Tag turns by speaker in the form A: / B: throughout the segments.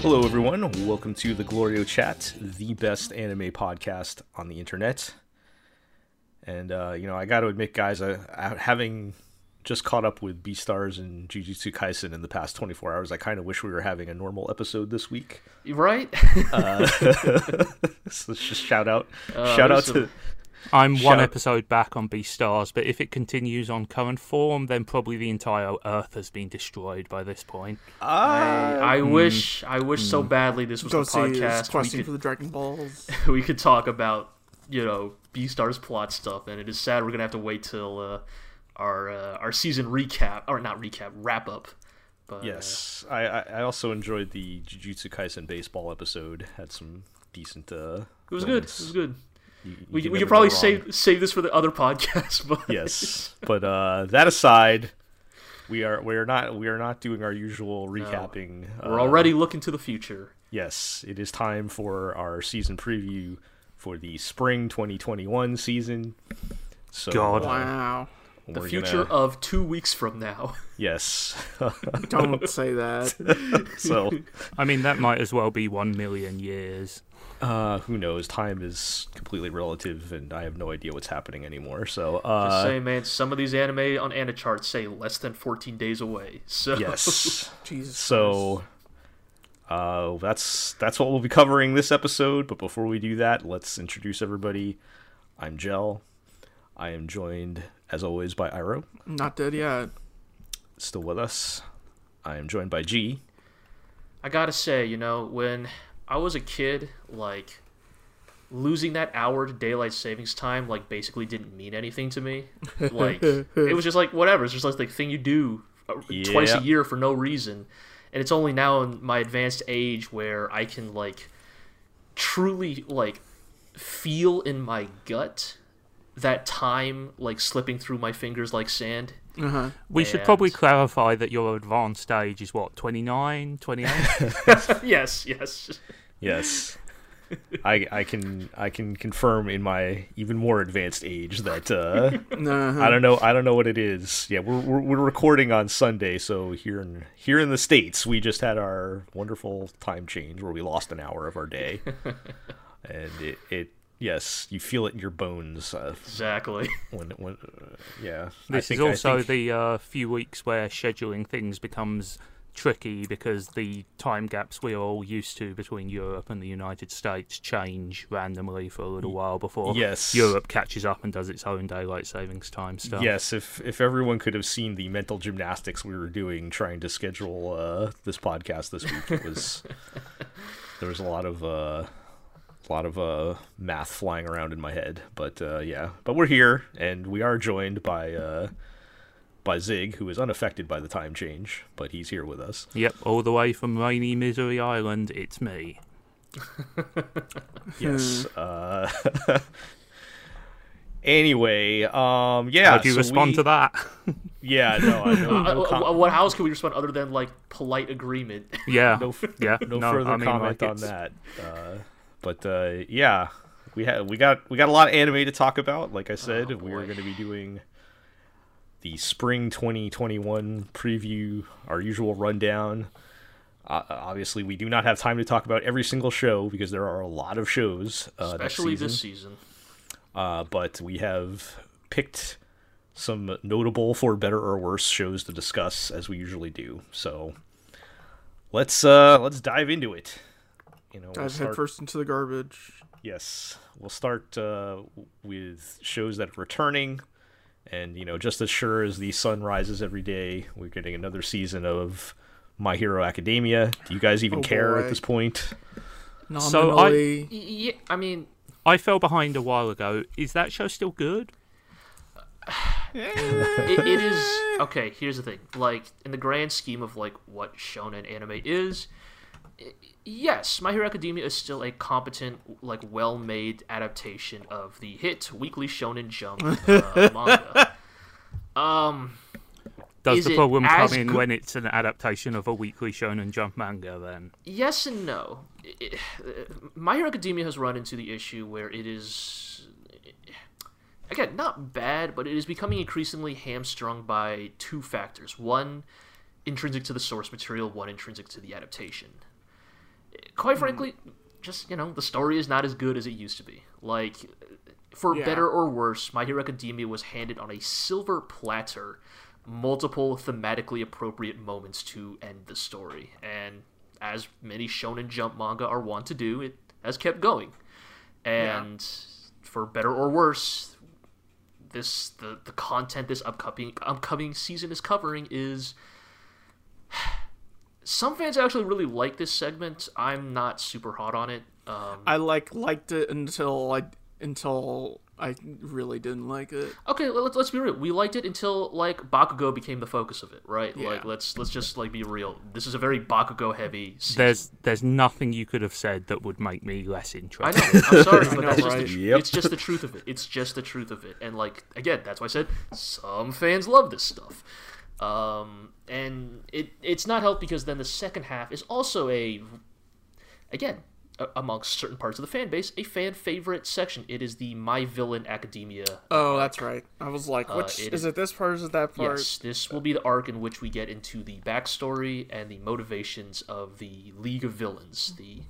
A: Hello, everyone. Welcome to the Glorio Chat, the best anime podcast on the internet. And uh, you know, I got to admit, guys, I, I, having just caught up with Beastars and Jujutsu Kaisen in the past 24 hours, I kind of wish we were having a normal episode this week.
B: Right?
A: Uh, so let's just shout out,
B: Uh,
A: shout out to.
B: there's
C: I'm
A: Shout-
C: one episode back on Beastars, but if it continues on current form, then probably the entire Earth has been destroyed by this point.
A: Ah,
B: I, I wish I wish so
A: mm.
B: badly this was
D: Go
B: the
D: see his
B: podcast we
D: questing for
B: could,
D: the Dragon Balls.
B: we could talk about, you know, Beastars plot stuff and it is sad we're going to have to wait till uh, our uh, our season recap or not recap, wrap up. But uh,
A: yes. I, I I also enjoyed the Jujutsu Kaisen baseball episode. Had some decent. Uh,
B: it was good. It was good. We,
A: can
B: we
A: never
B: could
A: go
B: probably
A: wrong.
B: save save this for the other podcast, but
A: yes but uh that aside we are we are not we are not doing our usual recapping
B: we're
A: Uh,
B: already looking to the future.
A: yes it is time for our season preview for the spring 2021 season so
C: God.
A: uh,
D: Wow.
A: we're
B: The
A: gonna-
B: future of 2 weeks from now.
A: yes
D: Don't say that.
A: so
C: I mean, that might as well be one million years.
A: uh who knows time is completely relative and i have no idea what's happening anymore so uh
B: Just saying, man, some of these anime on Anna charts say less than 14 days away. So
A: yes
D: Jesus.
A: So uh, that's that's what we'll be covering this episode. But before we do that, let's introduce everybody. I'm Jel. I am joined, as always, by Iro,
D: Christ. not dead yet.
A: still with us. I am joined by G.
B: I gotta say, you know, when I was a kid, like losing that hour to daylight savings time, like basically didn't mean anything to me. Like it was just like whatever. It's just like the thing you do uh, twice
A: Yeah.
B: a year for no reason. And it's only now in my advanced age where I can like truly like feel in my gut that time like slipping through my fingers like sand.
D: Uh-huh.
C: We should
B: And-
C: probably clarify that your advanced age is what, 29, 28?
B: yes, yes.
A: Yes. I, I can I can confirm in my even more advanced age that uh,
D: Uh-huh.
A: I don't know I don't know what it is. Yeah, we're, we're we're recording on Sunday, so here in here in the states, we just had our wonderful time change where we lost an hour of our day, and it, it yes, you feel it in your bones uh,
B: Exactly.
A: when when uh, yeah. I
C: this
A: think-
C: is
A: I
C: also
A: think-
C: the uh, few weeks where scheduling things becomes tricky because the time gaps we're all used to between Europe and the United States change randomly for a little while before
A: yes.
C: Europe catches up and does its own daylight savings time stuff.
A: Yes, if if everyone could have seen the mental gymnastics we were doing trying to schedule uh, this podcast this week, it was there was a lot of uh, a lot of uh, math flying around in my head. But uh, yeah, but we're here and we are joined by uh, by Zig, who is unaffected by the time change, but he's here with us.
C: Yep, all the way from rainy Misery Island, it's me.
A: Yes. uh, anyway, um, yeah.
C: How do you
A: so
C: respond
A: we-
C: to that?
A: Yeah, no, I know.
B: Uh,
A: no
B: uh,
A: com-
B: uh, what else could we respond other than like polite agreement?
C: yeah,
A: no f-
C: yeah,
A: no,
C: no,
A: further
C: I mean,
A: comment
C: like,
A: on
C: it's-
A: that. Uh, but uh, yeah, we had we got we got a lot of anime to talk about. Like I said, we are
B: Oh, boy.
A: going to be doing the spring 2021 preview, our usual rundown. Uh, obviously, we do not have time to talk about every single show because there are a lot of shows, uh, this
B: Especially
A: season.
B: this season.
A: Uh, but we have picked some notable, for better or worse, shows to discuss as we usually do. So let's uh, let's dive into it. You know, we'll
D: Dive
A: start,
D: headfirst into the garbage.
A: yes, we'll start uh, with shows that are returning, and you know, just as sure as the sun rises every day, we're getting another season of My Hero Academia. Do you guys even
D: Oh,
A: care at
D: boy.
A: this point?
D: Nominally.
B: Y- Yeah, I mean,
C: I fell behind a while ago. Is that show still good?
B: it, it is okay. Here's the thing: like in the grand scheme of like what shonen anime is, i- yes, My Hero Academia is still a competent, like well-made adaptation of the hit Weekly Shonen Jump uh, manga. Um,
C: Does
B: Is it
C: the problem
B: as
C: come in
B: good-
C: when it's an adaptation of a weekly Shonen Jump manga? Then
B: yes and no. It- it- My Hero Academia has run into the issue where it is, again, not bad, but it is becoming increasingly hamstrung by two factors: one intrinsic to the source material, one intrinsic to the adaptation. quite frankly, just you know, the story is not as good as it used to be. Like, for
D: Yeah.
B: better or worse, My Hero Academia was handed on a silver platter, multiple thematically appropriate moments to end the story, and as many Shonen Jump manga are wont to do, it has kept going. And for better or worse, this the, the content this upcoming upcoming season is covering is some fans actually really like this segment. I'm not super hot on it. Um,
D: I like liked it until I until I really didn't like it.
B: okay, well, let's let's be real. We liked it until like Bakugo became the focus of it, right?
D: Yeah.
B: Like let's let's just like be real. This is a very Bakugo heavy. Season.
C: There's there's nothing you could have said that would make me less
B: I
C: interested.
B: know. I'm sorry, but
D: know,
B: that's just the,
D: right?
B: tr-
A: Yep.
B: it's just the truth of it. It's just the truth of it. And like again, that's why I said some fans love this stuff. Um, and it it's not helped because then the second half is also a again a- amongst certain parts of the fan base a fan favorite section. It is the My Villain Academia.
D: Oh, that's right. I was like, which
B: it
D: is it? This part or is it that part?
B: Yes, this will be the arc in which we get into the backstory and the motivations of the League of Villains, the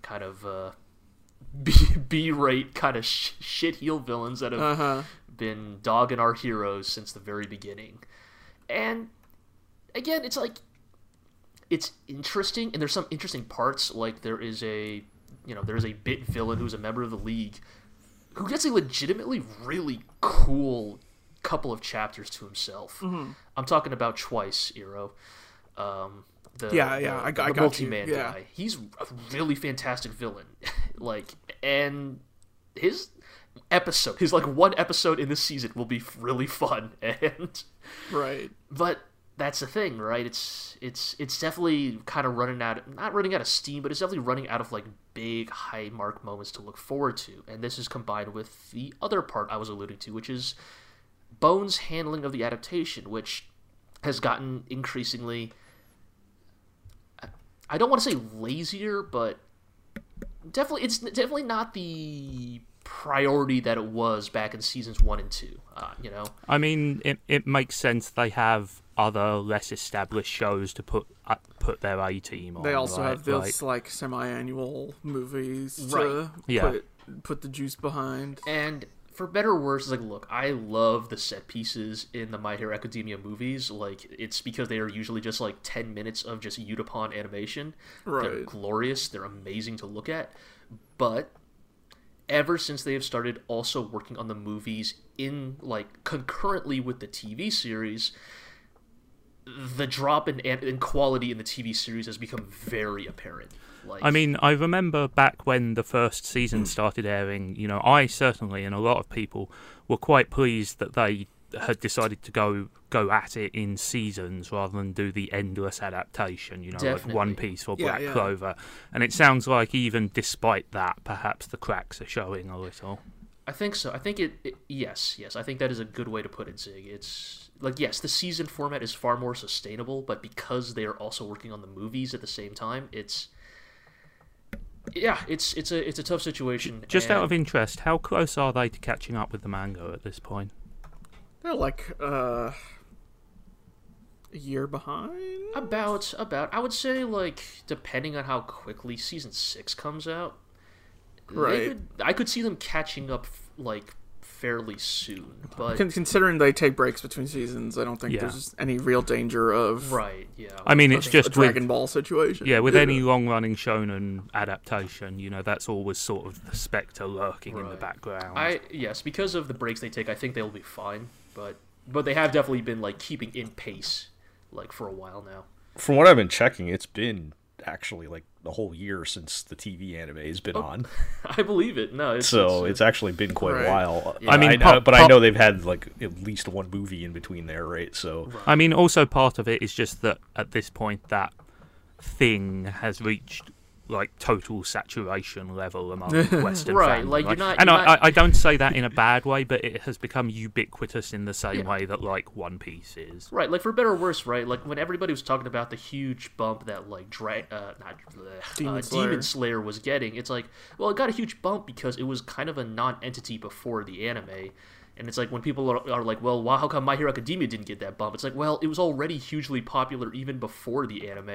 B: kind of uh, B B rate kind of sh- shit heel villains that have
D: Uh huh.
B: been dogging our heroes since the very beginning. And again, it's like it's interesting and there's some interesting parts like there is a you know, there's a bit villain who's a member of the league who gets a legitimately really cool couple of chapters to himself.
D: Mm-hmm.
B: I'm talking about twice, Iro. Um the,
D: Yeah, yeah, I
B: the,
D: got- I
B: the
D: got you,
B: multi-man
D: yeah.
B: guy. He's a really fantastic villain. like and his episode, his like one episode in this season will be really fun, and
D: Right.
B: but that's the thing, right? It's it's it's definitely kind of running out, not running out of steam, but it's definitely running out of like big high mark moments to look forward to, and this is combined with the other part I was alluding to, which is Bones' handling of the adaptation, which has gotten increasingly. I- I don't want to say lazier, but definitely it's definitely not the priority that it was back in seasons one and two. Uh, you know,
C: I mean, it it makes sense they have other less established shows to put uh, put their A team on.
D: They also
C: right?
D: have this like, semi-annual movies to
C: Yeah.
D: put put the juice behind.
B: And for better or worse, it's like, look, I love the set pieces in the My Hero Academia movies. Like, it's because they are usually just like 10 minutes of just Utapon animation. They're
D: Right.
B: glorious, they're amazing to look at. But ever since they have started also working on the movies in like concurrently with the TV series, the drop in, in quality in the TV series has become very apparent. Like,
C: I mean, I remember back when the first season
D: Mm.
C: started airing, you know, I certainly and a lot of people were quite pleased that they had decided to go go at it in seasons rather than do the endless adaptation, you know,
B: Definitely.
C: like One Piece or
D: Yeah,
C: Black
D: yeah.
C: Clover. And it sounds like even despite that, perhaps the cracks are showing a little.
B: I think so. I think it, it. Yes, yes. I think that is a good way to put it, Zig. It's like yes, the season format is far more sustainable, but because they are also working on the movies at the same time, it's yeah, it's it's a it's a tough situation.
C: Just out
B: and-
C: of interest, how close are they to catching up with the manga at this point?
D: They're like uh, a year behind.
B: about about I would say like depending on how quickly season six comes out, they
D: Right.
B: could- I could see them catching up like fairly soon, but
D: Con- considering they take breaks between seasons, I don't think
C: Yeah.
D: there's any real danger of
B: right, yeah.
C: I mean, it's
D: a
C: just with
D: Dragon Ball situation.
C: Yeah, with any long running shonen adaptation, you know, that's always sort of the spectre lurking in the
B: Right.
C: background.
B: I yes, because of the breaks they take, I think they'll be fine. But but they have definitely been like keeping in pace, like for a while now.
A: From what I've been checking, it's been actually like the whole year since the TV anime has
D: Oh,
A: been on.
B: I believe it. No, it's,
A: So
B: it's,
A: it's actually been quite
D: Right.
A: a while.
C: I mean,
A: I,
C: pop-
A: but I
C: pop-
A: know they've had like at least one movie in between there, right? So
C: I mean, also part of it is just that at this point, that thing has reached like total saturation level among Western
B: Right,
C: fandom,
B: like, you're not-
C: and
B: you're
C: I,
B: not-
C: I, I don't say that in a bad way, but it has become ubiquitous in the same
B: Yeah.
C: way that like One Piece is.
B: right. Like for better or worse, right? Like when everybody was talking about the huge bump that like dra- uh, not bleh,
D: Demon
B: uh,
D: Slayer.
B: Demon Slayer was getting, it's like well, it got a huge bump because it was kind of a non-entity before the anime. And it's like when people are, are like, well, why, how come My Hero Academia didn't get that bump? It's like, well, it was already hugely popular even before the anime.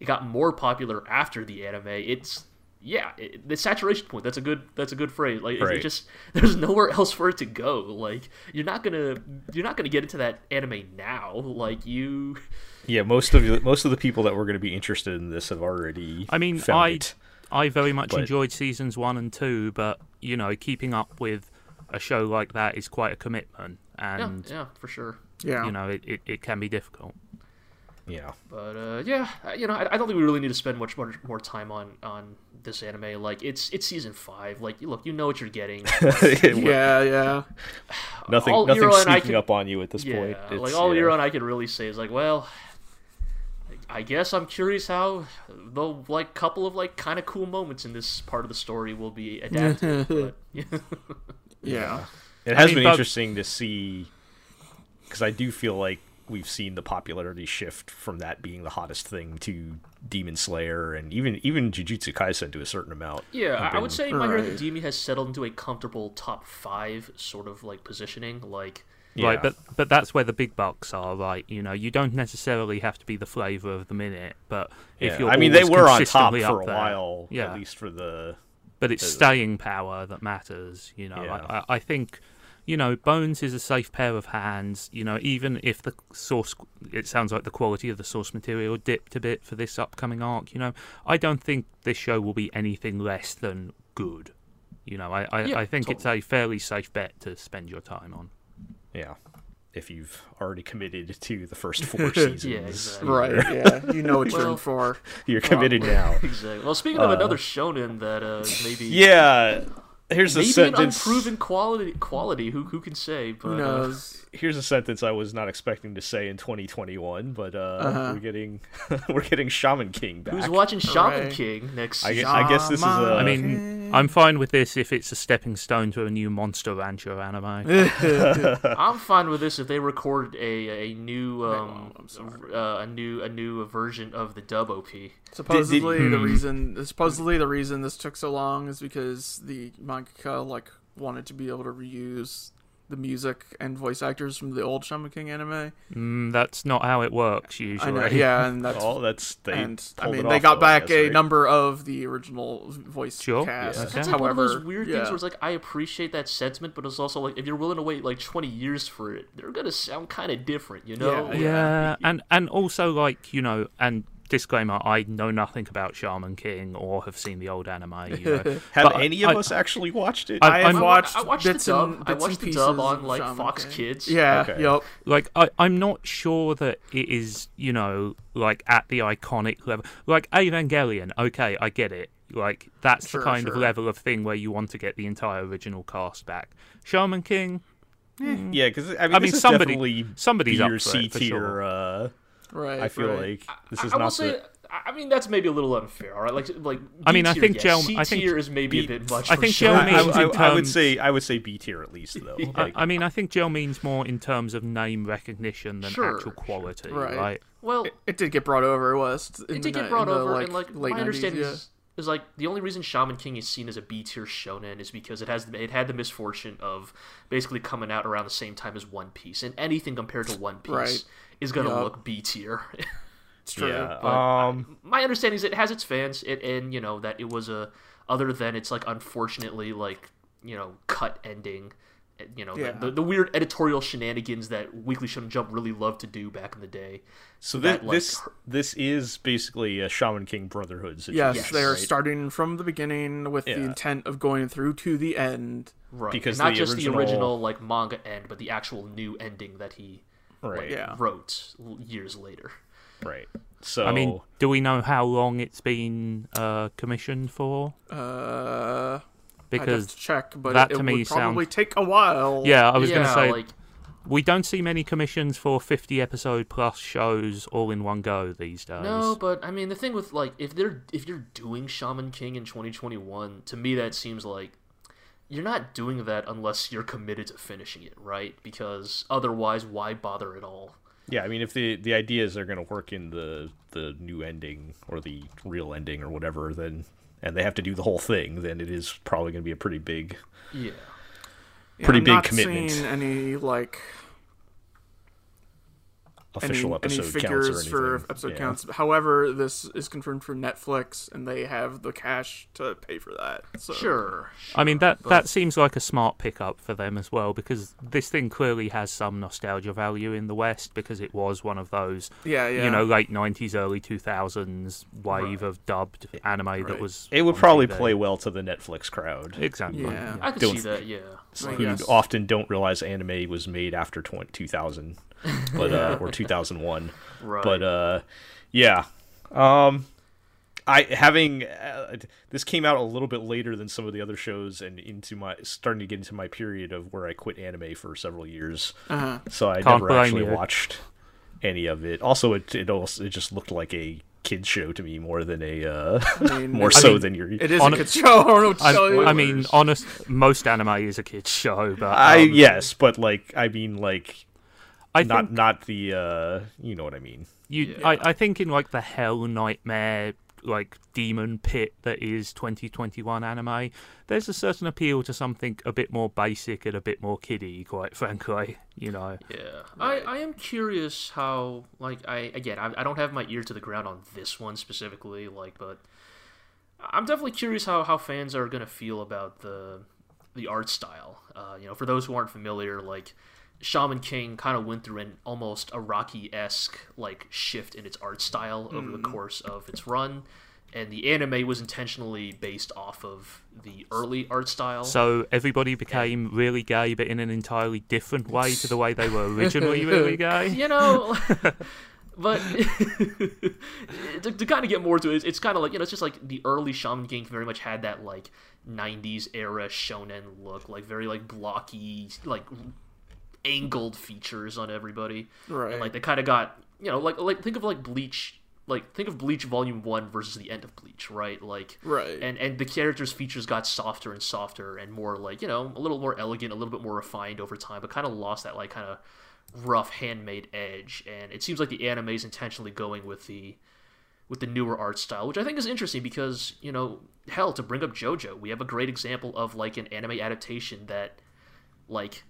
B: It got more popular after the anime. It's yeah, it, the saturation point. That's a good that's a good phrase. Like it- it
A: Right.
B: just there's nowhere else for it to go. Like you're not gonna you're not gonna get into that anime now. Like you
A: Yeah, most of the, most of the people that were going to be interested in this have already.
C: I mean,
A: found
C: I
A: it.
C: I very much
A: but-
C: enjoyed seasons one and two, but you know, keeping up with a show like that is quite a commitment,
B: yeah,
C: and
B: yeah, for sure.
D: Yeah.
C: you know, it, it, it can be difficult.
A: yeah,
B: But uh, yeah, I- you know, I, I don't think we really need to spend much more, more time on on this anime. Like it's it's season five. Like you- look, you know what you're getting.
D: yeah, yeah.
A: nothing
B: all
A: nothing
B: Euro and I
A: sneaking
B: can-
A: up on you at this
B: yeah,
A: point. It's,
B: like all
A: yeah.
B: year on, I could really say is like, well, I guess I'm curious how the like couple of like kind of cool moments in this part of the story will be adapted. but,
D: Yeah.
A: It has
C: mean,
A: been
C: but-
A: interesting to see because I do feel like we've seen the popularity shift from that being the hottest thing to Demon Slayer and even even Jujutsu Kaisen to a certain amount.
B: Yeah,
A: have
B: I I
A: been-
B: would say My Hero
D: Right.
B: Academia has settled into a comfortable top five sort of like positioning. Like,
A: Yeah.
C: Right, but but that's where the big bucks are. Right, you know, you don't necessarily have to be the flavour of the minute, but
A: Yeah.
C: if you're,
A: I mean, they
C: always
A: were on top
C: consistently
A: for
C: up
A: a
C: there-
A: while,
C: yeah.
A: at least for the
C: but it's staying power that matters. You know,
A: Yeah.
C: I, I, I think, you know, Bones is a safe pair of hands. You know, even if the source, it sounds like the quality of the source material dipped a bit for this upcoming arc. You know, I don't think this show will be anything less than good. You know, I, I,
B: Yeah,
C: I think it's a fairly safe bet to spend your time on.
A: yeah. If you've already committed to the first four seasons,
B: exactly.
D: Right. Yeah. You know what you're
B: Well-
D: in for.
A: you're committed now. Uh.
B: exactly. Well, speaking of another shonen that uh, maybe
A: Yeah. Here's a
B: maybe an
A: sentence.
B: unproven quality quality. Who who can say? But
D: Who
B: uh,
D: knows?
A: Here's a sentence I was not expecting to say in 2021, but uh,
D: Uh-huh.
A: we're getting we're getting Shaman King back.
B: who's watching Shaman
D: Hooray.
B: King next?
A: I, gue-
B: season?
A: I guess this is a.
D: Shaman.
C: I mean, I'm fine with this if it's a stepping stone to a new Monster Rancher anime.
B: I'm fine with this if they record a a new um
D: I'm sorry.
B: uh, a new a new version of the dub OP.
D: Supposedly
C: Hmm.
D: the reason supposedly the reason this took so long is because the mangaka like wanted to be able to reuse the music and voice actors from the old Shaman King anime.
C: mm, that's not how it works usually.
D: I know, yeah, and that's
A: Oh, that's they.
D: and I
A: pulled it
D: mean they
A: off,
D: got
A: though,
D: back
A: guess,
D: a
A: right?
D: number of the original voice
C: Sure.
D: cast.
C: Yeah. That's
B: It's
C: Yeah.
B: like one of those
D: However,
B: weird
D: yeah.
B: things where it's like I appreciate that sentiment, but it's also like if you're willing to wait like 20 years for it, they're gonna sound kind of different, you know?
D: Yeah.
B: Like,
C: yeah and and also like you know and disclaimer i know nothing about shaman king or have seen the old anime you know.
A: Have
C: But
A: any of
C: I-
A: us actually watched it?
C: I-
D: I've
C: I'm-
D: watched,
B: I watched the
D: bits
B: dub-
D: and,
B: I
D: bits and
B: watched the dub
D: pieces
B: on,
D: of
B: like,
D: Shaman
B: Fox
D: King.
B: Kids.
D: Yeah,
A: Okay.
D: yep.
C: like I, i'm not sure that it is you know like at the iconic level like evangelion okay i get it like that's
D: Sure,
C: the kind of
D: sure.
C: level of thing where you want to get the entire original cast back shaman king
A: yeah, because I mean,
C: I mean,
A: this
C: somebody-
A: is definitely
C: somebody's
A: B
C: up
A: or
C: for it,
A: C
C: for
A: tier.
C: sure.
A: Uh,
D: Right.
A: I feel
D: right.
A: like this is
B: I, I will
A: not
B: say,
A: the.
B: I I mean, that's maybe a little unfair. All right, like like
C: I mean, I
B: B-tier,
C: think
B: yes.
C: Jel-
B: C
C: I think
B: tier is maybe
A: B-
B: a bit much.
C: I
B: for
C: think
B: sure.
C: Jel means-
A: I,
C: in
A: I- I would
C: terms-
A: say I would say B tier at least though. Like,
C: I mean, I think Jill means more in terms of name recognition than
B: Sure,
C: actual
B: sure.
C: quality,
D: Right.
C: right?
B: Well,
D: It did get brought over. It was. in
B: it did
D: the
B: get
D: ni-
B: brought
D: in the,
B: over, and like
D: late
B: my
D: 90s,
B: understanding
D: yeah.
B: is, is like the only reason Shaman King is seen as a B tier shonen is because it has it had the misfortune of basically coming out around the same time as One Piece, and anything compared to One Piece
D: Right.
B: is gonna
D: Yup.
B: look B tier.
D: It's true.
A: yeah.
D: but- uh,
A: Um,
B: my understanding is it has its fans, it, and you know that it was a other than it's like unfortunately like you know cut ending. eh, You know the-
D: Yeah.
B: the, the weird editorial shenanigans that Weekly Shonen Jump really loved to do back in the day.
A: so
B: that,
A: this
B: like,
A: this
B: her-
A: this is basically a Shaman King Brotherhood situation.
D: Yes, they are
A: right?
D: starting from the beginning with the
A: Yeah.
D: intent of going through to the end.
B: Right.
A: Because
B: and not
A: the
B: just the
A: original-
B: original like manga end, but the actual new ending that he
A: right,
D: Yeah.
B: wrote l- years later.
A: right. So
C: I mean, do we know how long it's been uh, commissioned for?
D: Uh, I'd have
C: Because
D: to check, but
C: that
D: it,
C: to
D: would
C: me
D: probably
C: sounds-
D: take a while.
C: yeah, I was
B: yeah,
C: going to say
B: like
C: we don't see many commissions for 50 episode plus shows all in one go these days.
B: no, but I mean the thing with like if they're if you're doing Shaman King in 2021, to me that seems like you're not doing that unless you're committed to finishing it, right? Because otherwise, why bother at all?
A: Yeah, I mean, if the the idea is they're going to work in the the new ending or the real ending or whatever, then and they have to do the whole thing, then it is probably going to be a pretty big
B: Yeah.
D: Yeah,
A: Pretty
D: I'm
A: big
D: not
A: commitment.
D: Seeing any like
A: Official
D: any,
A: episode
D: any
A: counts or
D: figures
A: anything.
D: for episode
A: Yeah.
D: counts. However, this is confirmed for Netflix, and they have the cash to pay for that. So.
B: Sure.
C: I mean that that seems like a smart pickup for them as well because this thing clearly has some nostalgia value in the West because it was one of those
D: Yeah, yeah.
C: you know late '90s, early 2000s wave of dubbed anime that
D: Right.
C: was.
A: It would
C: on
A: probably
C: TV.
A: play well to the Netflix crowd,
C: exactly.
D: Yeah.
B: I could
A: Don't-
B: see that. Yeah.
D: I
A: who
D: guess.
A: often don't realize anime was made after 20, 2000, but uh, or 2001.
B: Right.
A: But uh, yeah, um, I having uh, this came out a little bit later than some of the other shows, and into my starting to get into my period of where I quit anime for several years,
D: Uh-huh.
A: so I
C: Can't
A: never
C: blame
A: actually
C: you.
A: watched any of it. Also, it it also it just looked like a kid show to me more than a uh,
D: I mean,
A: more
D: it's-
A: so
C: mean,
A: than your
D: It is
C: On
D: a
C: a-
D: good show. I don't know what to
C: I,
D: tell you.
C: I mean, honest, most anime is a kids show, but
A: I
C: um,
A: uh, yes, but like I mean like
C: I
A: not
C: think
A: not the uh you know what I mean.
C: you. I, I think in like the hell nightmare, like demon pit that is 2021 anime. There's a certain appeal to something a bit more basic and a bit more kiddie, quite frankly. You know,
B: Yeah, I, I am curious how like I again I, I don't have my ear to the ground on this one specifically like but I'm definitely curious how, how fans are gonna feel about the the art style. Uh, you know, for those who aren't familiar, like Shaman King kind of went through an almost Iraqi esque like shift in its art style over the course of its run, and the anime was intentionally based off of the early art style.
C: so everybody became really gay, but in an entirely different way to the way they were originally really gay.
B: you know but to, to kind of get more to it it's kind of like you know it's just like the early shaman king very much had that like 90s era shonen look like very like blocky like angled features on everybody
D: Right.
B: and like they kind of got you know like like think of like bleach like think of bleach volume 1 versus the end of bleach right like
D: Right.
B: and and the characters features got softer and softer and more like you know a little more elegant a little bit more refined over time but kind of lost that like kind of rough handmade edge and it seems like the anime is intentionally going with the with the newer art style which i think is interesting because you know hell to bring up jojo we have a great example of like an anime adaptation that like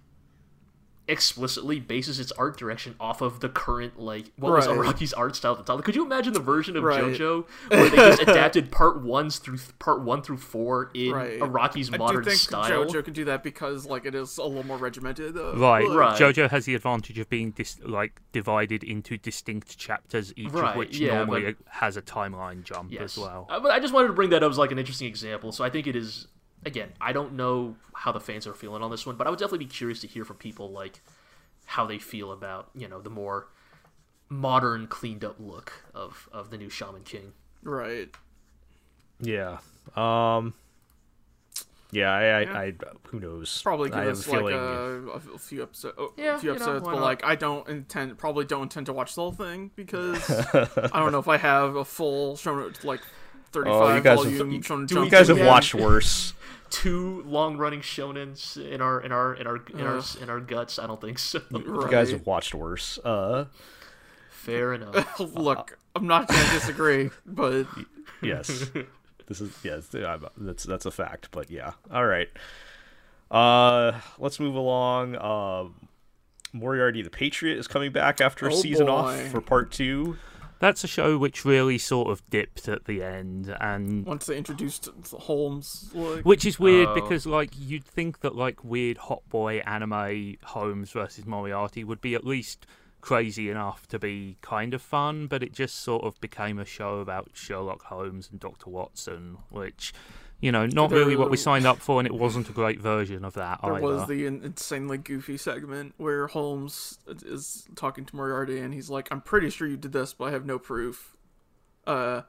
B: explicitly bases its art direction off of the current like what was
D: Right.
B: Araki's art style at the time. Could you imagine the version of
D: Right.
B: JoJo where they just adapted part ones through part one through four in
D: Right.
B: Araki's
D: I
B: modern
D: do think
B: style?
D: JoJo could do that because like it is a little more regimented. Though.
C: Right.
B: Right.
C: JoJo has the advantage of being dis- like divided into distinct chapters, each
B: Right,
C: of which
B: yeah,
C: normally
B: but-
C: has a timeline jump
B: Yes.
C: as well.
B: Uh, but I just wanted to bring that up as like an interesting example. So I think it is again, I don't know how the fans are feeling on this one, but I would definitely be curious to hear from people like how they feel about, you know, the more modern cleaned up look of of the new Shaman King.
D: Right.
A: Yeah. Um yeah, I, I, I who knows.
D: Probably
A: I
D: give
A: have a
D: us like
A: feeling
D: a, a few episodes.
B: Yeah,
D: a few
B: you know,
D: episodes,
B: why
D: but
B: not?
D: like I don't intend. Probably don't intend to watch the whole thing because I don't know if I have a full Shonen like
A: Oh, you
D: thirty-five
A: guys have-
D: volume Shonen
B: do
D: Jump.
A: you guys have
B: Yeah.
A: watched worse.
B: two long running shonens in our in our in our in our,
D: Ugh.
B: in our guts. I don't think so.
A: You guys have watched worse. Uh
B: Fair enough.
D: Right. Look, I'm not gonna disagree, but
A: yes. this is yes, I'm, that's that's a fact, but yeah. All right. Uh let's move along. Uh Moriarty the Patriot is coming back after a
D: Oh,
A: season off
D: boy.
A: for part 2.
C: That's a show which really sort of dipped at the end, and
D: once they introduced Holmes, like uh,
C: which is weird
B: Oh.
C: because like you'd think that like weird hot boy anime Holmes versus Moriarty would be at least crazy enough to be kind of fun, but it just sort of became a show about Sherlock Holmes and Doctor Watson, which you know not really what we
D: There-
C: signed up for, and it wasn't a great version of that
D: There
C: either.
D: was the in- insanely goofy segment where Holmes is talking to Moriarty and he's like, I'm pretty sure you did this, but I have no proof. Uh,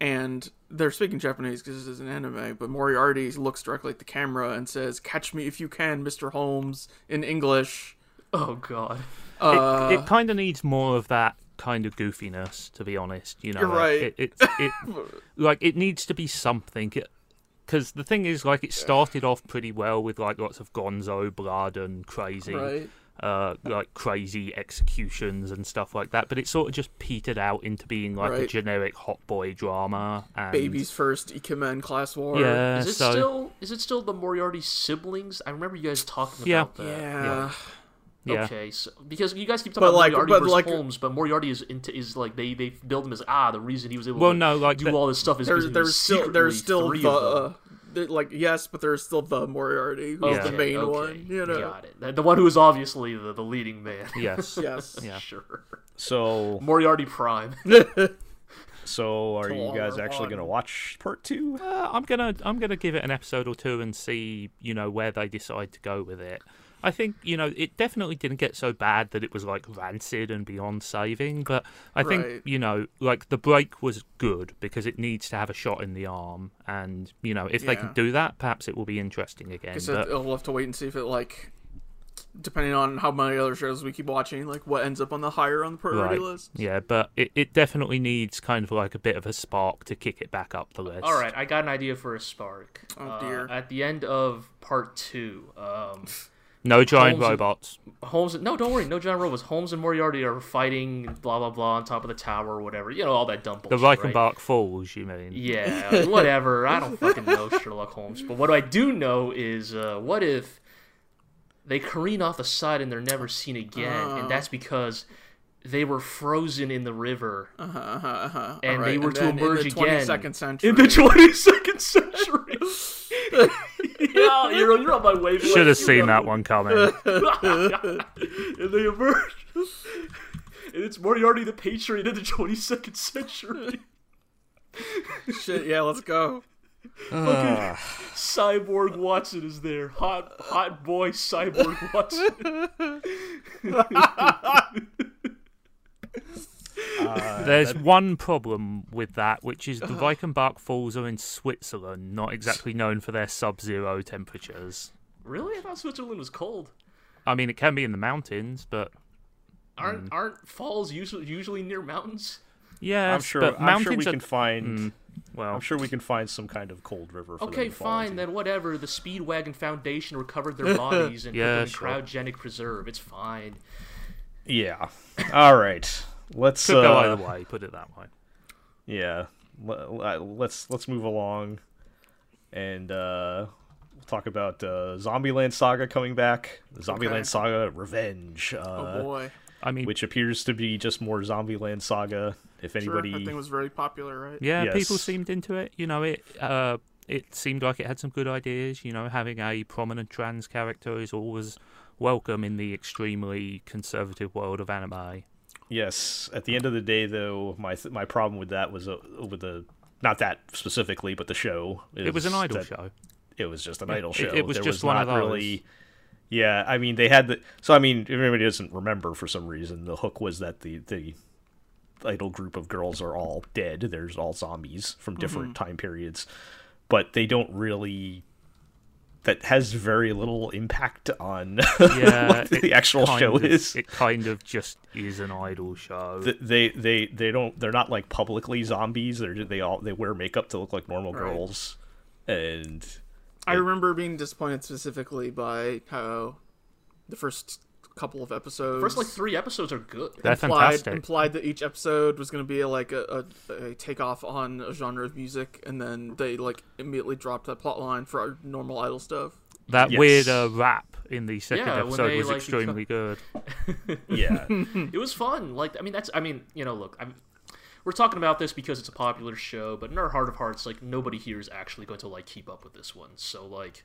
D: and they're speaking Japanese because this is an anime, but Moriarty looks directly at the camera and says, Catch me if you can, Mr. Holmes, in English.
B: oh god.
D: Uh,
C: it, it kind of needs more of that kind of goofiness to be honest you know
D: You're right.
C: it, it, it, like it needs to be something because the thing is like it started off pretty well with like lots of gonzo blood and crazy
D: right?
C: uh, like crazy executions and stuff like that. But it sort of just petered out into being like a
D: Right.
C: generic hot boy drama. And,
D: Babies first, Ikema and class war.
C: Yeah.
B: Is it
C: Uh, so
B: still is it still the Moriarty siblings? I remember you guys talking
C: Yeah.
B: about that.
D: Yeah.
C: yeah,
B: Okay, so because you guys keep talking
D: But
B: about
D: like-
B: Moriarty
D: but
B: versus
D: like-
B: Holmes, but Moriarty is into, is like they they build him as ah the reason he was able
C: Well,
B: to
C: no, like
B: do
C: the-
B: all this stuff is
D: There's
B: because he
D: there's
B: was
D: still
B: secretly
D: there's still
B: three
D: the
B: of them.
D: uh, there- like yes, but there's still the Moriarty who's
C: Yeah.
D: uh, the main
B: okay,
D: one. You know.
B: Got it. The- The one who is obviously the, the leading man.
C: yes.
D: Yes.
C: Yeah.
B: Sure.
A: So,
B: Moriarty Prime.
A: so are you guys
D: Tomorrow
A: actually
D: on.
A: going to watch part two?
C: Uh, I'm gonna I'm gonna give it an episode or two and see you know where they decide to go with it. I think you know it definitely didn't get so bad that it was like rancid and beyond saving, but I
D: Right.
C: think you know like the break was good because it needs to have a shot in the arm, and you know if they
D: Yeah.
C: can do that, perhaps it will be interesting again.
D: Guess
C: But,
D: I'll have to wait and see if it like, depending on how many other shows we keep watching, like what ends up on the higher on the priority
C: right,
D: list.
C: yeah, but it, it definitely needs kind of like a bit of a spark to kick it back up the list.
B: All right, I got an idea for a spark.
D: Oh,
B: Uh,
D: dear.
B: at the end of part two, um,
C: no giant
B: Holmes and-
C: robots.
B: Holmes. No, don't worry. No John Robots. Holmes and Moriarty are fighting. Blah blah blah on top of the tower or whatever. You know all that dumb
C: The
B: bullshit.
C: Reichenbach
B: right?
C: Falls, you mean?
B: Yeah, whatever. I don't fucking know Sherlock Holmes. But what I do know is, uh, what if they careen off the side and they're never seen again, and that's because they were frozen in the river
D: Uh-huh, uh-huh, uh-huh.
B: and
D: Alright,
B: they were to
D: then
B: emerge
D: in the
B: again
D: 22nd century.
B: in the 22nd century. yeah, you're, you're on my wavelength.
C: Should
B: You
C: have seen
B: know.
C: that one coming.
B: and they emerge. and it's Moriarty the Patriot in the 22nd century.
D: Shit, yeah, let's go.
B: Cyborg Watson is there. Hot hot boy Cyborg Watson.
C: Uh, There's one problem with that, which is the
A: Uh-huh.
C: Reichenbach Falls are in Switzerland, not exactly known for their sub-zero temperatures.
B: really? I thought Switzerland was cold.
C: I mean, it can be in the mountains, but Mm.
B: Aren't aren't falls usually usually near mountains?
C: yeah,
A: I'm sure.
C: But
A: I'm
C: mountains
A: sure we
C: are,
A: can find.
C: well,
A: I'm sure we can find some kind of cold river. For them
B: Okay,
A: to fall
B: fine
A: into.
B: then. Whatever. The Speedwagon Foundation recovered their bodies and
C: Yeah,
B: put
C: sure.
B: them in cryogenic preserve. It's fine.
A: Yeah. All right. Let's.
C: could go
A: Uh,
C: either way. Put it that way.
A: yeah. L- l- let's let's move along, and uh, we'll talk about uh, Zombieland Saga coming back. Zombieland
D: Okay.
A: Saga Revenge, uh,
D: oh boy,
C: I mean,
A: which appears to be just more Zombieland Saga. If
D: sure,
A: anybody,
D: that thing was very popular, right?
C: yeah, people
A: yes.
C: seemed into it. You know, it uh, it seemed like it had some good ideas. You know, having a prominent trans character is always welcome in the extremely conservative world of anime.
A: Yes. At the end of the day, though, my th- my problem with that was uh, with the not that specifically, but the show.
C: It was an
A: is
C: idol
A: that
C: show.
A: It was just an idol
C: it-
A: show.
C: it was
A: there
C: just
A: was
C: one
A: not
C: of those.
A: really. Yeah, I mean they had the. So I mean, if anybody doesn't remember for some reason, the hook was that the the idol group of girls are all dead. There's all zombies from different
C: Mm-hmm.
A: time periods, but they don't really. That has very little impact on
C: Yeah,
A: what
C: it
A: the actual
C: kind
A: show
C: of-
A: is.
C: It kind of just is an idol show.
A: th- they they they don't they're not like publicly zombies they're ju- they all they wear makeup to look like normal
D: Right.
A: girls and
D: I remember being disappointed specifically by how the first couple of episodes,
B: First like three episodes are good.
C: They're
D: implied,
C: fantastic.
D: implied that each episode was going to be like a, a, a takeoff on a genre of music, and then they like immediately dropped that plot line for our normal idol stuff.
C: That
A: Yes.
C: weird uh, rap in the second
B: Yeah, when
C: episode
B: they,
C: was
B: like,
C: extremely good.
A: yeah
B: it was fun. Like, I mean, that's, I mean, you know, look, I'm, we're talking about this because it's a popular show, but in our heart of hearts, like, nobody here is actually going to, like, keep up with this one. So, like,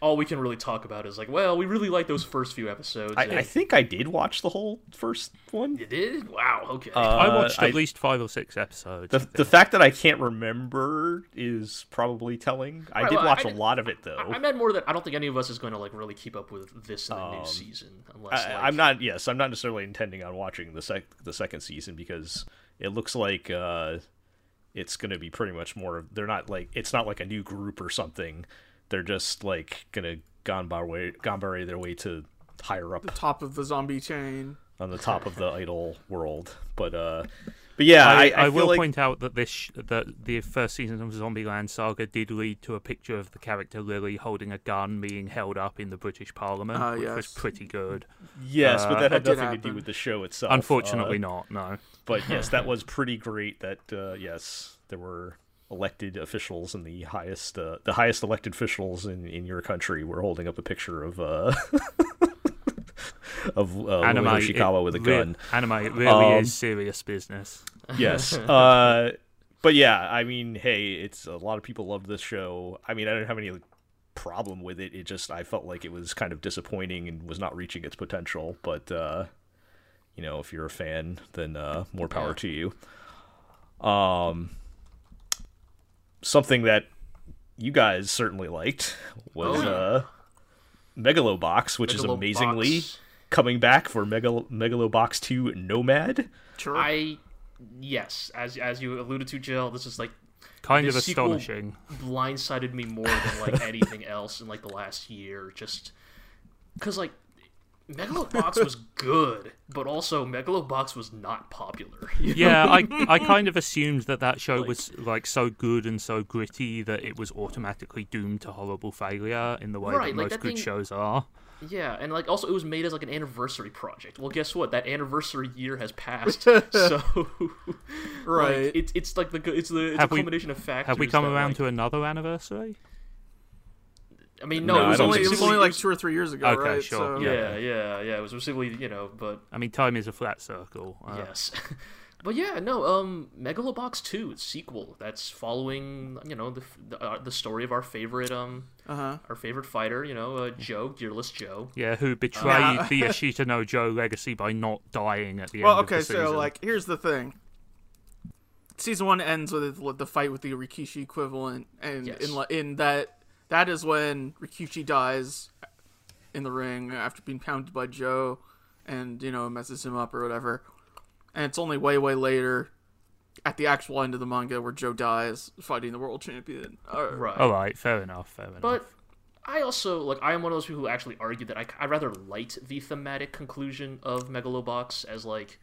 B: all we can really talk about is, like, well, we really like those first few episodes.
A: I,
B: and-
A: I think i did watch the whole first one
B: you did? Wow, okay.
C: I
A: Uh,
C: watched at
A: I-
C: least five or six episodes.
A: the, the fact that i can't remember is probably telling i
B: Right,
A: did
B: well, I
A: watch a
B: did-
A: lot of it though
B: I meant more that I don't think any of us is going to, like, really keep up with this in the new season. Unless, like,
A: Um, I, I'm not. Yes, I'm not necessarily intending on watching the sec the second season because it looks like uh, it's going to be pretty much more. They're not like it's not like a new group or something. They're just like going to ganbar way ganbare their way to higher up
D: Top of the zombie chain.
A: on the top of the idol world. But uh, But yeah, I,
C: I,
A: I,
C: I
A: feel
C: will
A: like,
C: point out that this sh- that the first season of Zombieland Saga did lead to a picture of the character Lily holding a gun being held up in the British Parliament,
D: Ah,
C: which was
D: yes.
C: pretty good.
A: Yes, but
C: Uh,
A: that had
D: that did
A: nothing to do
D: happen.
A: with the show itself.
C: Unfortunately,
A: uh,
C: not. No.
A: But yes, that was pretty great. That uh, yes, there were elected officials and the highest uh, the highest elected officials in, in your country were holding up a picture of uh, of uh, Lily
C: it
A: Hoshikawa with a
C: rea-
A: gun.
C: anime, it really
A: Um,
C: is serious business.
A: yes. Uh, but yeah, I mean, hey, it's a lot of people loved this show. I mean, I don't have any problem with it. It just I felt like it was kind of disappointing and was not reaching its potential. But uh, you know, if you're a fan, then uh, more power
B: Yeah.
A: to you. Um, something that you guys certainly liked was
B: Oh, yeah.
A: uh, Megalobox, which is
B: Megalobox.
A: amazingly coming back for Megal- Megalobox Two Nomad.
D: Sure.
B: I yes, as as you alluded to, Jill, this is like
C: Kind
B: this
C: of
B: sequel-
C: astonishing.
B: blindsided me more than like anything else in like the last year. Just because like Megalobox was good, but also Megalobox was not popular.
C: yeah, I I kind of assumed that that show was like so good and so gritty that it was automatically doomed to horrible failure in the way
B: Right, like,
C: that most
B: that
C: good
B: thing-
C: shows are.
B: yeah, and like also it was made as like an anniversary project. Well, guess what? That anniversary year has passed, so
D: right.
B: like, it's it's like the go- it's the it's
C: Have
B: a
C: we-
B: combination of factors.
C: Have we come
B: that,
C: around
B: like-
C: to another anniversary?
B: I mean, no,
A: No,
B: it
A: I
B: was
D: it was
A: don't
B: only
D: only, it
A: think so.
D: was
B: specifically-
D: only like two or three years ago,
C: Okay,
D: right?
C: sure.
D: So,
B: yeah,
C: Yeah.
B: yeah, yeah. It was specifically, you know, but
C: I mean, time is a flat circle. Uh,
B: yes. But yeah, no. Um, Megalobox Two, its sequel, that's following you know the f- the, uh, the story of our favorite um
D: Uh-huh.
B: our favorite fighter, you know, uh, Joe, Gearless Joe.
C: Yeah, who betrayed the Ashita no Joe legacy by not dying at the
D: Well,
C: end of
D: okay,
C: the season.
D: so like here's the thing. Season one ends with the- the fight with the Rikishi equivalent, and
B: Yes.
D: in, li- in that that is when Rikishi dies in the ring after being pounded by Joe, and you know messes him up or whatever. And it's only way way later, at the actual end of the manga, where Joe dies fighting the world champion. Uh,
B: Right.
C: all right, fair enough, fair enough.
B: But I also like I am one of those people who actually argue that I, I rather liked the thematic conclusion of Megalobox as like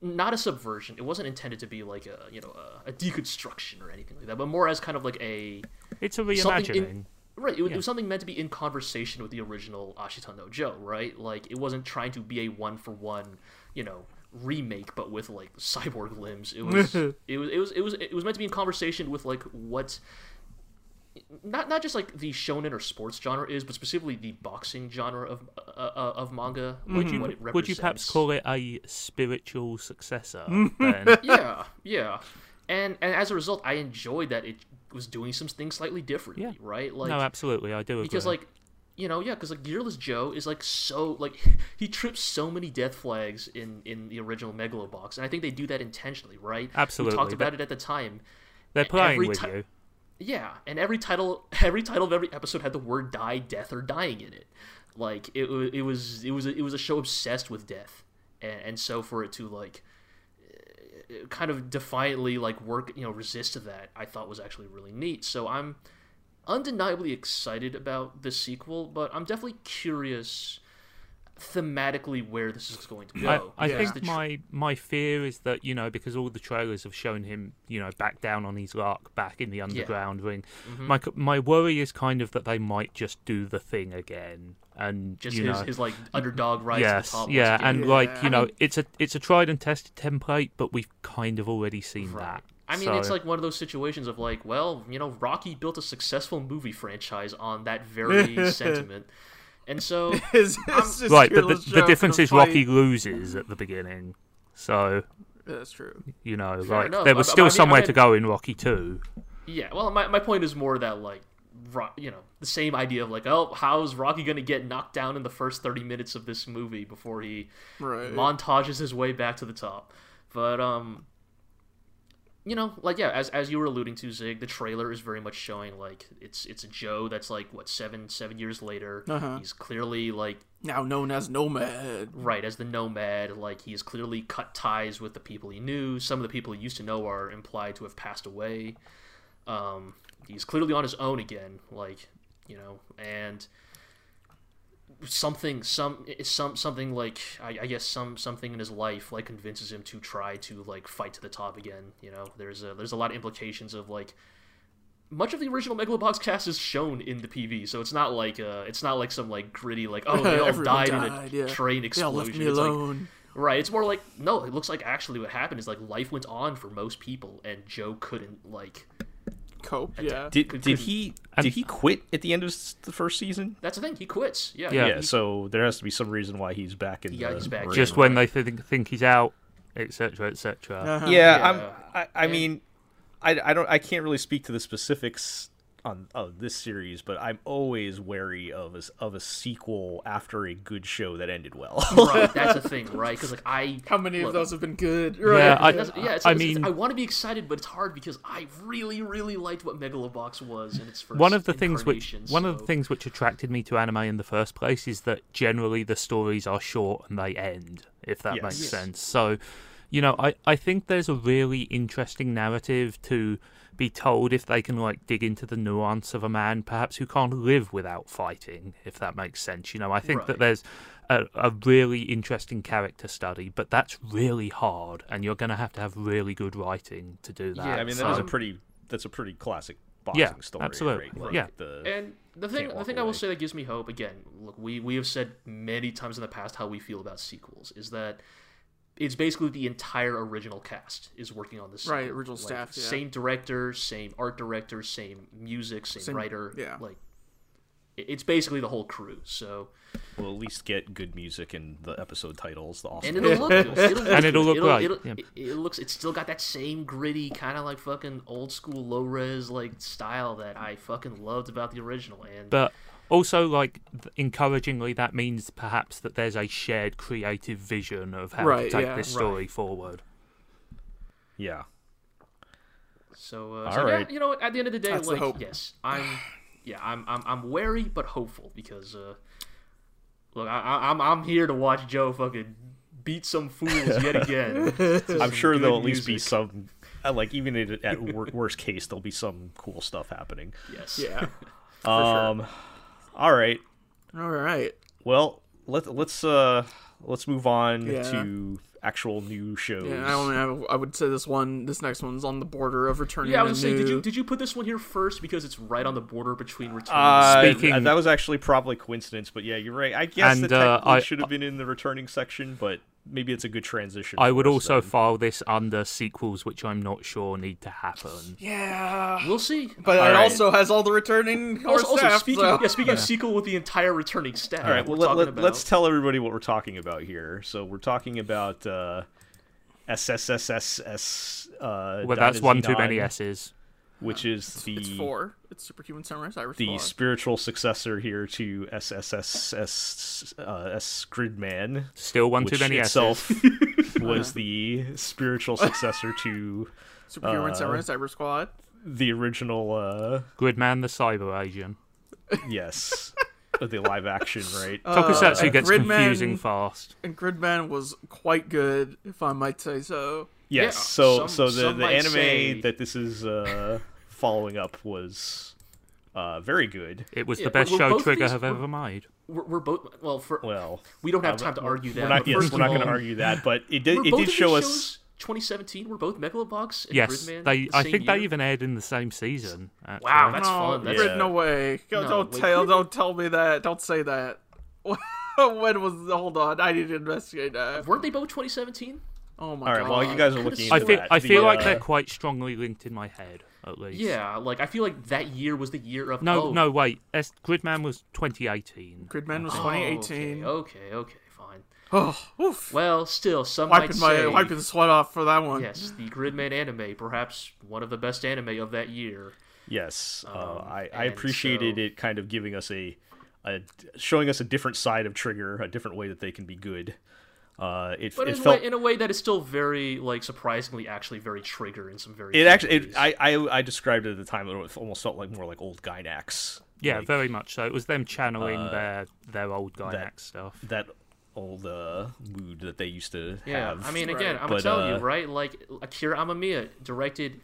B: not a subversion. It wasn't intended to be like a you know a, a deconstruction or anything like that, but more as kind of like a
C: it's a
B: something
C: reimagining.
B: in- Right, it, was- it was something meant to be in conversation with the original Ashita no Joe, right? Like it wasn't trying to be a one for one, you know, remake, but with like cyborg limbs. It was, it was, it was, it was, it was meant to be in conversation with like what, not not just like the shonen or sports genre is, but specifically the boxing genre of uh, uh, of manga. Would you, what Hmm, it
C: Mm-hmm. Would you perhaps
B: represents.
C: call it a spiritual successor? then?
B: yeah, yeah. And and as a result, I enjoyed that it was doing some things slightly differently,
C: Yeah.
B: right? Like
C: no, absolutely, I do agree.
B: because like you know yeah because like gearless joe is like so like he trips so many death flags in in the original megalobox and i think they do that intentionally right
C: Absolutely,
B: we talked about it
C: that-
B: at the time
C: they're playing
B: every
C: with
B: ti-
C: you.
B: yeah and every title every title of every episode had the word die death or dying in it like it, wa- it was it was a, it was a show obsessed with death and, and so for it to like eh, kind of defiantly like work you know resist to that i thought was actually really neat so i'm undeniably excited about the sequel, but I'm definitely curious thematically where this is going to
C: I,
B: go.
C: I
B: because
C: think
B: the tr-
C: my my fear is that you know because all the trailers have shown him you know back down on his lark back in the underground ring.
B: Mm-hmm.
C: My c- my worry is kind of that they might just do the thing again and
B: just
C: you
B: his,
C: know
B: his like underdog rise to
C: yes
B: the top. once
C: yeah
B: again.
C: and like
D: Yeah.
C: you know it's a it's a tried and tested template but we've kind of already seen that.
B: I mean,
C: so-
B: it's like one of those situations of like, well, you know, Rocky built a successful movie franchise on that very sentiment, and so
D: it's- it's just
C: right, but the,
D: Fearless
C: the
D: Joe
C: difference
D: in a
C: is Rocky
D: fight.
C: loses at the beginning, so
D: Yeah, that's true.
C: you know like
B: enough.
C: there
B: I-
C: was
B: I- I
C: still
B: mean- I
C: somewhere
B: mean-
C: to go in Rocky two.
B: yeah. Well, my my point is more that like. Ro- You know the same idea of like, oh, how's Rocky gonna get knocked down in the first thirty minutes of this movie before he
D: Right.
B: montages his way back to the top. But um you know, like yeah, as as you were alluding to, Zig, the trailer is very much showing like it's it's a Joe that's like what, seven seven years later.
D: Uh-huh.
B: He's clearly like
D: now known as Nomad.
B: right as the nomad, like he has clearly cut ties with the people he knew. Some of the people he used to know are implied to have passed away. Um he's clearly on his own again, like, you know, and something some some something like I, I guess some something in his life like convinces him to try to like fight to the top again you know there's a there's a lot of implications of like much of the original megalobox cast is shown in the pv so it's not like uh it's not like some like gritty like oh they all
D: Everyone
B: died,
D: died,
B: in a
D: yeah.
B: train
D: They all
B: explosion
D: left me
B: It's like-
D: alone.
B: Right. It's more like no. It looks like actually what happened is like life went on for most people, and Joe couldn't like.
D: Cope. Yeah.
A: Did, did he did he quit at the end of s- the first season?
B: That's the thing. He quits. Yeah.
C: Yeah.
A: Yeah, so there has to be some reason why he's back in.
B: Yeah,
A: the
B: he's back.
A: ring.
C: just when they think, think he's out, etc., etc.
D: Uh-huh.
A: yeah,
B: Yeah.
A: I'm, I, I mean, I, I don't, I can't really speak to the specifics on of this series, but I'm always wary of a, s- of a sequel after a good show that ended well.
B: Right. That's the thing. Right. Because like I.
D: How many
B: look,
D: of those have been good?
C: Yeah,
D: Right.
C: I-
B: that's- yeah, it's,
C: I
B: it's- it's-
C: mean-
B: I want to be excited, but it's hard because I really, really liked what Megalobox was in its first.
C: One of the things which
B: incarnation,
C: one of the
B: so-
C: things which attracted me to anime in the first place is that generally the stories are short and they end, if that
A: Yes.
C: makes
A: Yes.
C: sense. So, you know, I, I think there's a really interesting narrative to be told if they can like dig into the nuance of a man perhaps who can't live without fighting, if that makes sense. You know, I think
B: Right.
C: that there's a, a really interesting character study, but that's really hard and you're gonna have to have really good writing to do that.
B: Yeah,
A: I mean, that
C: So-
A: is a
B: Um,
A: pretty, that's a pretty classic boxing
C: Yeah,
A: story.
C: absolutely,
A: Right? Like,
C: yeah.
A: the-
B: And the thing, the
A: walk
B: thing I will
A: away.
B: say that gives me hope again. Look, we we have said many times in the past how we feel about sequels is that it's basically the entire original cast is working on this.
D: Right,
B: sequel.
D: original
B: Like,
D: staff, yeah.
B: Same director, same art director, same music, same,
D: Same-
B: writer.
D: yeah.
B: like it- it's basically the whole crew. So
A: we'll at least get good music and the episode titles. The awesome.
B: and it'll look, it'll, it'll
C: And it'll look
B: it'll,
C: right,
B: It'll,
C: yeah.
B: it, it looks. It's still got that same gritty kind of like fucking old school low res like style that I fucking loved about the original. And
C: but also like th- encouragingly that means perhaps that there's a shared creative vision of how
D: Right,
C: to take
D: yeah.
C: this story forward
A: yeah,
B: So, uh,
A: All
B: so
A: right.
B: yeah, you know, at the end of the day,
D: That's the
B: like,
D: hope.
B: yes, I'm, yeah, I'm, I'm, I'm wary but hopeful because, uh, look, I- I, I'm, I'm here to watch Joe fucking beat some fools yet again.
A: I'm sure
B: good
A: there'll at least be
B: music.
A: some. uh, Like even at, at wor- worst case, there'll be some cool stuff happening.
B: yes.
D: Yeah.
A: Um, all right.
D: All right.
A: Well, let let's uh let's move on
D: Yeah.
A: to actual new shows.
D: Yeah, I, only have, I would say this one, this next one's on the border of returning.
B: Yeah, I
D: to
B: was gonna say, did you
D: new-
B: did you put this one here first because it's right on the border between returns?
A: Uh,
C: Speaking-
A: that was actually probably coincidence, but yeah, you're right. I guess
C: And,
A: it
C: uh,
A: technically
C: I-
A: should have been in the returning section, but maybe it's a good transition.
C: i
A: for
C: would
A: us
C: also
A: then.
C: file this under sequels which i'm not sure need to happen
D: Yeah.
B: we'll see.
D: But it
A: All right.
D: also has all the returning core
B: also, also
D: staff,
B: speaking,
D: so-
B: yeah, speaking of sequel with the entire returning staff.
A: All right, well
B: we're
A: let,
B: talking
A: let,
B: about,
A: let's tell everybody what we're talking about here. So we're talking about uh SSSSS uh
C: well that's
A: Dynasty
C: one too many
A: 9,
C: s's
A: which is the
D: It's four. It's Superhuman Samurai Cyrus.
A: the
D: four.
A: spiritual successor here to SSSS uh, S Gridman.
C: still one too
A: which
C: many s's
A: itself
B: Uh-huh.
A: was the spiritual successor to
B: uh,
D: Superhuman Samurai Cyber Squad.
A: the original uh
C: gridman the cyber asian
A: yes the live action right
C: tokusatsu
D: Uh,
C: gets
D: Gridman-
C: confusing fast
D: And Gridman was quite good, if I might say so.
A: yes
B: yeah,
A: so
B: some-
A: so the,
B: some
A: the
B: might
A: anime
B: say-
A: that this is uh following up was uh very good
C: it was
B: Yeah,
C: the best
B: well,
C: show
B: both
C: trigger
B: these
C: have
B: were-
C: ever made
B: We're, we're both well for
A: well
B: we don't have
A: uh,
B: time to argue that.
A: we're not,
B: but
A: yes,
B: first
A: we're not
B: of
A: going to
B: all-
A: argue that but it
B: Were
A: did it
B: both
A: did
B: of
A: show
B: these
A: us
B: shows 2017 were both megalobox and
C: yes
B: Gridman
C: they
B: the
C: i
B: same
C: think they
B: year?
C: even aired in the same season actually.
B: Wow, that's
D: no,
B: fun. That's
A: Yeah.
D: Grid, no way. Go-
B: No,
D: don't
B: wait,
D: tell.
B: Grid-
D: Don't tell me that. Don't say that. when was? Hold on. I need to investigate that.
B: weren't they both 2017
D: Oh my
A: all
D: god.
A: right while you guys are
B: Could've
A: looking
B: sworn-
C: i
A: into
C: feel
A: that,
C: i
A: the,
C: feel like
A: uh,
C: they're quite strongly linked in my head at least
B: yeah like i feel like that year was the year of
C: No,
B: oh,
C: no, wait. S- Gridman was 2018.
D: Gridman was
B: oh,
D: 2018. Oh,
B: okay okay, okay fine
D: oof.
B: well still some might
D: Wiping my
B: say
D: wiping the sweat off for that one.
B: yes the gridman anime perhaps one of the best anime of that year
A: Yes, uh,
B: Um,
A: I, I
B: and
A: appreciated
B: so-
A: it kind of giving us a, a, showing us a different side of Trigger, a different way that they can be good. Uh, it
B: but
A: it
B: in,
A: felt
B: a way, in a way that is still very like surprisingly actually very trigger in some very
A: it actually
B: ways.
A: it, I, I I described it at the time it almost felt like more like old Gynax.
C: Yeah,
A: like
C: very much so. It was them channeling their their old Gynax
A: that-
C: stuff.
A: that old uh, mood that they used to
B: Yeah,
A: have.
B: I mean,
D: Right.
B: again, I'm
A: But,
B: telling
A: uh,
B: you, right? Like Akira Amamiya directed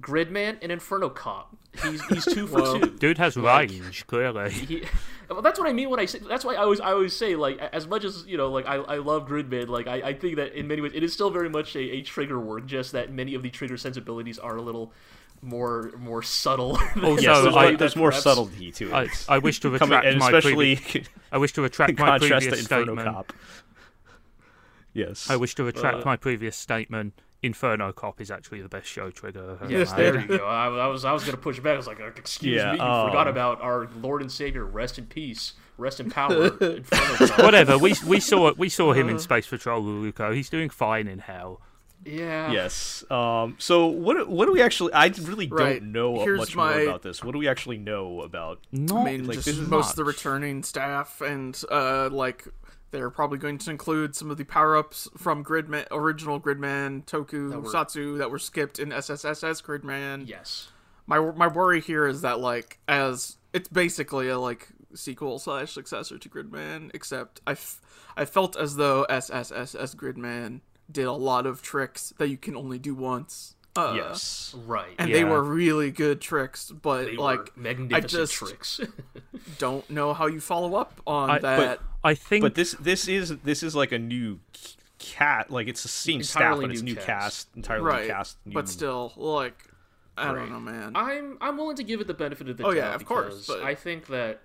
B: Gridman and Inferno Cop. He's he's two for
D: Well.
B: two.
C: Dude has
B: Like-
C: range, clearly.
B: He, well, that's what I mean when I say. That's why I always I always say like a- as much as you know like I, I love Gridman like I, I think that in many ways it is still very much a, a trigger work. Just that many of the trigger sensibilities are a little more more subtle. than-
C: Also,
A: yes,
C: So
A: there's,
C: I-
A: like- there's more
B: perhaps-
A: subtlety to it.
C: I, I wish to
A: Coming-
C: retract
A: and
C: my
A: especially
C: previous. I wish to retract
A: in
C: my
A: contrast to
C: previous
A: Inferno
C: statement.
A: Cop. Yes.
C: I wish to retract my previous statement. Inferno Cop is actually the best show trigger. has
B: Yes,
C: made.
B: there you go. I, I was I was gonna push back. I was like, "Uh, excuse
A: Yeah,
B: me, you
A: um,
B: forgot about our Lord and Savior. Rest in peace. Rest in power. Inferno Cop.
C: Whatever. We we saw we saw him in Space Patrol Luluko. He's doing fine in hell.
B: Yeah.
A: Yes. Um, so what what do we actually? I really
D: Right.
A: don't know
D: Here's
A: much
D: my-
A: more about this. What do we actually know about?
C: Not
D: I mean,
A: like,
D: just
A: this is
D: most of the
C: much.
D: returning staff, and uh, like they're probably going to include some of the power ups from Gridman, original Gridman, Toku,
B: were-
D: Satsu that were skipped in SSSS Gridman.
B: Yes.
D: My my worry here is that like as it's basically a like sequel slash successor to Gridman, except I, f- I felt as though SSSS Gridman did a lot of tricks that you can only do once. Uh,
A: yes.
B: Right.
D: And
B: Yeah.
D: they
C: Yeah.
D: were really good tricks, but
B: They
D: like
B: were magnificent
D: just-
B: tricks.
D: don't know how you follow up on
C: I-
D: that.
C: I think
A: But this this is this is like a new c- cat. Like it's the same staff,
B: Entirely
A: but it's
B: new
A: new
B: cast.
A: cast, entirely
D: right,
A: new cast. New,
D: but still, like, I
B: Right.
D: don't know, man.
B: I'm I'm willing to give it the benefit of the
D: Oh,
B: doubt.
D: yeah, of
B: because
D: course, but-
B: I think that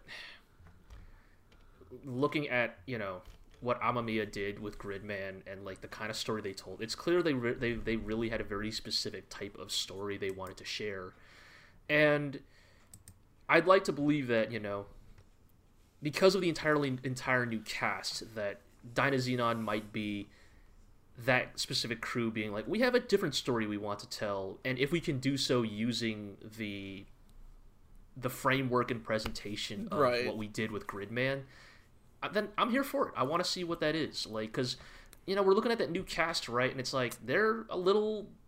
B: looking at you know what Amamiya did with Gridman and like the kind of story they told, it's clear they re- they they really had a very specific type of story they wanted to share, and I'd like to believe that you know because of the entirely entire new cast that Dina Xenon might be that specific crew being like, we have a different story we want to tell, and if we can do so using the the framework and presentation of
D: Right.
B: what we did with Gridman, uh, then I'm here for it. I want to see what that is like, because you know we're looking at that new cast, right? And it's like they're a little.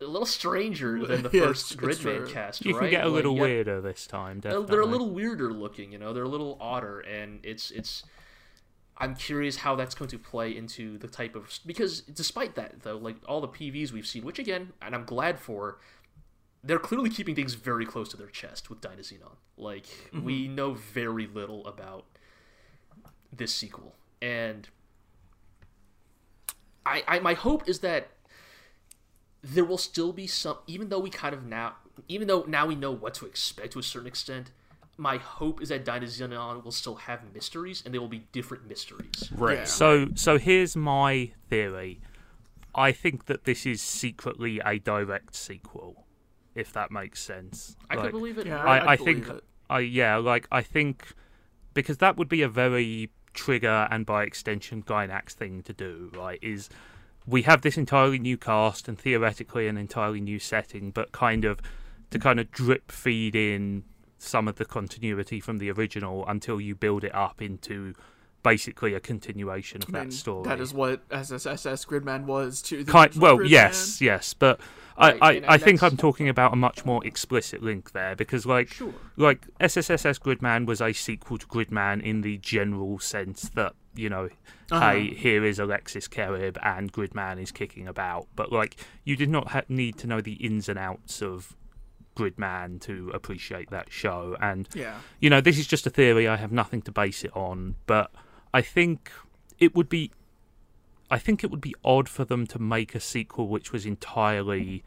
B: A little stranger than the
D: Yes,
B: first
D: it's
B: Gridman
D: true.
B: cast,
C: you
B: right?
C: can get a
B: Like,
C: little
B: you have-
C: weirder this time.
B: uh,
C: Definitely.
B: they're a little weirder looking you know they're a little odder and it's it's i'm curious how that's going to play into the type of because despite that though like all the pvs we've seen which again and i'm glad for they're clearly keeping things very close to their chest with dynasty on like we know very little about this sequel and I, I my hope is that there will still be some even though we kind of now even though now we know what to expect to a certain extent my hope is that Dinozenon will still have mysteries and they will be different mysteries
A: right.
D: Yeah.
C: So so here's my theory. I think that this is secretly a direct sequel, if that makes sense.
B: i could
C: Like,
B: believe it
D: Yeah,
C: I,
D: I'd
C: I think
D: believe it.
C: I yeah, like I think because that would be a very trigger and by extension Gynax thing to do, right? Is we have this entirely new cast and theoretically an entirely new setting, but kind of to kind of drip feed in some of the continuity from the original until you build it up into basically a continuation of
D: I mean,
C: that story.
D: That is what SSSS Gridman was to the
C: Kind,
D: original
C: well,
D: Gridman.
C: yes, yes, but I,
B: Right,
C: I,
B: and-
C: I
B: and
C: think
B: that's-
C: I'm talking about a much more explicit link there because, like,
B: Sure.
C: like SSSS Gridman was a sequel to Gridman in the general sense that you know,
B: Uh-huh.
C: hey, here is Alexis Kerib and Gridman is kicking about, but like, you did not ha- need to know the ins and outs of Gridman to appreciate that show, and
D: Yeah.
C: you know, this is just a theory. I have nothing to base it on, but I think it would be, I think it would be odd for them to make a sequel which was entirely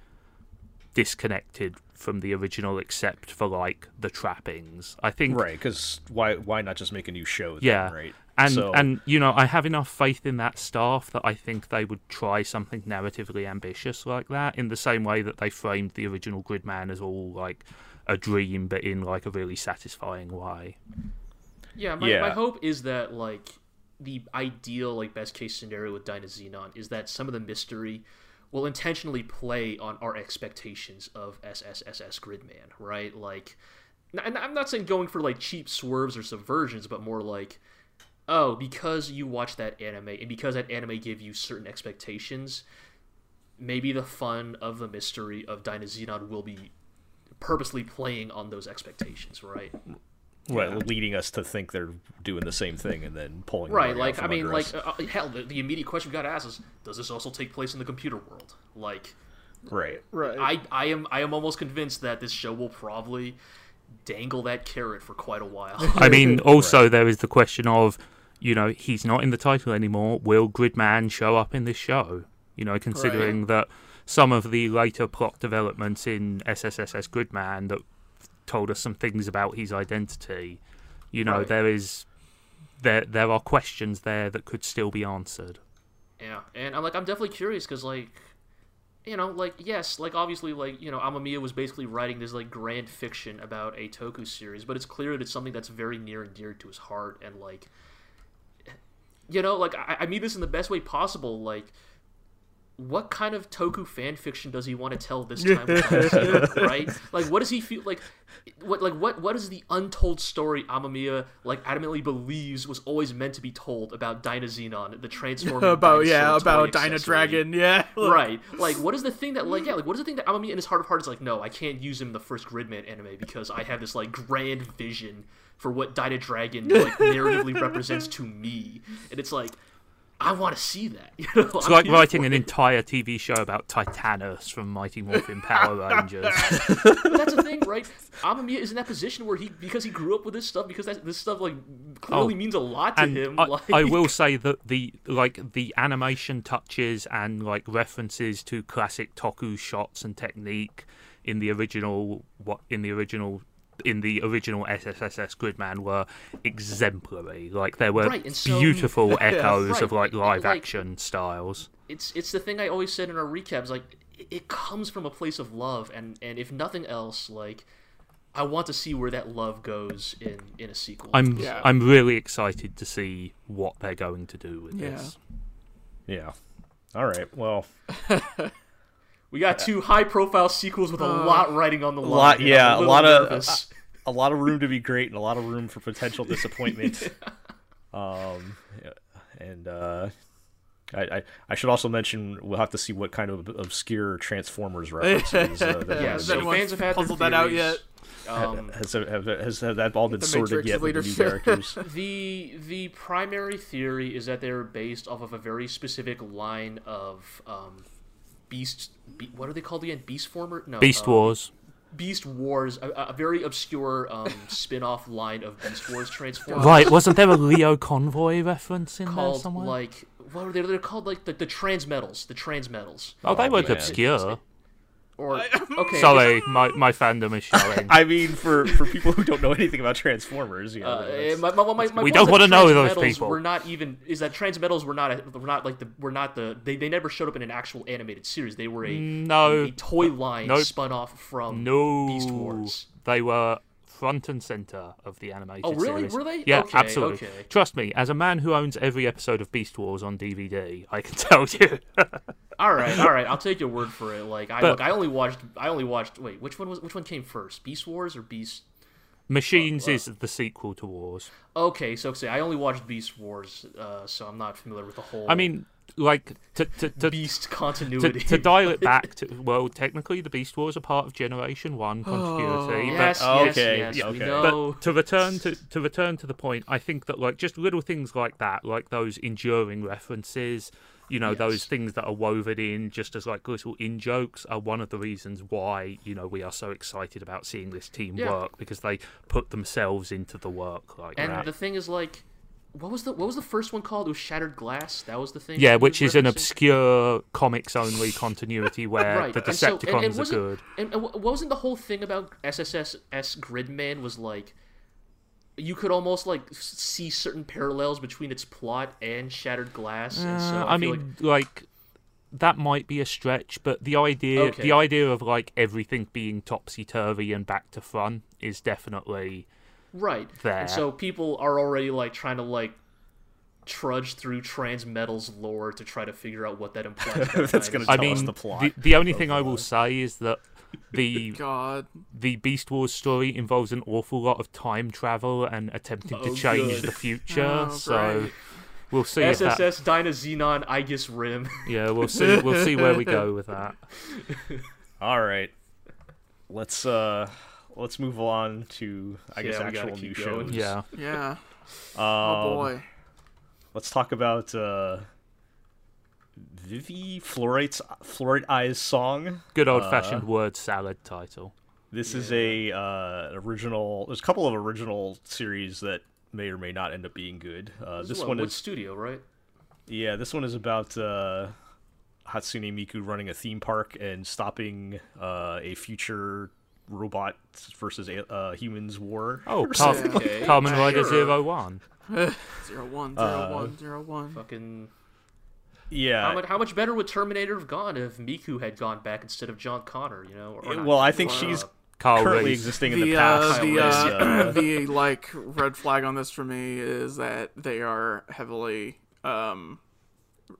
C: disconnected from the original, except for like the trappings. I think,
A: Right, because why why not just make a new show? Then,
C: yeah,
A: right.
C: And
A: so,
C: and you know, I have enough faith in that staff that I think they would try something narratively ambitious like that, in the same way that they framed the original Gridman as all like a dream, but in like a really satisfying way.
B: yeah my, my
A: Yeah.
B: hope is that like the ideal like best case scenario with Dinozenon is that some of the mystery will intentionally play on our expectations of SSSS Gridman, right? Like, n- and I'm not saying going for like cheap swerves or subversions, but more like, oh, because you watch that anime and because that anime gave you certain expectations, maybe the fun of the mystery of Dinozenon will be purposely playing on those expectations, right?
A: Well, leading us to think they're doing the same thing and then pulling the
B: Right,
A: rug out
B: like
A: from
B: I mean,
A: under
B: like
A: us.
B: uh, uh, hell, the, the immediate question we got to ask is, does this also take place in the computer world? Like,
A: right.
D: Right.
B: I, I am I am almost convinced that this show will probably dangle that carrot for quite a while.
C: I mean, also there is the question of, you know, he's not in the title anymore. Will Gridman show up in this show? You know, considering that some of the later plot developments in SSSS Gridman that told us some things about his identity. You know,
B: Right.
C: there is there there are questions there that could still be answered.
B: yeah, and I'm like I'm definitely curious because like, you know, like yes, like obviously like you know Amamiya was basically writing this like grand fiction about a Toku series, but it's clear that it's something that's very near and dear to his heart and like, you know, like I, I mean this in the best way possible, like. What kind of Toku fan fiction does he want to tell this time? around? right? Like, what does he feel like? What like what what is the untold story Amamiya like adamantly believes was always meant to be told about Dino Xenon, the transforming
D: about yeah,
B: dinosaur toy
D: about Dino
B: accessory?
D: Dragon. Yeah.
B: Right. Like, what is the thing that like yeah? Like, what is the thing that Amamiya in his heart of hearts is like? No, I can't use him in the first Gridman anime because I have this like grand vision for what Dino Dragon like narratively represents to me, and it's like. I want to see that. You know,
C: It's like writing an entire TV show about Titanus from Mighty Morphin Power Rangers.
B: But that's the thing, right? Amamiya is in that position where he because he grew up with this stuff because that, this stuff like clearly
C: Oh,
B: means a lot to
C: and
B: him.
C: I,
B: like,
C: I will say that the like the animation touches and like references to classic Toku shots and technique in the original what in the original in the original SSSS Gridman were exemplary. Like there were
B: Right, and so-
C: beautiful echoes of
B: Right,
C: like
B: and,
C: live
B: like-
C: action styles.
B: It's it's the thing I always said in our recaps. Like it, it comes from a place of love, and and if nothing else, like I want to see where that love goes in in a sequel.
C: I'm
D: Yeah.
C: I'm really excited to see what they're going to do with
D: Yeah.
C: this.
A: Yeah. All right. Well,
B: we got two high profile sequels with a
D: Uh,
B: lot writing on the line.
A: lot-
B: and I'm
A: yeah, a
B: little
A: lot of- uh,
B: nervous.
A: a lot of room to be great and a lot of room for potential disappointment. Um, yeah, and uh, I, I I should also mention we'll have to see what kind of obscure Transformers references uh, that
B: yeah.
A: yeah,
D: Has
B: So
D: anyone
B: fans have had their
D: puzzled that out
B: theories. Um,
A: has, have, has has that all been
D: The
A: sorted
D: Matrix
A: yet with the new
D: leadership.
A: characters?
B: The the primary theory is that they're based off of a very specific line of um, beast. Be- what are they called again? Beast former? No.
C: Beast
B: um,
C: Wars.
B: Beast Wars. A, a very obscure um, spin-off line of Beast Wars Transformers.
C: Right, wasn't there a Leo Convoy reference in there
B: Called
C: somewhere?
B: like what are they? They're called like the the transmetals. The transmetals.
C: oh, they weren't
A: man.
C: obscure.
B: Or okay.
C: Sorry, my, my fandom is showing.
A: I mean, for for people who don't know anything about Transformers, you know,
B: Uh,
A: that's-
B: my, my, my, my
C: We
B: point
C: don't
B: is that
C: wanna know those
B: transmetals
C: people.
B: We're not even is that transmetals were not a, were not like the were not the they, they never showed up in an actual animated series. They were a
C: No.
B: a toy line
C: Nope.
B: spun off from
C: No,
B: Beast Wars.
C: They were front and center of the animated
B: Oh, really?
C: series.
B: Were they?
C: Yeah,
B: Okay,
C: absolutely.
B: okay.
C: Trust me, as a man who owns every episode of Beast Wars on DVD, I can tell you.
B: All right, all right. I'll take your word for it. Like I
C: But-
B: look, I only watched I only watched. Wait, which one was which one came first? Beast Wars or Beast?
C: Machines is the sequel to Wars.
B: Okay, so say I only watched Beast Wars, uh, so I'm not familiar with the whole.
C: I mean, like to to to.
B: Beast
C: To,
B: continuity.
C: to dial it back to well, technically the Beast Wars are part of Generation One continuity, but
B: yes,
A: Oh,
B: yes,
A: okay,
B: yes.
A: yeah,
B: We
A: okay.
B: know.
C: but to return to to return to the point, I think that like just little things like that, like those enduring references, you know, those
B: Yes.
C: things that are woven in just as like little in jokes, are one of the reasons why you know we are so excited about seeing this team
B: Yeah.
C: work because they put themselves into the work like
B: And
C: that.
B: the thing is, like, what was the what was the first one called? It was Shattered Glass. That was the thing.
C: yeah,
B: he
C: which
B: was
C: is an
B: referencing?
C: obscure comics only continuity where
B: Right.
C: the
B: and so-
C: Decepticons
B: and- and
C: are
B: wasn't-
C: good.
B: And, and wa- wasn't the whole thing about SSSS Gridman was like you could almost like s- see certain parallels between its plot and Shattered Glass, and so
C: Uh,
B: I,
C: I
B: feel
C: mean, like... that might be a stretch, but the idea
B: Okay.
C: the idea of like everything being topsy turvy and back to front is definitely
B: like right.
C: there.
B: And so people are already like trying to like trudge through Transmetal's lore to try to figure out what that implies. about
A: That's gonna
B: dinosaurs.
C: I
A: tell us
C: mean,
A: the plot
C: the, the only
A: of
C: thing I will say is that the
D: God.
C: the Beast Wars story involves an awful lot of time travel and attempting to
B: Oh,
C: change
B: good.
C: the future.
D: Oh,
C: so
D: great.
C: we'll see if that,
B: SSS Dino Xenon Aegis Rim.
C: yeah, we'll see we'll see where we go with that.
A: All right, let's uh let's move on to I guess
B: Yeah, we gotta
A: actual new
B: keep going.
A: shows.
C: Yeah.
D: Yeah.
A: Um,
D: oh boy.
A: Let's talk about uh, Vivi Fluorite's Fluorite Eyes song.
C: Good old fashioned word salad title.
A: This is a uh, original. There's a couple of original series that may or may not end up being good. Uh, this one
B: Wood
A: is
B: studio, right?
A: yeah. This one is about uh, Hatsune Miku running a theme park and stopping uh, a future robot versus a- uh, humans war.
C: Oh,
A: Or
C: Car-
A: something.
B: Okay,
C: Carmen Rider
B: sure.
C: Zero One.
A: uh,
D: Zero one zero one zero one.
B: Fucking.
A: yeah.
B: How much, how much better would Terminator have gone if Miku had gone back instead of John Connor? You know, or, or not
A: well, I
B: Miku,
A: think
B: uh,
A: she's
C: Carl
A: currently
C: Reese.
A: existing in the,
D: The
A: past.
D: uh, the
A: as,
D: uh,
A: uh,
D: the like red flag on this for me is that they are heavily um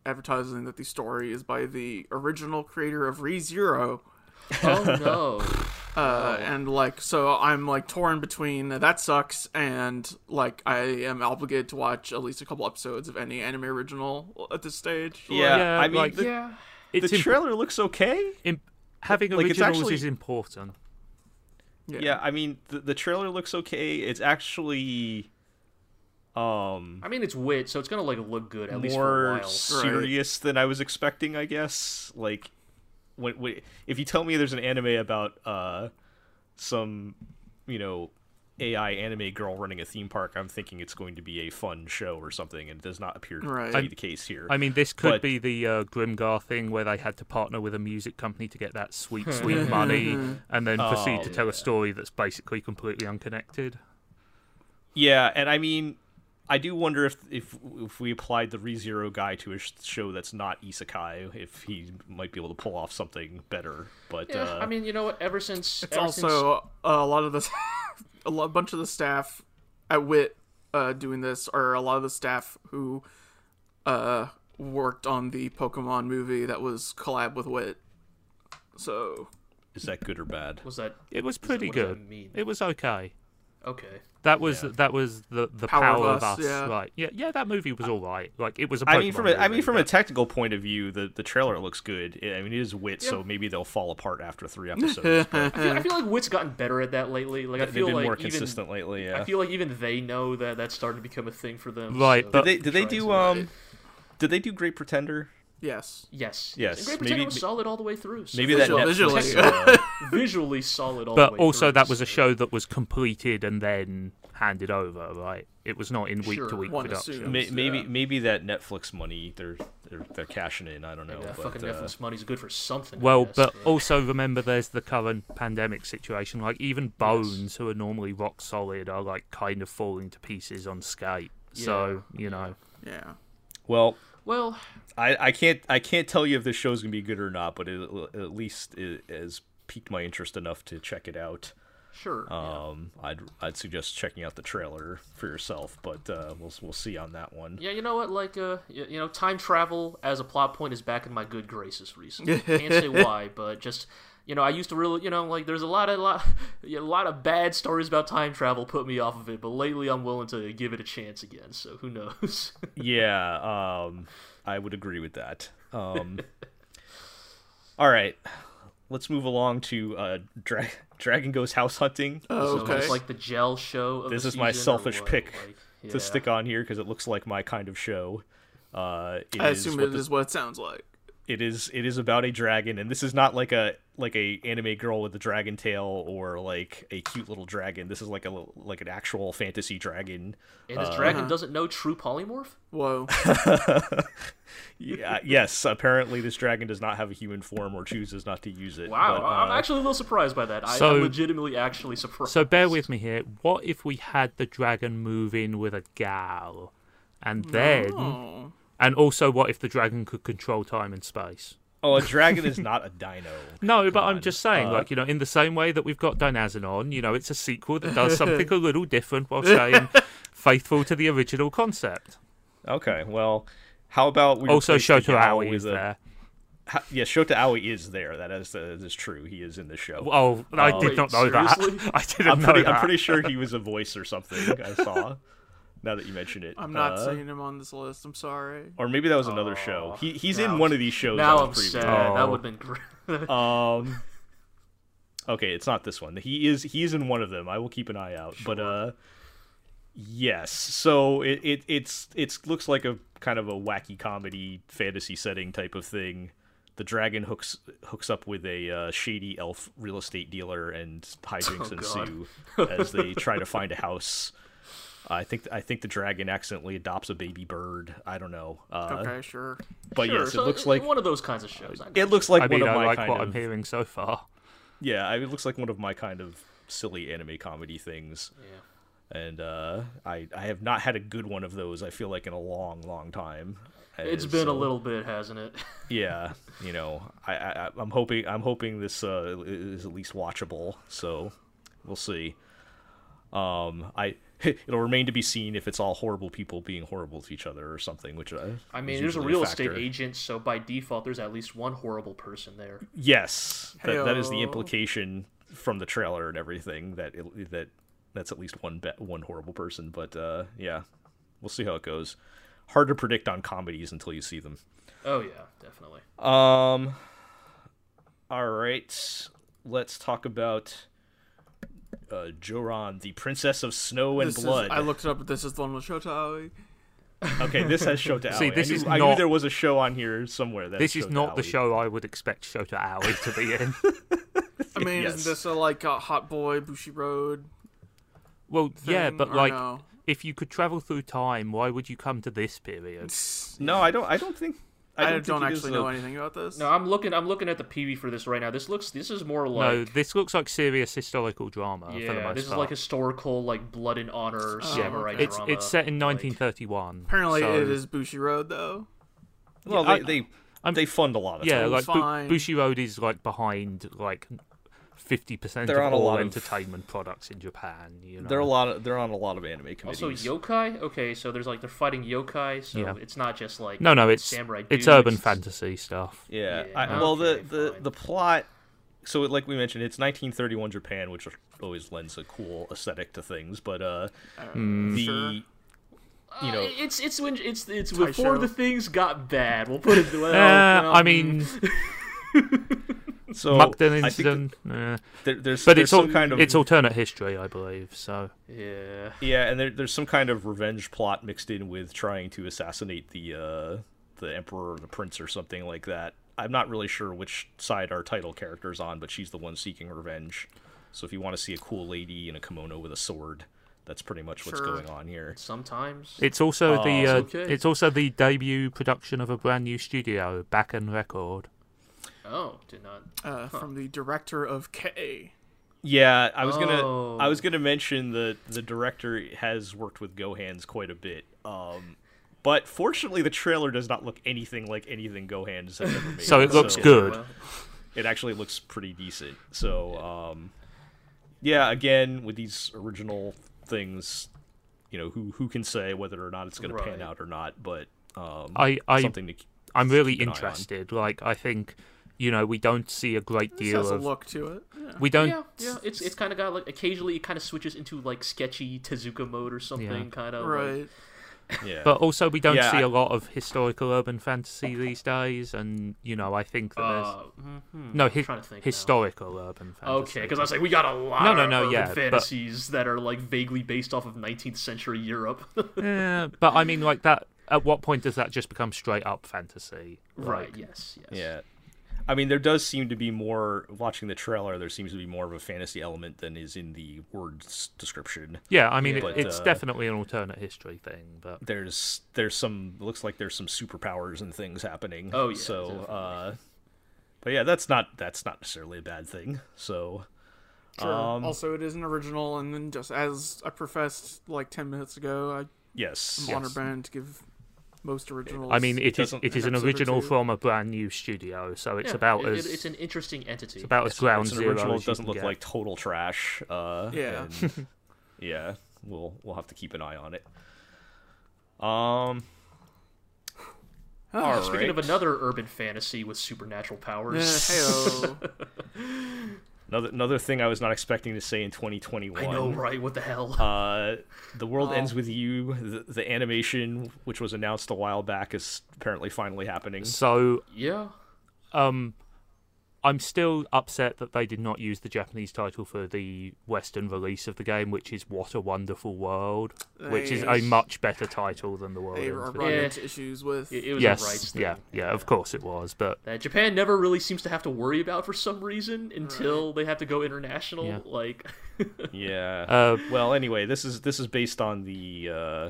D: advertising that the story is by the original creator of ReZero.
B: oh
D: Uh, and like so I'm like torn between that sucks and like I am obligated to watch at least a couple episodes of any anime original at this stage.
A: yeah,
C: yeah,
A: I mean,
C: like-
B: no.
A: the,
B: yeah.
A: the
C: It's imp-
A: trailer looks okay.
C: imp- having
A: like, it's
C: originals
A: actually-
C: is important.
D: Yeah.
A: Yeah, I mean, the, the trailer looks okay. It's actually um
B: I mean, it's wit, so it's gonna like look good at least for a
A: more
B: while.
A: serious than I was expecting, I guess. Like, when, when, if you tell me there's an anime about uh some, you know, AI anime girl running a theme park, I'm thinking it's going to be a fun show or something, and it does not appear
D: Right.
A: to
D: I-
A: be the case here.
C: I mean, this could
A: But-
C: be the uh, Grimgar thing where they had to partner with a music company to get that sweet, sweet money, and then
A: Oh,
C: proceed to tell a story that's basically completely unconnected.
A: Yeah, and I mean, I do wonder if if if we applied the ReZero guy to a sh- show that's not isekai, if he might be able to pull off something better. But
B: Yeah,
A: uh,
B: I mean, you know what? Ever since
D: It's
B: ever since,
D: also a lot of the a lo- bunch of the staff at Wit uh, doing this are a lot of the staff who uh, worked on the Pokemon movie that was collab with Wit. So
A: is that good or bad?
B: was that
C: It was pretty
B: what does that
C: good.
B: mean?
C: It was okay.
B: okay?
C: That was that was the the
D: Power
C: power,
D: of
C: of
D: Us,
C: us,
D: yeah.
C: right? Yeah, yeah. That movie was all right. Like it was. A
A: I mean,
C: Pokemon
A: from a, I mean,
C: movie,
A: from a
C: but-
A: technical point of view, the, the trailer looks good. I mean, it is wit, so maybe they'll fall apart after three episodes. but
B: I feel, I feel like wit's gotten better at that lately. Like I
A: they've
B: feel
A: been
B: like
A: more
B: even
A: consistent lately. Yeah.
B: I feel like even they know that that's starting to become a thing for them.
C: Right,
B: so
C: but-
A: did they did they
B: trying
A: do
B: to-
A: um? Did they do Great Pretender?
D: yes,
B: Yes.
A: Yes,
B: And Great
A: maybe-
B: Pretender was solid all the way through. so
A: Maybe
D: Visual-
A: that Netflix,
D: visually.
A: uh,
B: visually solid all the
C: But
B: way
C: also,
B: through,
C: that was a
B: so-
C: show that was completed and then handed over, right? It was not in week to week
D: One
C: production.
D: assumes.
A: uh, may, maybe
D: Yeah.
A: maybe that Netflix money they're they're, they're cashing in. I don't know.
B: Yeah,
A: but,
B: fucking
A: uh,
B: Netflix money's good for something. I
C: Well,
B: guess,
C: but oh, also remember, there's the current pandemic situation. Like even Bones, who are normally rock solid, are like kind of falling to pieces on Skate. So you know,
D: yeah.
A: Well,
B: well,
A: I, I can't I can't tell you if this show's gonna be good or not, but it, at least it has piqued my interest enough to check it out.
B: sure.
C: uh,
A: Um, I'd I'd suggest checking out the trailer for yourself, but uh, we'll we'll see on that one.
B: Yeah, you know what? Like, uh, y- you know, time travel as a plot point is back in my good graces recently. Can't say why, but just you know, I used to really, you know, like there's a lot of lot, yeah, a lot of bad stories about time travel put me off of it, but lately I'm willing to give it a chance again. So who knows?
A: Yeah, um, I would agree with that. Um, all right, let's move along to uh, Dra- Dragon Goes House Hunting.
D: Oh,
B: So
D: okay.
B: it's like the gel show. Of
A: This
B: the
A: is my
B: season, or
A: selfish
B: what?
A: pick
B: Like, yeah.
A: to stick on here because it looks like my kind of show. Uh, it
D: I
A: is
D: assume
A: what
D: it
A: the-
D: is what it sounds like.
A: it is it is about a dragon and this is not like a like a anime girl with a dragon tail or like a cute little dragon this is like a li- like an actual fantasy dragon
B: And this dragon doesn't know true polymorph.
D: Whoa.
A: yeah, yes apparently this dragon does not have a human form or chooses not to use it
B: Wow,
A: but,
B: I'm
A: uh,
B: actually a little surprised by that. I,
C: so-
B: am legitimately actually surprised.
C: so bear with me here. What if we had the dragon move in with a gal, and then,
D: oh.
C: and also, what if the dragon could control time and space?
A: oh a dragon is not a dino
C: No, but I'm just saying, like, you know, in the same way that we've got Dinazanon, you know, it's a sequel that does something a little different while staying faithful to the original concept.
A: okay well how about we
C: Also,
A: replace the
C: Oh, Shoto
A: gal
C: Aoi
A: with
C: is
A: a-
C: there.
A: Ha- yeah Shota Aoi is there that is, that is true he is in the show
C: Oh, I
A: Oh,
C: did
B: wait,
C: not know
B: seriously?
C: that. I didn't
A: I'm
C: know
A: pretty,
C: that.
A: I'm pretty sure he was a voice or something I saw now that you mention it
D: I'm not
A: Uh,
D: seeing him on this list. I'm sorry.
A: or maybe that was another show. He he's in one of these shows.
B: now
A: on
B: I'm
A: the preview.
B: sad. That
C: Oh.
B: would have been great.
A: Um, Okay, it's not this one. He is he is in one of them. I will keep an eye out. But uh yes. So it, it it's it's looks like a kind of a wacky comedy fantasy setting type of thing. The dragon hooks hooks up with a uh, shady elf real estate dealer and hijinks
B: Oh, God.
A: ensue as they try to find a house. I think I think the dragon accidentally adopts a baby bird. I don't know. Uh,
D: Okay, sure.
A: But
B: Sure,
A: yes,
B: so
A: it looks like
B: one of those kinds of shows. I
A: it
B: guess.
A: looks like
C: I
A: one
C: mean,
A: of
C: I
A: my
C: like
A: kind
C: what
A: of
C: I'm hearing so far.
A: yeah, I mean, it looks like one of my kind of silly anime comedy things.
B: Yeah.
A: And uh, I I have not had a good one of those. I feel like in a long, long time.
B: It's
A: And
B: been a
A: so,
B: little bit, hasn't it?
A: yeah. You know, I, I I'm hoping I'm hoping this uh, is at least watchable. So we'll see. Um, I it'll remain to be seen if it's all horrible people being horrible to each other or something. Which uh,
B: I
A: is
B: mean, there's a
A: usually
B: real estate
A: factor.
B: agent, so by default, there's at least one horrible person there.
A: Yes, that, that is the
D: Heyo.
A: implication from the trailer and everything that it, that that's at least one bet one horrible person. But uh, yeah, we'll see how it goes. Hard to predict on comedies until you see them.
B: Oh yeah, definitely.
A: Um, all right, let's talk about uh, Joran, the Princess of Snow and
D: This is-
A: Blood.
D: I looked it up. This is the one with Shotai.
A: Okay, this has Shota Aoi.
C: See, this
A: I knew,
C: is
A: I knew
C: not-
A: there was a show on here somewhere. That
C: This
A: had
C: is
A: Shota
C: not the
A: Aoi.
C: show I would expect Shota Aoi to be in.
D: I mean,
A: Yes.
D: isn't this a, like a Hot Boy Bushi Road?
C: Well, yeah,
D: thing,
C: but
D: or
C: like,
D: no?
C: if you could travel through time, why would you come to this period?
A: No, I don't. I don't think. I
D: I
A: don't,
D: don't,
A: think it is
D: actually
A: a-
D: know anything about this.
B: No, I'm looking. I'm looking at the PV for this right now. This looks. This is more
C: No,
B: like.
C: this looks like serious historical drama for the
B: yeah,
C: most
B: this is
C: part.
B: like historical, like blood and honor samurai
D: okay.
C: Oh, it's
B: drama.
C: it's set in
B: like-
C: 1931.
D: Apparently,
C: so-
D: it is Bushi Road though.
A: Well,
C: Yeah,
A: they they,
C: I'm-
A: they fund a lot of
C: Yeah,
D: all
C: like Bu-
D: fine.
C: Bushiroad is like behind like 50 percent of
A: They're on a
C: all
A: lot of-
C: entertainment products in Japan. You know,
A: They're a lot. Of, they're on a lot of anime committees.
B: Also, yokai. Okay, so there's like they're fighting yokai. So
C: Yeah.
B: it's not just like
C: no, no, it's
B: samurai.
C: it's
B: dudes,
C: urban fantasy stuff.
A: yeah.
B: Yeah,
A: I, well, the
B: okay,
A: the,
B: fine.
A: the plot. So, it, like we mentioned, it's 1931 Japan, which always lends a cool aesthetic to things. But uh, the
D: sure.
A: you know,
B: It's it's when it's it's
D: Taisho.
B: before the things got bad. We'll put it. Um, Well,
C: Uh,
B: well,
C: I mean,
A: so
C: Mukden
A: I think
C: Uh, incident, eh.
A: there, there's
C: but
A: there's
C: it's
A: some
C: all,
A: kind of
C: it's alternate history, I believe. So
B: yeah.
A: yeah, and there, there's some kind of revenge plot mixed in with trying to assassinate the uh, the emperor or the prince or something like that. I'm not really sure which side our title character's on, but she's the one seeking revenge. So if you want to see a cool lady in a kimono with a sword, that's pretty much what's
D: Sure.
A: going on here.
B: Sometimes.
C: it's
A: Oh,
C: also the uh,
B: it's okay.
C: it's also the debut production of a brand new studio, Back and Record.
B: Oh, did not.
D: Uh, From the director of K.
A: Yeah, I was
B: Oh.
A: gonna I was gonna mention that the director has worked with Gohan's quite a bit. Um, but fortunately, the trailer does not look anything like anything Gohan's has ever made.
C: So it looks good.
B: Well,
A: it actually looks pretty decent. So, um, yeah, again with these original things, you know, who who can say whether or not it's going to pan
B: Right.
A: out or not? But um,
C: I I
A: something to k-
C: I'm really
A: keep an eye on.
C: interested. Like I think, you know, we don't see a great
D: This
C: deal
D: has a
C: of
D: look to it. Yeah.
C: we don't
B: yeah, yeah. It's it's kind of got like occasionally it kind of switches into like sketchy Tezuka mode or something,
C: Yeah.
B: kind of. Like,
D: Right.
A: yeah.
C: But also, we don't
A: Yeah,
C: see
A: I-
C: a lot of historical urban fantasy these days, and you know, I think that there's
B: uh, mhm.
C: no hi-
B: trying to think now.
C: historical urban fantasy.
B: Okay, because I was like, we got a lot
C: No, no,
B: of
C: no,
B: urban
C: yeah, but-
B: fantasies that are like vaguely based off of 19th century Europe.
C: Yeah, but I mean, like that. At what point does that just become straight up fantasy?
B: right. Yes. Yes.
A: Yeah. I mean, there does seem to be more, watching the trailer, there seems to be more of a fantasy element than is in the words description.
C: Yeah, I mean,
B: Yeah.
C: it,
A: But,
C: it's
A: uh,
C: definitely an alternate history thing, but
A: There's, there's some, looks like there's some superpowers and things happening.
B: Oh, yeah,
A: So,
B: definitely.
A: uh, but yeah, that's not, that's not necessarily a bad thing. So,
D: Sure.
A: Um,
D: also, it is an original, and then just as I professed like ten minutes ago, I, I'm
A: yes.
D: honor bound to give most originals.
C: I mean, it is
A: doesn't-
C: it is an
D: episode or
C: original
D: two.
C: from a brand new studio, so it's
B: Yeah,
C: about
B: it- it-
C: as
B: it's an interesting entity.
C: it's about as ground
A: It's an
C: zero.
A: original.
C: as
A: It
C: you
A: doesn't
C: can
A: look
C: get.
A: like total trash. Uh,
D: Yeah.
A: and- yeah. We'll, we'll have to keep an eye on it. Um, all
B: Speaking of
A: right.
B: another urban fantasy with supernatural
D: Yeah,
C: Eh,
B: powers.
D: heyo.
A: Another, another thing I was not expecting to say in 2021.
B: I know, right? Oh. What the hell?
A: Uh, the world ends with you. The, the animation, which was announced a while back, is apparently finally happening.
C: so.
B: yeah.
C: Um, I'm still upset that they did not use the Japanese title for the Western release of the game, which is "What a Wonderful World," which is a
D: Yes.
C: much better title than the world.
D: They
C: Ends
D: are
C: with.
D: running
B: Yeah.
D: into issues with.
B: It, it was a rights
C: yes,
B: thing.
C: yeah, yeah. Of course it was, but
B: That Japan never really seems to have to worry about for some reason until they have to go international.
C: Yeah.
B: Like,
A: Yeah.
C: Uh,
A: well, anyway, this is this is based on the. Uh,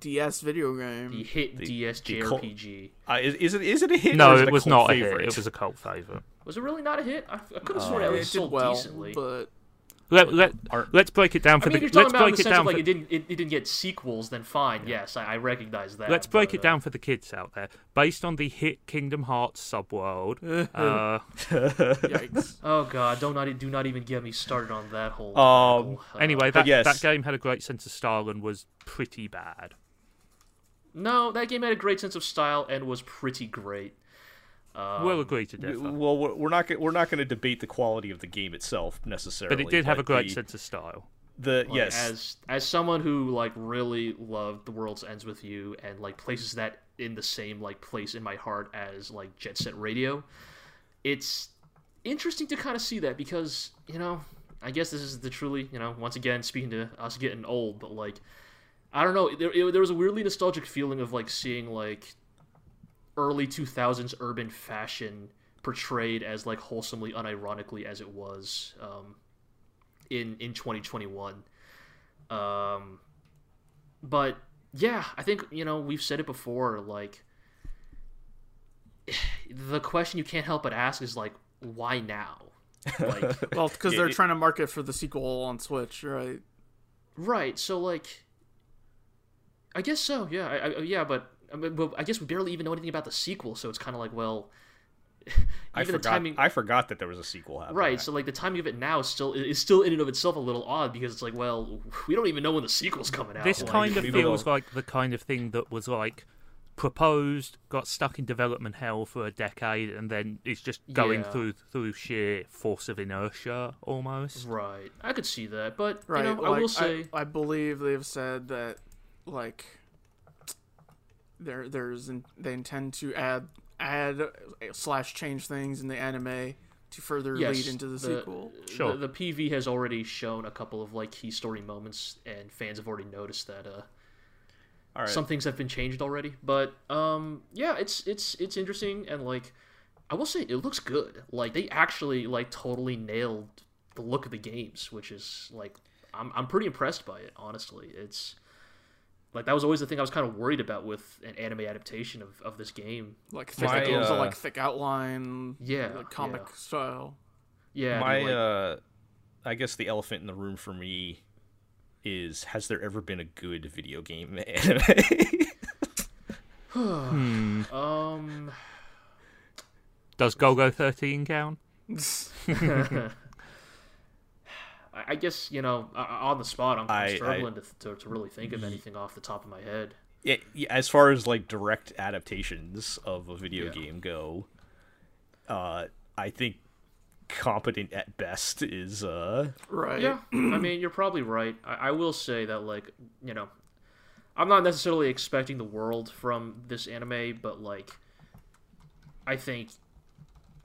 D: DS video
B: the
D: game.
B: hit DS
A: the cult-
B: JRPG.
A: uh, is, is it is it a hit?
C: no,
A: or is
C: it
A: a
C: was
A: cult
C: not
A: favorite?
C: a hit. It was a cult favorite.
B: Was it really not a hit? I, I could have sworn
A: Uh,
B: it
D: It,
B: was
D: did
B: sold
D: well,
B: decently.
D: but
C: Let let let's break it down
B: I
C: for
B: mean, if
C: the
B: you're
C: let's
B: talking about in
C: break
B: the
C: it
B: sense
C: down
B: of like
C: for
B: it didn't it, it didn't get sequels, then fine. Yes, I, I recognize that.
C: Let's break
B: but,
C: it
B: uh,
C: down for the kids out there. Based on the hit Kingdom Hearts subworld, uh,
D: yikes.
B: Oh god, don't not do not even get me started on that
A: Um,
B: whole. whole, uh,
C: Oh, anyway, that,
A: yes.
C: that game had a great sense of style and was pretty bad.
B: no, that game had a great sense of style and was pretty great.
C: we'll agree to
A: We-
C: differ.
A: Well, we're we're not go- we're not going to debate the quality of the game itself necessarily,
C: but it did have a great
A: the,
C: sense of style.
A: The
B: Like,
A: yes,
B: as as someone who like really loved The World's Ends with You and like places that in the same like place in my heart as like Jet Set Radio, it's interesting to kind of see that because you know I guess this is the truly you know once again speaking to us getting old, but like I don't know there it, there was a weirdly nostalgic feeling of like seeing like early 2000s urban fashion portrayed as like wholesomely unironically as it was um, in in 2021 um but yeah i think you know we've said it before like the question you can't help but ask is like why now like
D: well, because
A: Yeah,
D: they're
A: it-
D: trying to market for the sequel on Switch, right?
B: Right. So like, I guess so. Yeah. I, I, yeah. But I, mean, but I guess we barely even know anything about the sequel. So it's kind of like, well,
A: I
B: even the
A: forgot.
B: timing.
A: I forgot that there was a sequel. Happening.
B: Right, so like the timing of it now is still is still in and of itself a little odd because it's like, well, we don't even know when the sequel's coming out.
C: This
B: like-
C: kind of
A: we
C: feels
A: will-
C: like the kind of thing that was like proposed, got stuck in development hell for a decade, and then it's just going
B: Yeah.
C: through through sheer force of inertia almost.
B: right. I could see that, but
D: Right.
B: you know,
D: like,
B: I will say,
D: I, believe they've said that, like, there, there's, in- they intend to add, add slash change things in the anime to further
B: Yes,
D: lead into the,
B: the-
D: sequel.
C: Sure.
B: the, the PV has already shown a couple of like key story moments, and fans have already noticed that uh,
A: All right.
B: some things have been changed already but um yeah it's it's it's interesting and like i will say it looks good like they actually like totally nailed the look of the games which is like i'm, I'm pretty impressed by it honestly it's like that was always the thing i was kind of worried about with an anime adaptation of, of this game
D: Like thick,
A: My,
D: it was a,
A: uh,
D: like thick outline,
B: Yeah,
D: like, comic
B: yeah.
D: style.
B: yeah
A: My,
B: dude, like,
A: uh, I guess the elephant in the room for me is: has there ever been a good video game anime? uh,
B: um
C: Does Golgo thirteen count?
B: i I guess you know o- on the spot i'm
A: I- I-
B: kinda struggling to, to, to really think of anything off the top of my head
A: Yeah, yeah, as far as like direct adaptations of a video
B: Yeah.
A: game go, uh, I think competent at best is uh
D: Right.
B: Yeah, I mean, you're probably right. I, I will say that, like, you know, I'm not necessarily expecting the world from this anime, but like, I think,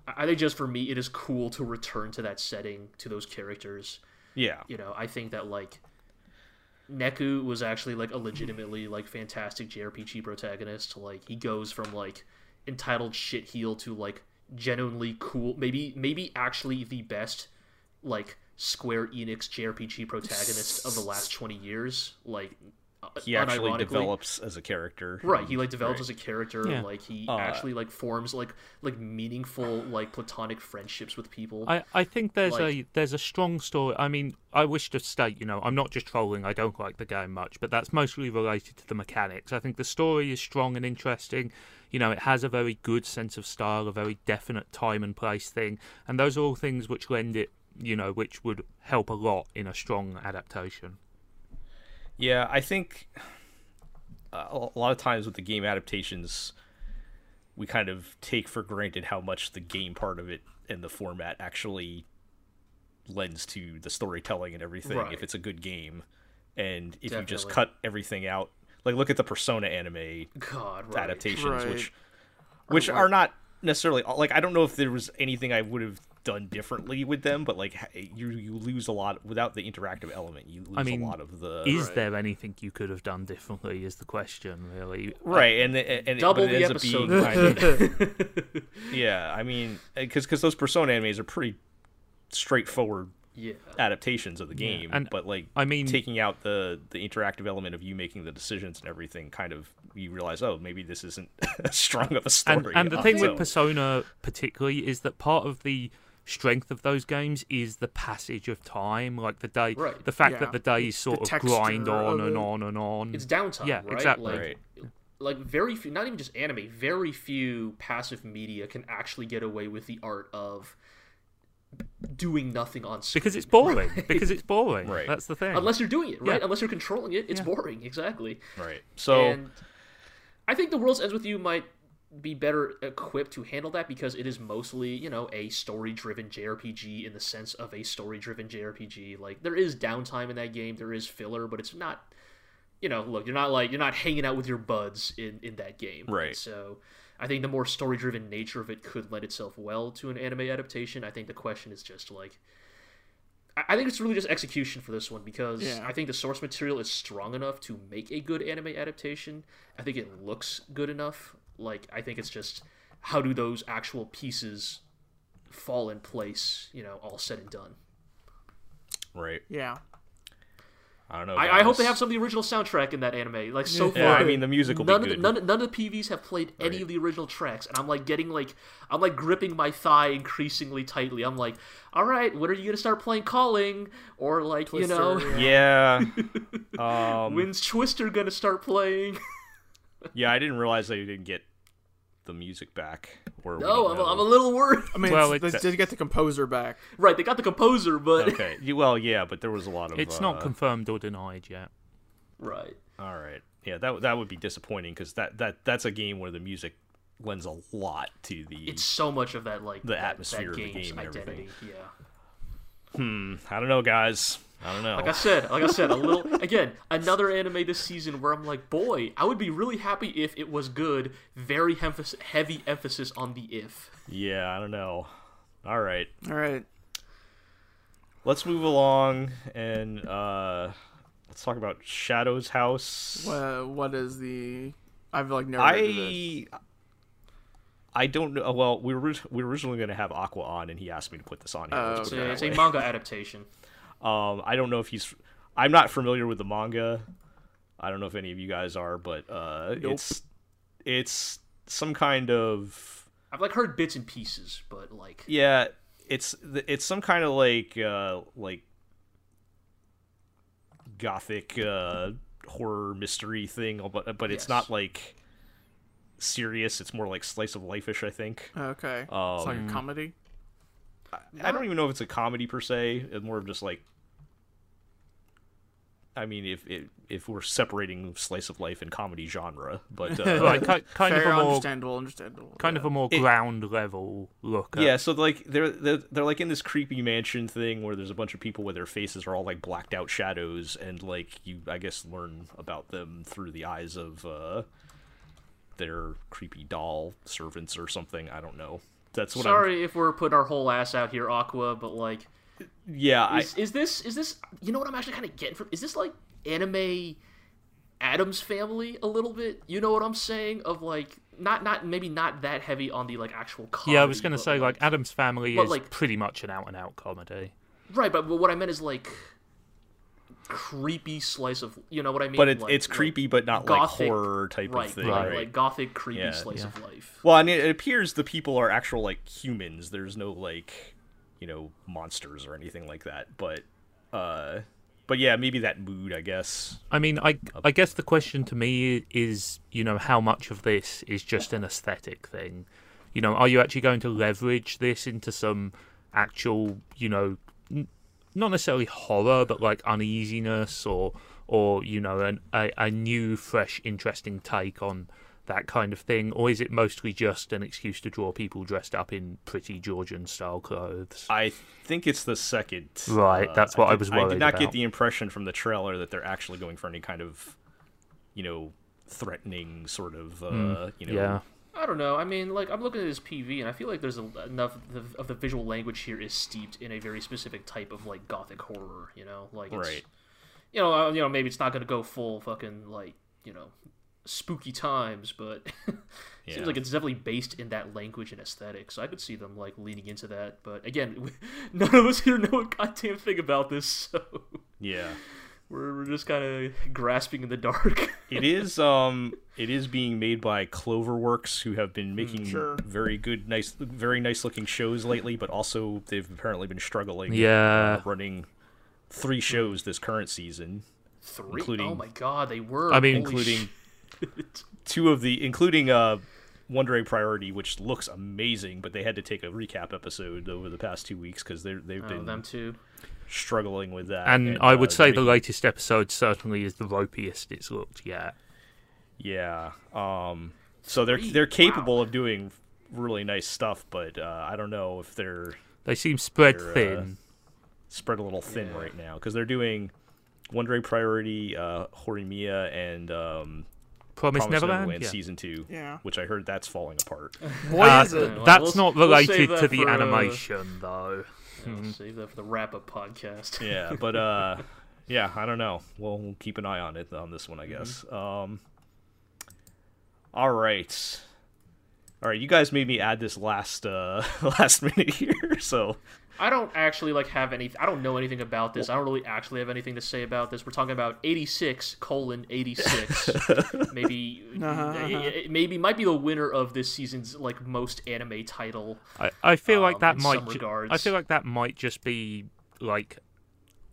B: I I think just for me, it is cool to return to that setting, to those characters.
A: yeah
B: You know, I think that like, Neku was actually like a legitimately like fantastic JRPG protagonist. Like, he goes from like entitled shit heel to like genuinely cool, maybe maybe actually the best like Square Enix JRPG protagonist of the last 20 years. Like, uh,
A: he actually
B: unironically.
A: develops as a character.
B: Right, he like develops as a character.
C: Yeah.
B: Like he
A: Uh,
B: actually like forms like like meaningful like platonic friendships with people.
C: I, I think there's
B: Like-
C: a there's a strong story. I mean, I wish to state, you know, I'm not just trolling. I don't like the game much, but that's mostly related to the mechanics. I think the story is strong and interesting. You know, it has a very good sense of style, a very definite time and place thing, and those are all things which lend it, you know, which would help a lot in a strong adaptation.
A: Yeah, I think uh, a lot of times with the game adaptations, we kind of take for granted how much the game part of it and the format actually lends to the storytelling and everything
B: Right.
A: if it's a good game. And if you just
B: Definitely.
A: cut everything out, like look at the Persona anime
B: God, right.
A: adaptations,
D: Right.
A: which which are not necessarily like I don't know if there was anything I would have done differently with them, but like ha- you you lose a lot without the interactive element. You lose
C: I mean,
A: a lot of the
C: is
B: Right.
C: there anything you could have done differently? Is the question really?
A: right, and and, and
B: Double
A: but it
B: the
A: ends
B: episode.
A: up being kind of, yeah. I mean, because because those Persona animes are pretty straightforward
B: yeah.
A: adaptations of the game,
C: and
A: but like
C: I mean-
A: taking out the the interactive element of you making the decisions and everything, kind of you realize, oh, maybe this isn't as strong of a
C: And,
A: story.
C: and the thing with
A: also.
C: Persona particularly is that part of the strength of those games is the passage of time, like the day,
B: Right.
C: the fact
D: Yeah.
C: that the days
D: the
C: sort of grind
D: texture
C: on
D: of
C: and
D: it.
C: on and on.
B: It's downtime,
C: Yeah,
B: right?
C: exactly.
B: Like,
A: Right.
B: like very few, not even just anime, very few passive media can actually get away with the art of doing nothing on screen.
C: because it's boring. Because it's boring.
A: Right.
C: That's the thing.
B: unless you're doing it right,
C: Yeah.
B: unless you're controlling it, it's
C: Yeah.
B: boring. Exactly.
A: right. So
B: and I think the world's ends with you might be better equipped to handle that because it is mostly you know a story-driven JRPG in the sense of a story-driven JRPG. Like there is downtime in that game, there is filler, but it's not. You know, look, you're not like you're not hanging out with your buds in in that game,
A: Right.
B: So. I think the more story-driven nature of it could lend itself well to an anime adaptation. I think the question is just like, I I think it's really just execution for this one because
D: Yeah.
B: I think the source material is strong enough to make a good anime adaptation. I think it looks good enough. Like I think it's just how do those actual pieces fall in place, you know, all said and done.
A: right.
D: Yeah.
A: I don't know.
B: I, I hope they
A: guys.
B: have some of the original soundtrack in that anime. Like so far
A: Yeah, I mean the music will
B: none
A: be
B: of, the,
A: good.
B: none, none of the PVs have played any of the original tracks, and I'm like getting like I'm like gripping my thigh increasingly tightly. I'm like, all right, when are you gonna start playing Calling or like you know
D: Twister,
A: yeah. um,
B: When's Twister gonna start playing?
A: yeah, I didn't realize they didn't get the music back. Or we
B: No,
A: don't
B: Oh, I'm,
A: know.
B: I'm a little worried.
D: I mean,
C: Well,
D: it's- they
C: it's- uh,
D: did get the composer back.
B: Right, they got the composer, but
A: okay. You- Well, yeah, but there was a lot of.
C: it's
A: uh,
C: not confirmed or denied yet.
B: right,
A: all right. Yeah, that that would be disappointing because that that that's a game where the music lends a lot to the.
B: it's so much of that like
A: The
B: that- that
A: atmosphere of the
B: game's
A: game and
B: identity.
A: everything.
B: Yeah,
A: I don't know, guys. I don't know.
B: like I said, like I said, a little again another anime this season where I'm like, boy, I would be really happy if it was good. Very emphasis, heavy emphasis on the if.
A: Yeah, I don't know. All right.
D: All right.
A: Let's move along and uh let's talk about Shadow's house.
D: Well, what is the? I've like never. heard of this.
A: I I don't know. Well, we were we were originally going to have Aqua on, and he asked me to put this on here. Let's
D: Oh,
A: put
B: So
A: it that
B: it's a
A: way.
B: manga adaptation.
A: Um, I don't know if he's. I'm not familiar with the manga. I don't know if any of you guys are, but uh, it's it's some kind of
B: I've like heard bits and pieces, but like
A: yeah. It's it's some kind of like uh, like gothic uh, horror mystery thing, but but it's
B: Yes.
A: not like serious. It's more like slice of lifeish, I think. Um,
D: Okay.
C: Um,
D: it's like a comedy.
A: I don't even know if it's a comedy per se. It's more of just like, I mean, if if, if we're separating slice of life and comedy genre, but uh,
C: Like ki- kind of
D: Fair,
C: a more
D: understandable, understandable.
C: kind of a more ground level look. At,
A: yeah. So like they're, they're they're like in this creepy mansion thing where there's a bunch of people where their faces are all like blacked out shadows, and like you, I guess, learn about them through the eyes of uh, their creepy doll servants or something. I don't know. That's what
B: sorry if we're putting our whole ass out here, Aqua, but like
A: I'm. Yeah,
B: Is, is this is this you know what I'm actually kind of getting from is this like anime Adams family a little bit you know what I'm saying of like not not maybe not that heavy on the like actual comedy,
C: Yeah, I was going to
B: but,
C: say like Adam's Family
B: Well,
C: is
B: like-
C: pretty much an out and out comedy.
B: right but, but what I meant is like creepy slice of you know what I mean
A: but it,
B: Like-
A: it's
B: like
A: creepy, but not
B: gothic-
A: like horror type
B: right,
A: of thing,
B: right,
A: right?
B: like gothic creepy
A: Yeah.
B: slice of life
A: Well, and it, it appears the people are actual like humans. There's no like, you know, monsters or anything like that. But, uh, but yeah, maybe that mood, I guess.
C: I mean, I I guess the question to me is, you know, how much of this is just an aesthetic thing? You know, are you actually going to leverage this into some actual, you know, n- not necessarily horror, but like uneasiness or or you know, an, a a new, fresh, interesting take on that kind of thing, or is it mostly just an excuse to draw people dressed up in pretty Georgian style clothes?
A: I think it's the second.
C: Right,
A: uh,
C: that's what I
A: did-
C: was
A: I
C: worried
A: did not get
C: about.
A: the impression from the trailer that they're actually
C: Hmm,
A: going for any kind of, you know, threatening sort of, uh, you know,
C: yeah.
B: I don't know. I mean, like I'm looking at his PV, and I feel like there's a, enough of the, of the visual language here is steeped in a very specific type of like gothic horror. You know, like it's,
A: Right.
B: You know, uh, you know, maybe it's not gonna go full fucking like you know, spooky times, but
A: Yeah.
B: seems like it's definitely based in that language and aesthetic. So I could see them like leaning into that. But again, none of us here know a goddamn thing about this, so
A: Yeah.
B: we're, we're just kind of grasping in the dark.
A: it is um it is being made by Cloverworks who have
B: Hmm,
A: been making
D: sure.
A: very good nice very nice looking shows lately but also they've apparently been struggling
C: Yeah.
A: uh, running
B: Hmm.
A: three shows this current season
B: Three. oh
A: Including-
B: my god, they were.
C: I mean,
B: Holy
A: including
B: shit.
A: two of the including uh Wonder Egg Priority which looks amazing but they had to take a recap episode over the past 2 weeks cuz they they've
B: Oh,
A: been
B: them too.
A: struggling with that
C: And, I would
A: uh,
C: say the
A: making-
C: latest episode certainly is the ropiest it's looked yet.
A: Yeah. Um. So they're
B: Three?
A: they're capable of doing really nice stuff, but uh, I don't know if they're
C: They seem spread
A: They're, uh,
C: thin.
A: spread a little thin
B: Yeah.
A: right now because they're doing One Day Priority, uh, Horimiya, and um,
C: Promise,
A: Promise
C: Neverland.
A: Neverland
C: Yeah.
A: season two.
D: Yeah.
A: Which I heard that's falling apart.
D: Boy,
C: Uh,
D: is it.
B: Well, we'll-
C: that's not
B: we'll save
C: related to
B: that
C: the
B: for, uh,
C: animation, though.
B: Yeah, we'll save that for the wrap up podcast.
A: yeah. But uh, yeah, I don't know. We'll, we'll keep an eye on it on this one, I guess. Um. All right. All right, you guys made me add this last uh, last minute here, so
B: I don't actually like have any. I don't know anything about this. I don't really actually have anything to say about this. We're talking about eighty six colon eighty six. maybe it- it- maybe might be the winner of this season's like most anime title.
C: I, I feel like
B: um,
C: that
B: in
C: might.
B: some
C: ju- I
B: regards.
C: feel like that might just be like,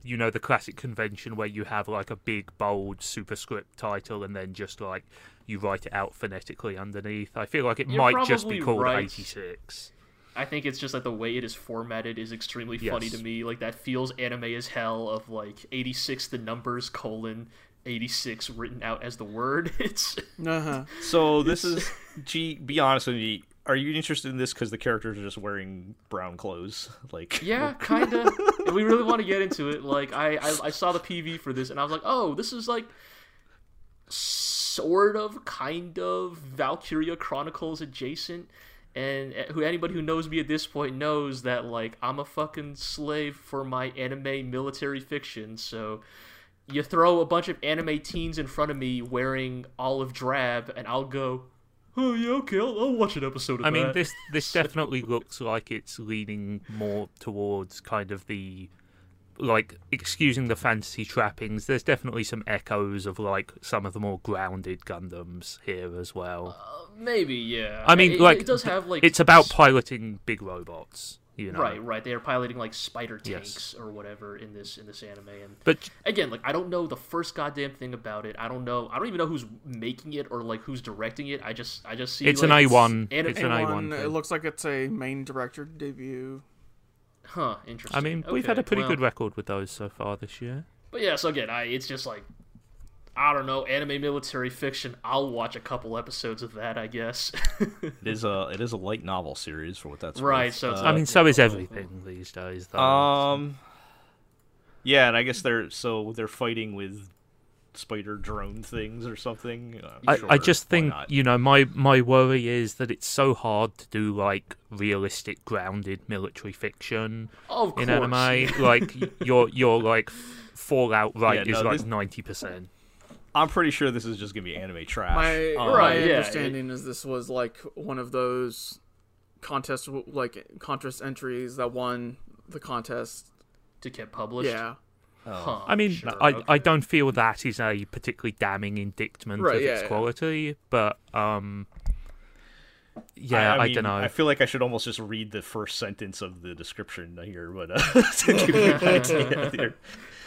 C: you know, the classic convention where you have like a big bold superscript title and then just like you write it out phonetically underneath. I feel like it
B: You're
C: might just be
B: probably
C: called
B: right.
C: eighty six.
B: I think it's just like the way it is formatted is extremely funny
C: Yes.
B: to me. Like that feels anime as hell. Of like eighty six, the numbers colon eighty six written out as the word. It's
D: Uh-huh.
A: So this is G. Be honest with me. Are you interested in this because the characters are just wearing brown clothes? Like,
B: Yeah, kinda. If we really want to get into it. Like I, I, I saw the PV for this, and I was like, oh, this is like sort of, kind of Valkyria Chronicles adjacent. And uh, who anybody who knows me at this point knows that like I'm a fucking slave for my anime military fiction. So you throw a bunch of anime teens in front of me wearing olive drab, and I'll go, oh yeah, okay, I'll, I'll watch an episode of
C: I mean,
B: that."
C: this this definitely looks like it's leaning more towards kind of the like excusing the fantasy trappings. There's definitely some echoes of like some of the more grounded Gundams here as well.
B: Uh, maybe yeah.
C: I mean,
B: It-
C: like
B: it does have like
C: it's about piloting big robots, you know.
B: Right, right. They are piloting like spider
C: Yes.
B: tanks or whatever in this in this anime. And
C: But
B: again, like I don't know the first goddamn thing about it. I don't know. I don't even know who's making it or like who's directing it. I just I just see
C: It's
B: like,
C: an A1.
B: anim-
C: It's an
D: And
C: I
D: one,
C: want
D: it
C: to.
D: looks like it's a main director debut.
B: huh? Interesting.
C: I mean, we've had
B: Okay,
C: a pretty
B: well,
C: good record with those so far this year.
B: But yeah, so again, I it's just like I don't know anime military fiction. I'll watch a couple episodes of that, I guess.
A: it is a it is a light novel series for what that's
B: Right,
A: worth.
B: so it's
A: Uh,
C: I mean, so is everything these days, though.
A: um, yeah, and I guess they're so they're fighting with spider drone things or something. Uh, I'm
C: I, I
A: sure,
C: just
A: why
C: think
A: not?
C: you know my my worry is that it's so hard to do like realistic grounded military fiction
B: of course.
C: in anime like y- your your like fallout rate
A: Yeah,
C: is
A: no,
C: like
A: this-
C: 90%
A: I'm pretty sure this is just gonna be anime trash.
D: My,
A: Um,
D: my
B: Right, yeah,
D: understanding is this was like one of those contest like contest entries that won the contest.
B: to get published.
D: Yeah.
B: Huh,
C: Oh. i mean
B: sure,
C: I,
B: okay.
C: I don't feel that is a particularly damning indictment
D: Right,
C: of
D: yeah,
C: its
D: yeah.
C: quality but um yeah i,
A: mean,
C: don't know
A: I feel like I should almost just read the first sentence of the description here, but uh, to give you an idea here.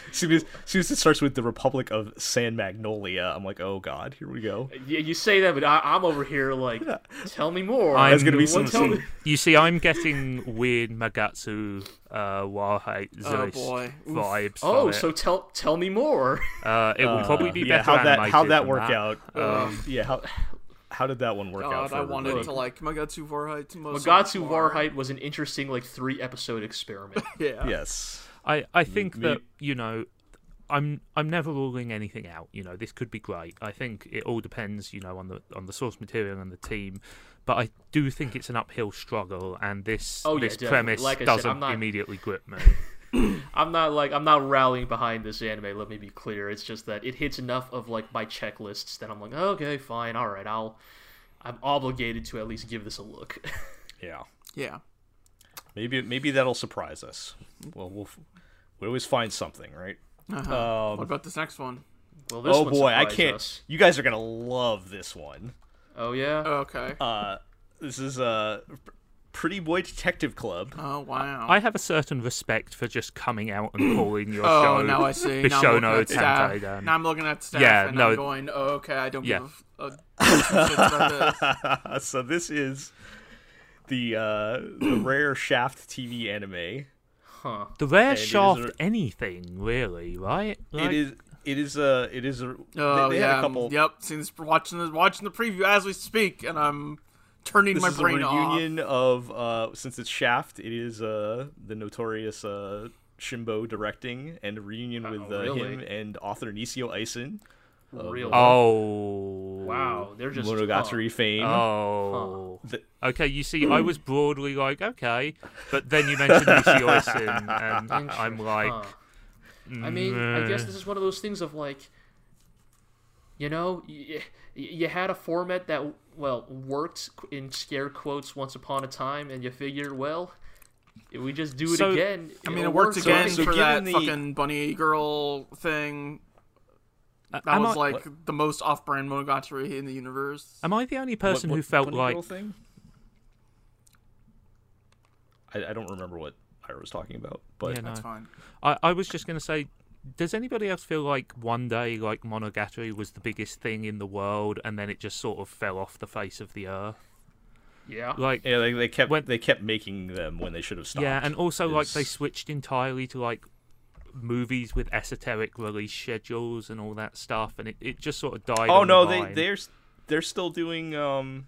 A: As soon as, soon as it starts with the Republic of San Magnolia, I'm like, oh god, here we go.
B: Yeah, you say that, but I, I'm over here like, tell me more.
C: I'm- There's
A: gonna be
B: What-
A: some-
B: tell
A: some-
B: me-
C: You see, I'm getting weird Magatsu uh, Wahai
D: Oh,
C: Zeus
D: boy. Oof.
C: vibes. from
B: Oh,
C: it.
B: so tell tell me more.
C: uh, it will probably
A: Uh,
C: be
A: yeah,
C: better
A: how that how
C: animated
A: that
C: than
A: worked out.
D: Um,
A: yeah, how how did that one work out?
D: God,
A: For
D: I wanted
A: everybody?
D: to like Magatsu Varheit.
B: Magatsu Warhite was an
D: uh,
B: interesting like three episode experiment.
D: Yeah.
A: Yes.
C: I, I think
A: may-
C: that you know I'm I'm never ruling anything out. You know, this could be great. I think it all depends, you know, on the on the source material and the team. But I do think it's an uphill struggle, and this
B: Oh, yeah,
C: this
B: definitely.
C: premise
B: Like I said,
C: doesn't
B: I'm not-
C: immediately grip me.
B: I'm not like I'm not rallying behind this anime. Let me be clear. It's just that it hits enough of like my checklists that I'm like, okay, fine, all right, I'll. I'm obligated to at least give this a look.
A: Yeah.
D: Yeah.
A: Maybe maybe that'll surprise us. Well, we'll f- we always find something, right?
D: Uh-huh.
A: Um,
D: what about this next one?
B: well, this
A: oh
B: one
A: boy, I
B: surprised
A: can't.
B: us.
A: You guys are gonna love this one.
B: Oh yeah.
D: Okay. Oh
A: Uh, this is uh, P- Pretty Boy Detective Club.
D: Oh, wow.
C: I have a certain respect for just coming out and calling your show.
D: oh, now I see. Now I'm looking
C: Bishono
D: at staff.
C: Tantaidan.
D: Now I'm looking at staff,
C: Yeah,
D: and
C: no.
D: I'm going, oh, okay, I don't
C: Yeah.
D: give a, a shit about this.
A: so this is the uh, the rare Shaft TV anime.
B: Huh.
C: The rare
A: it is
C: shaft,
A: a-
C: anything really, right? Like,
A: It is. It is a. It is a. they-
D: Oh
A: they,
D: yeah.
A: had a couple.
D: Yep. Seeing this, watching the watching the preview as we speak, and I'm turning
A: This
D: my
A: is a
D: brain
A: reunion of uh, since it's Shaft. It is uh, the notorious uh, Shimbo directing and a reunion with uh,
B: really?
A: him and author Nisio Eisen,
B: Real.
C: Oh
B: Wow. They're just
A: Monogatari fame.
C: Oh.
A: The-
C: Okay, you see, I was broadly like, okay, but then you mentioned Lucy Oisin, and I'm like,
B: Huh. I mean, I guess this is one of those things of like, you know, you, you had a format that well worked in scare quotes once upon a time, and you figure, well, if we just do it
C: So-
B: again.
D: I mean,
B: it'll
D: it worked
B: work.
D: again
A: so- so
D: for
A: given
D: that
A: the-
D: fucking bunny girl thing. That
C: am
D: was
C: I-
D: like the most off-brand Monogatari in the universe.
C: am I the only person
A: What-
C: who
A: what
C: felt
A: funny
C: like?
A: girl thing? I, I don't remember what Ira was talking about, but
C: Yeah, no.
D: That's fine.
C: I, I was just going to say, does anybody else feel like one day, like Monogatari was the biggest thing in the world, and then it just sort of fell off the face of the earth?
B: Yeah.
C: Like,
A: yeah, they, they kept
C: When-
A: they kept making them when they should have stopped.
C: yeah, and also like they
A: is-
C: switched entirely to like movies with esoteric release schedules and all that stuff, and it, it just sort of died.
A: oh
C: on the
A: no, they
C: vine.
A: they're s- they're still doing um,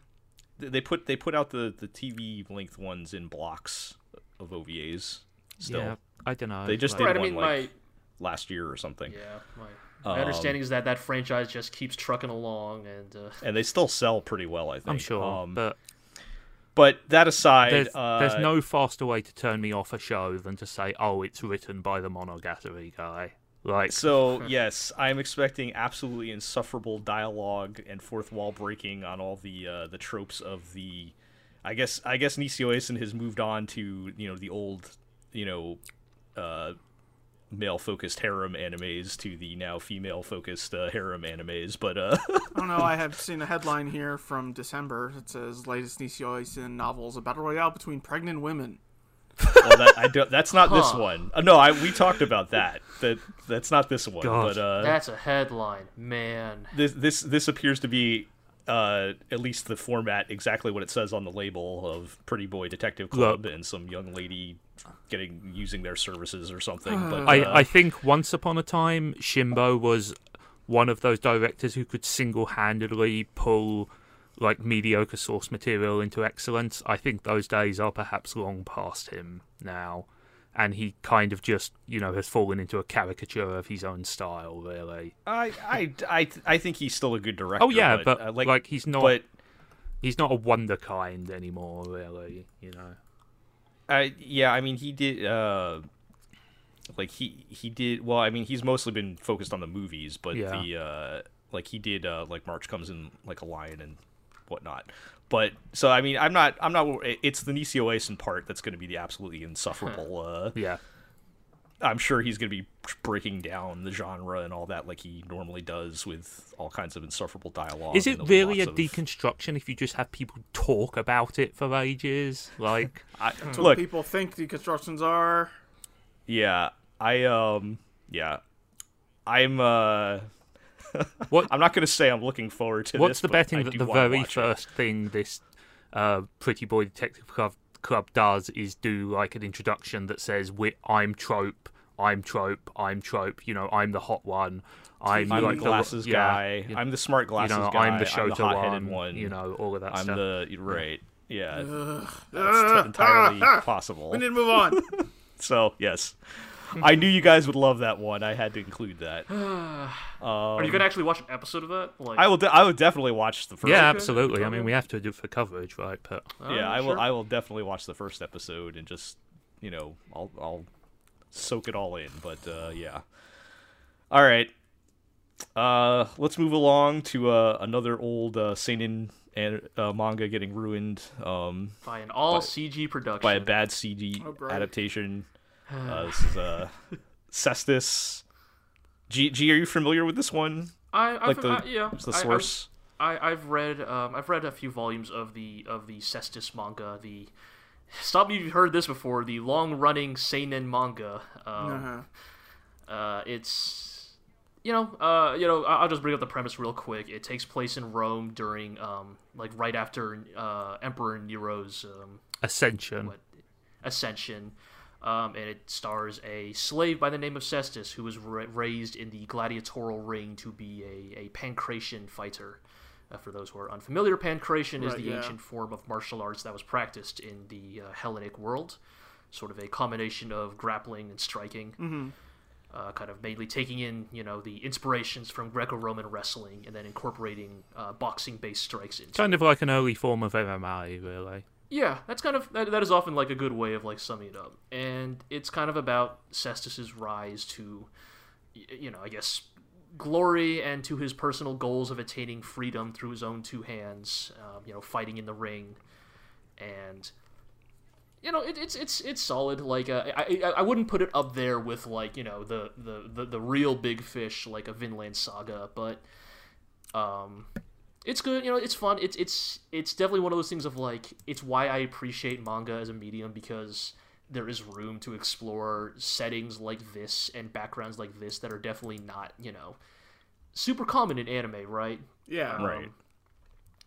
A: th- they put they put out the the TV length ones in blocks of OVAs still
C: yeah, I don't know.
A: They just
C: like,
A: did
B: right. I
A: one,
B: mean,
A: like- um,
B: my
A: last year or something,
B: yeah, my, my understanding is that that franchise just keeps trucking along, and uh,
A: Um, and they still sell pretty well. I think
C: I'm sure,
A: Um, but...
C: but
A: that aside,
C: there's,
A: uh,
C: there's no faster way to turn me off a show than to say, "Oh, it's written by the Monogatari guy." Like,
A: So yes, I'm expecting absolutely insufferable dialogue and fourth wall breaking on all the uh, the tropes of the. I guess I guess Nisio Eisen has moved on to you know the old you know uh, male focused harem animes to the now female focused uh, harem animes, but uh,
D: I don't know. I have seen a headline here from December. It says latest Nisio Eisen novels: a battle royale between pregnant women.
A: well, that, I don't, that's not this
B: Huh.
A: one. Uh, no, I we talked about that. That that's not this one.
C: God.
A: But uh,
B: that's a headline, man.
A: this this this appears to be uh, at least the format exactly what it says on the label of Pretty Boy Detective Club
C: Look.
A: and some young lady getting using their services or something. But uh,
C: I, I think once upon a time, Shimbo was one of those directors who could single-handedly pull like mediocre source material into excellence. I think those days are perhaps long past him now, and he kind of just you know has fallen into a caricature of his own style, really.
A: I, I, I, I think he's still a good director.
C: Oh yeah,
A: but,
C: but,
A: uh,
C: like,
A: like,
C: he's not
A: but
C: he's not a wonder kind anymore, really. You know.
A: I yeah, I mean he did uh, like he he did well. I mean he's mostly been focused on the movies, but
C: Yeah.
A: the uh, like he did uh, like March comes in like a lion and whatnot. But so I mean I'm not I'm not it's the E Nisio Eisen part that's going to be the absolutely insufferable. Uh,
C: Yeah.
A: I'm sure he's going to be breaking down the genre and all that like he normally does with all kinds of insufferable dialogue.
C: Is
A: and
C: it
A: there'll be
C: really a
A: lots of-
C: deconstruction if you just have people talk about it for ages? Like,
A: I,
D: That's what
A: Mm. look,
D: people think deconstructions are.
A: yeah, I um yeah, I'm uh.
C: what
A: I'm not going to say I'm looking forward to
C: what's
A: this.
C: the
A: but
C: betting
A: I
C: that
A: do
C: the
A: wanna
C: very
A: watch it.
C: first thing this uh, pretty boy detective club club does is do like an introduction that says we i'm trope i'm trope i'm trope you know i'm the hot one i'm,
A: I'm
C: like
A: the glasses
C: the,
A: guy.
C: yeah, you,
A: I'm the smart
C: you
A: glasses
C: know
A: guy.
C: i'm the
A: I'm
C: shota
A: hot-headed
C: one,
A: one.
C: you know all of that
A: I'm
C: stuff
A: the right. Yeah,
D: Ugh.
A: that's t- entirely
D: ah, ah.
A: possible.
D: We need to move on.
A: So yes, I knew you guys would love that one. I had to include that.
B: Are you gonna actually watch an episode of that? Like,
A: um, I will. De- I would definitely watch the first.
C: yeah, absolutely. I mean, we have to do it for coverage, right? But uh,
A: yeah. I will.
B: sure.
A: I will definitely watch the first episode and just you know I'll I'll soak it all in. But uh, yeah. All right. Uh, let's move along to uh, another old uh, seinen and uh, manga getting ruined um,
B: by an all CG production.
A: by a bad CD
D: Oh, great.
A: adaptation. Uh, this is uh, Cestus. G, G, are you familiar with this one?
B: I, I've,
A: Like the,
B: I, yeah,
A: the
B: I- I've-
A: source?
B: I, I've read um, I've read a few volumes of the of the Cestus manga. The stop me if you've heard this before. The long running seinen manga. Um,
D: Uh-huh.
B: uh, it's you know uh, you know I- I'll just bring up the premise real quick. It takes place in Rome during um, like right after uh, Emperor Nero's um,
C: Ascension.
B: what Ascension, um, and it stars a slave by the name of Cestus who was ra- raised in the gladiatorial ring to be a, a pancration fighter. Uh, for those who are unfamiliar, pancration is
D: Right,
B: the
D: yeah.
B: ancient form of martial arts that was practiced in the uh, Hellenic world, sort of a combination of grappling and striking.
D: Mm-hmm.
B: Uh, kind of mainly taking in, you know, the inspirations from Greco-Roman wrestling and then incorporating uh, boxing-based strikes into
C: Kind of like an early form of MMA, really.
B: yeah, that's kind of that, that is often like a good way of like summing it up, and it's kind of about Cestus's rise to, y- you know, I guess glory and to his personal goals of attaining freedom through his own two hands, um, you know, fighting in the ring, and you know, it, it's it's it's solid. Like uh, I, I I wouldn't put it up there with like you know the the the, the real big fish like a Vinland Saga, but um it's good you know it's fun it's it's it's definitely one of those things of like it's why i appreciate manga as a medium because there is room to explore settings like this and backgrounds like this that are definitely not you know super common in anime right
D: Yeah.
A: Right.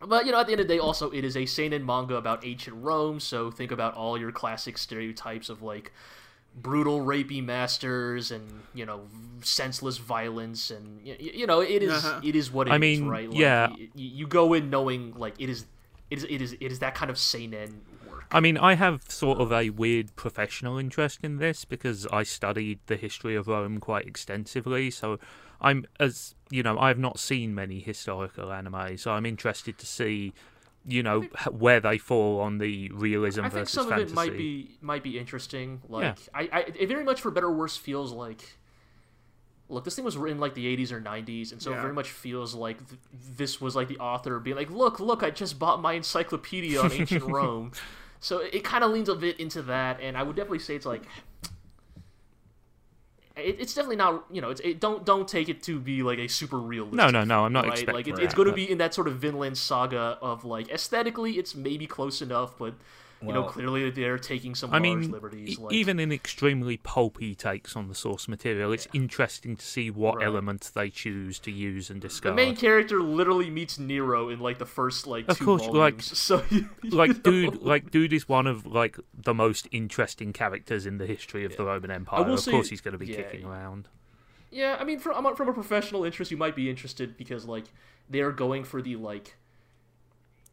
B: but you know at the end of the day also it is a seinen manga about ancient rome so think about all your classic stereotypes of like brutal rapey masters and you know senseless violence and y- y- you know it is-
D: Uh-huh.
B: it is what it
C: I
B: is,
C: mean,
B: right
C: yeah.
B: y- y- you go in knowing like it is it is it is it is that kind of seinen work
C: I mean, I have sort of a weird professional interest in this because I studied the history of Rome quite extensively. So I'm, as you know, I've not seen many historical anime, so I'm interested to see, you know, h- where they fall on the realism
B: i think
C: versus
B: some
C: fantasy.
B: of it might be might be interesting like I, I it very much for better or worse feels like look this thing was written like the 80s or 90s and so it
D: Yeah.
B: very much feels like th- this was like the author being like look look i just bought my encyclopedia on ancient rome so it, it kind of leans a bit into that and i would definitely say it's like it, it's definitely not you know it's it, don't don't take it to be like a super realistic
C: No, no, no. I'm not
B: right?
C: expecting
B: Like it's,
C: that,
B: it's going to
C: but-
B: be in that sort of Vinland Saga of like aesthetically, it's maybe close enough, but you know
A: Well-
B: clearly they're taking some
C: I
B: large
C: mean,
B: liberties.
C: e-
B: like,
C: even in extremely pulpy takes on the source material, it's interesting to see what
B: Right.
C: elements they choose to use and
B: the
C: discard.
B: main character literally meets Nero in like the first like
C: Of
B: two
C: course,
B: volumes.
C: like-
B: so you- you
C: like
B: know.
C: dude like dude is one of like the most interesting characters in the history of the roman empire
B: will
C: of
B: say-
C: course he's going to be
B: yeah,
C: kicking
B: yeah.
C: around
B: Yeah, I mean, from from a professional interest, you might be interested because like they are going for the like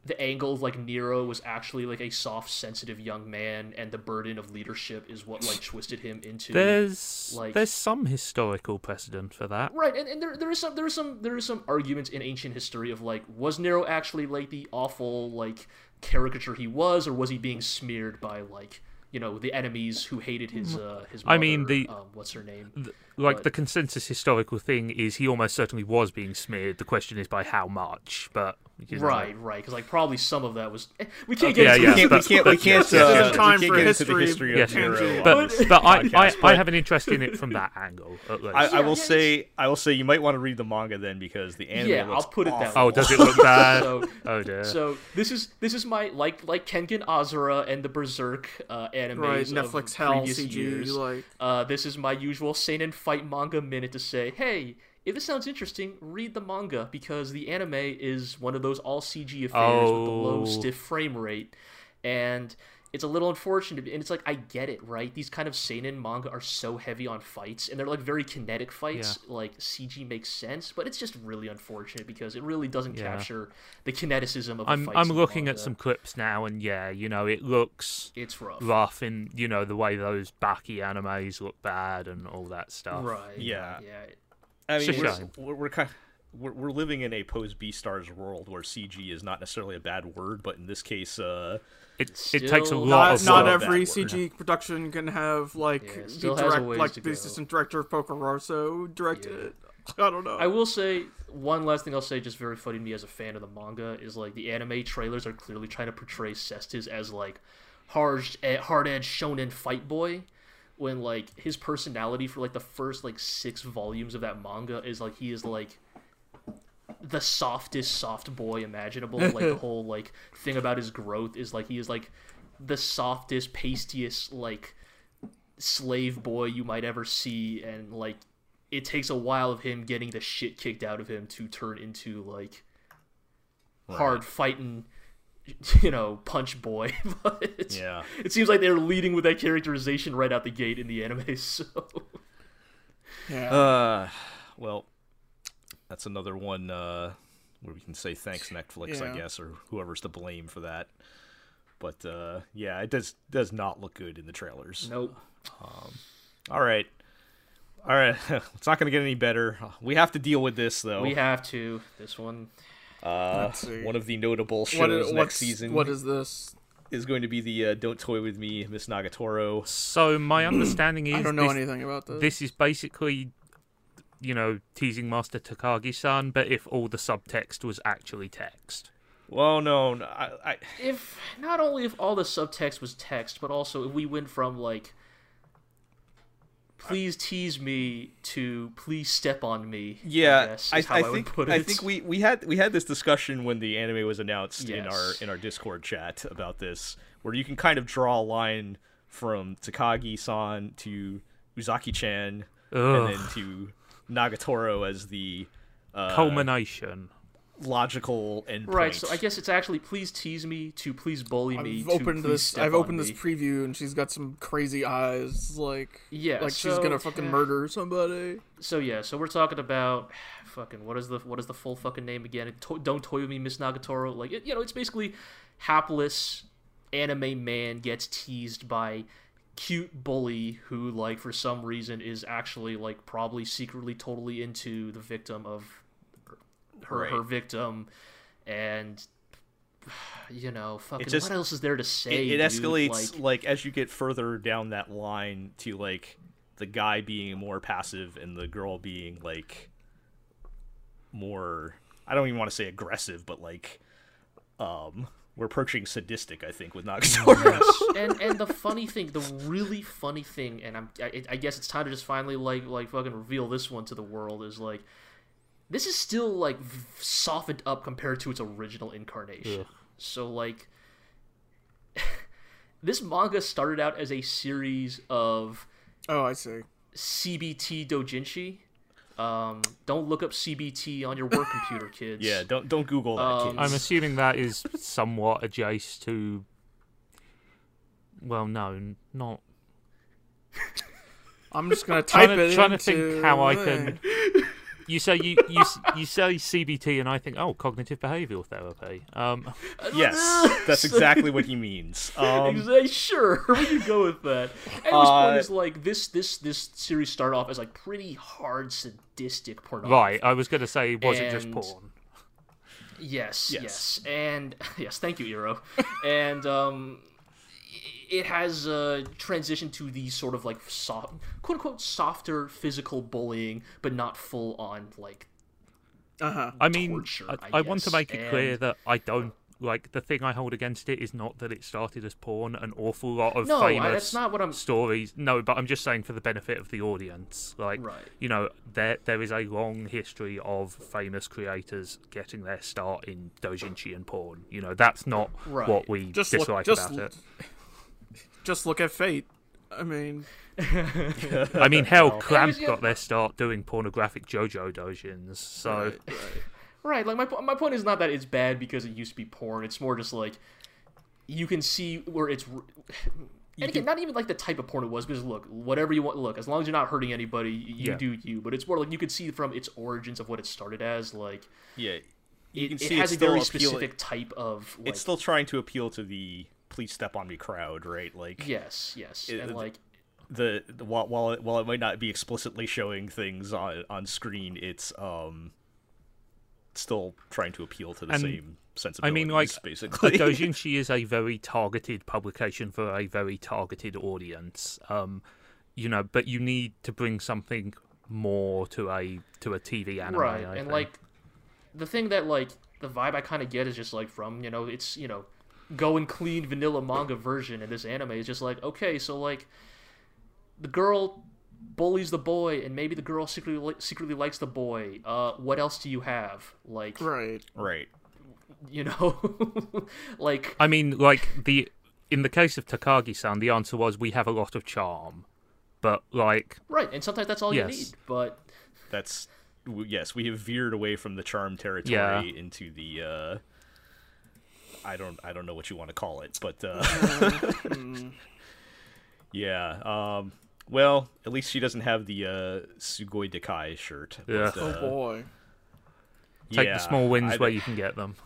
B: the angle of like Nero was actually like a soft, sensitive young man, and the burden of leadership is what like twisted him into.
C: there's
B: like-
C: there's some historical precedent for that
B: Right, and, and there, there is some there is some there is some arguments in ancient history of like was Nero actually like the awful like caricature he was, or was he being smeared by like you know the enemies who hated his uh, his mother,
C: I mean, the-
B: um, what's her name
C: like
B: But-
C: the consensus historical thing is he almost certainly was being smeared the question is by how much but you know,
B: right right because like probably some of that was eh, we can't get
C: yeah,
B: into
C: yeah.
A: We can't. We
C: that's-
A: can't. We
C: that's-
A: can't.
D: yes, yes.
A: Uh,
D: It's time
A: we
D: for
A: can't get into the
D: history
A: history of
C: yes,
A: Nero.
D: But-
A: on this
C: but I, I,
A: podcast,
C: I
A: but-
C: have an interest in it from that angle at least
A: I, I
B: Yeah,
A: will
B: yeah,
A: say I will say you might want to read the manga then because the anime
B: Yeah,
A: looks
B: I'll put it that
A: awful.
C: oh does it look bad
B: So-
C: oh dear
B: So this is this is my like like Kengan Azura and the Berserk uh, animes
D: Right.
B: of
D: Netflix Hell
B: previous
D: CG.
B: years.
D: Like.
B: Uh, this is my usual seinen fight manga minute to say, hey, if this sounds interesting, read the manga because the anime is one of those all CG affairs with the low
C: Oh.
B: stiff frame rate, and It's a little unfortunate, and it's like I get it, right? These kind of seinen manga are so heavy on fights, and they're like very kinetic fights. Like CG makes sense, but it's just really unfortunate because it really doesn't
C: Yeah.
B: capture the kineticism of.
C: I'm
B: the fights
C: I'm
B: in the
C: looking at
B: manga.
C: some clips now, and yeah, you know, it looks
B: It's rough.
C: rough in you know the way those Baki animes look bad and all that stuff.
B: Right.
A: Yeah.
B: Yeah.
A: I
C: It's
A: mean,
C: a
A: we're,
C: shame.
A: we're, we're kind we're, we're living in a pose B stars world where CG is not necessarily a bad word, but in this case, uh,
C: It it
B: Still
C: takes a
B: not-
C: lot
D: not,
C: of
D: not
A: that
C: work.
D: every
A: word.
D: CG production can have like
B: Yeah, it
D: the
B: still has a
D: direct
B: ways
D: like
B: to
D: the
B: go.
D: assistant director of Poker Rosso directed
B: Yeah.
D: it. I don't know.
B: I will say one last thing I'll say, just very funny to me as a fan of the manga, is like the anime trailers are clearly trying to portray Cestus as like hard hard edge shonen fight boy, when like his personality for like the first like six volumes of that manga is like he is like the softest soft boy imaginable. like the whole like thing about his growth is like he is like the softest, pastiest like slave boy you might ever see and like it takes a while of him getting the shit kicked out of him to turn into like hard fighting you know punch boy but it's-
A: Yeah.
B: it seems like they're leading with that characterization right out the gate in the anime so
D: yeah.
A: uh, well, that's another one uh, where we can say thanks Netflix, I
D: Yeah.
A: guess, or whoever's to blame for that. But uh, yeah, it does does not look good in the trailers.
B: nope
A: All right, all right, it's not going to get any better. We have to deal with this though.
B: we have to this one
A: uh,
D: Let's see.
A: one of the notable shows
D: What is-
A: next
D: what's-
A: season
D: What is this?
A: is going to be the uh, "Don't Toy with Me, Miss Nagatoro."
C: So my understanding is
D: I don't know
C: this,
D: anything about this.
C: this is basically you know teasing Master Takagi-san, but if all the subtext was actually text.
A: Well, no, no I, I,
B: if not only if all the subtext was text, but also if we went from like please tease me to please step on me.
A: yeah,
B: I,
A: I,
B: guess,
A: I,
B: is how would
A: think
B: put it.
A: I think we, we had we had this discussion when the anime was announced in our
B: Yes.
A: in our Discord chat about this, where you can kind of draw a line from Takagi-san to Uzaki-chan, and then
C: Ugh.
A: to Nagatoro as the Uh,
C: Culmination.
A: logical endpoint.
B: Right, so I guess it's actually please tease me to please bully me.
D: I've
B: to
D: opened
B: please
D: this.
B: step
D: I've
B: on
D: opened this
B: me.
D: preview, and she's got some crazy eyes. Like,
B: Yeah,
D: like she's
B: so-
D: gonna fucking murder somebody.
B: So yeah, so we're talking about fucking what is the what is the full fucking name again? To- don't toy with me, Miss Nagatoro. Like it, you know, it's basically hapless anime man gets teased by cute bully who like for some reason is actually like probably secretly totally into the victim of her her
A: Right.
B: victim and you know fucking
A: just-
B: what else is there to say
A: it, it
B: dude?
A: escalates
B: Like-
A: like, as you get further down that line to like the guy being more passive and the girl being like more i don't even want to say aggressive but like um we're approaching sadistic i think with nagatoro
B: Yes, and and the funny thing, the really funny thing, and I'm I, I guess it's time to just finally like like fucking reveal this one to the world is like, this is still like v- softened up compared to its original incarnation. So like, this manga started out as a series of
D: Oh, I see.
B: CBT dojinshi. Um, don't look up CBT on your work computer, kids.
A: yeah don't don't google that
B: Um,
A: kid.
C: I'm assuming that is somewhat adjacent to. Well, no, n- not.
D: I'm just gonna type
C: Trying to,
D: it.
C: trying to think
D: into
C: how I
D: the
C: can.
D: thing.
C: You say you, you s- you say CBT, and I think oh, cognitive behavioural therapy. Um,
A: yes that's exactly what he means um
B: Exactly. Sure, we can go with that. And this
A: Uh,
B: point is like this this this series started off as like pretty hard sadistic pornography.
C: right, I was going to say, was it just
B: And-
C: porn?
B: Yes, yes.
A: Yes.
B: And yes, thank you, Eero. and um it has uh, transitioned to the sort of like soft quote unquote softer physical bullying, but not full on like
D: Uh-huh.
C: I mean,
B: torture,
C: I,
B: I
C: I want to
B: guess,
C: make it clear
B: and-
C: that I don't like the thing I hold against it is not that it started as porn. An awful lot of
B: No, I-
C: famous
B: that's not what I'm-
C: stories. No, but I'm just saying for the benefit of the audience, like
B: Right.
C: you know, there there is a long history of famous creators getting their start in doujinshi and porn. You know, that's not
B: Right.
C: what we
D: Just look-
C: dislike
D: just
C: about
D: look-
C: it.
D: Just look at Fate. I mean,
C: I mean, hell,
B: It
C: Clamp
B: was- yeah.
C: got their start doing pornographic JoJo doujins, so.
D: right, right.
B: Right, like my po- my point is not that it's bad because it used to be porn. It's more just like you can see where it's. And again, not even like the type of porn it was, because look, whatever you want, look, as long as you're not hurting anybody, you
C: Yeah.
B: do you. But it's more like you can see from its origins of what it started as, like
A: Yeah,
B: it,
A: can
B: it
A: see it's
B: has a
A: still
B: very
A: appealing-
B: specific type of. Like,
A: it's still trying to appeal to the please step on me crowd, right? Like
B: yes, yes,
A: It-
B: and
A: it-
B: like
A: the, the while while it, while it might not be explicitly showing things on on screen, it's um still trying to appeal to the
C: And,
A: same
C: I
A: sensibilities.
C: mean, like,
A: basically,
C: Dojinshi is a very targeted publication for a very targeted audience. Um, you know, but you need to bring something more to a to a TV anime.
B: right
C: I
B: and
C: think.
B: like the thing that like the vibe i kind of get is just like from you know it's you know go and clean vanilla manga version and this anime is just like okay so like the girl bullies the boy and maybe the girl secretly li- secretly likes the boy uh what else do you have like
D: Right.
A: right?
B: you know like
C: I mean, like the in the case of Takagi-san, the answer was we have a lot of charm, but like
B: right and sometimes that's all
C: Yes.
B: you need but
A: That's w- yes, we have veered away from the charm territory
C: Yeah.
A: into the. uh I don't I don't know what you want to call it, but uh yeah. Um well, at least she doesn't have the uh Sugoi Dekai shirt. but,
C: Yeah.
A: uh,
D: Oh boy.
C: take
A: yeah,
C: the small wins
A: I-
C: where you can get them.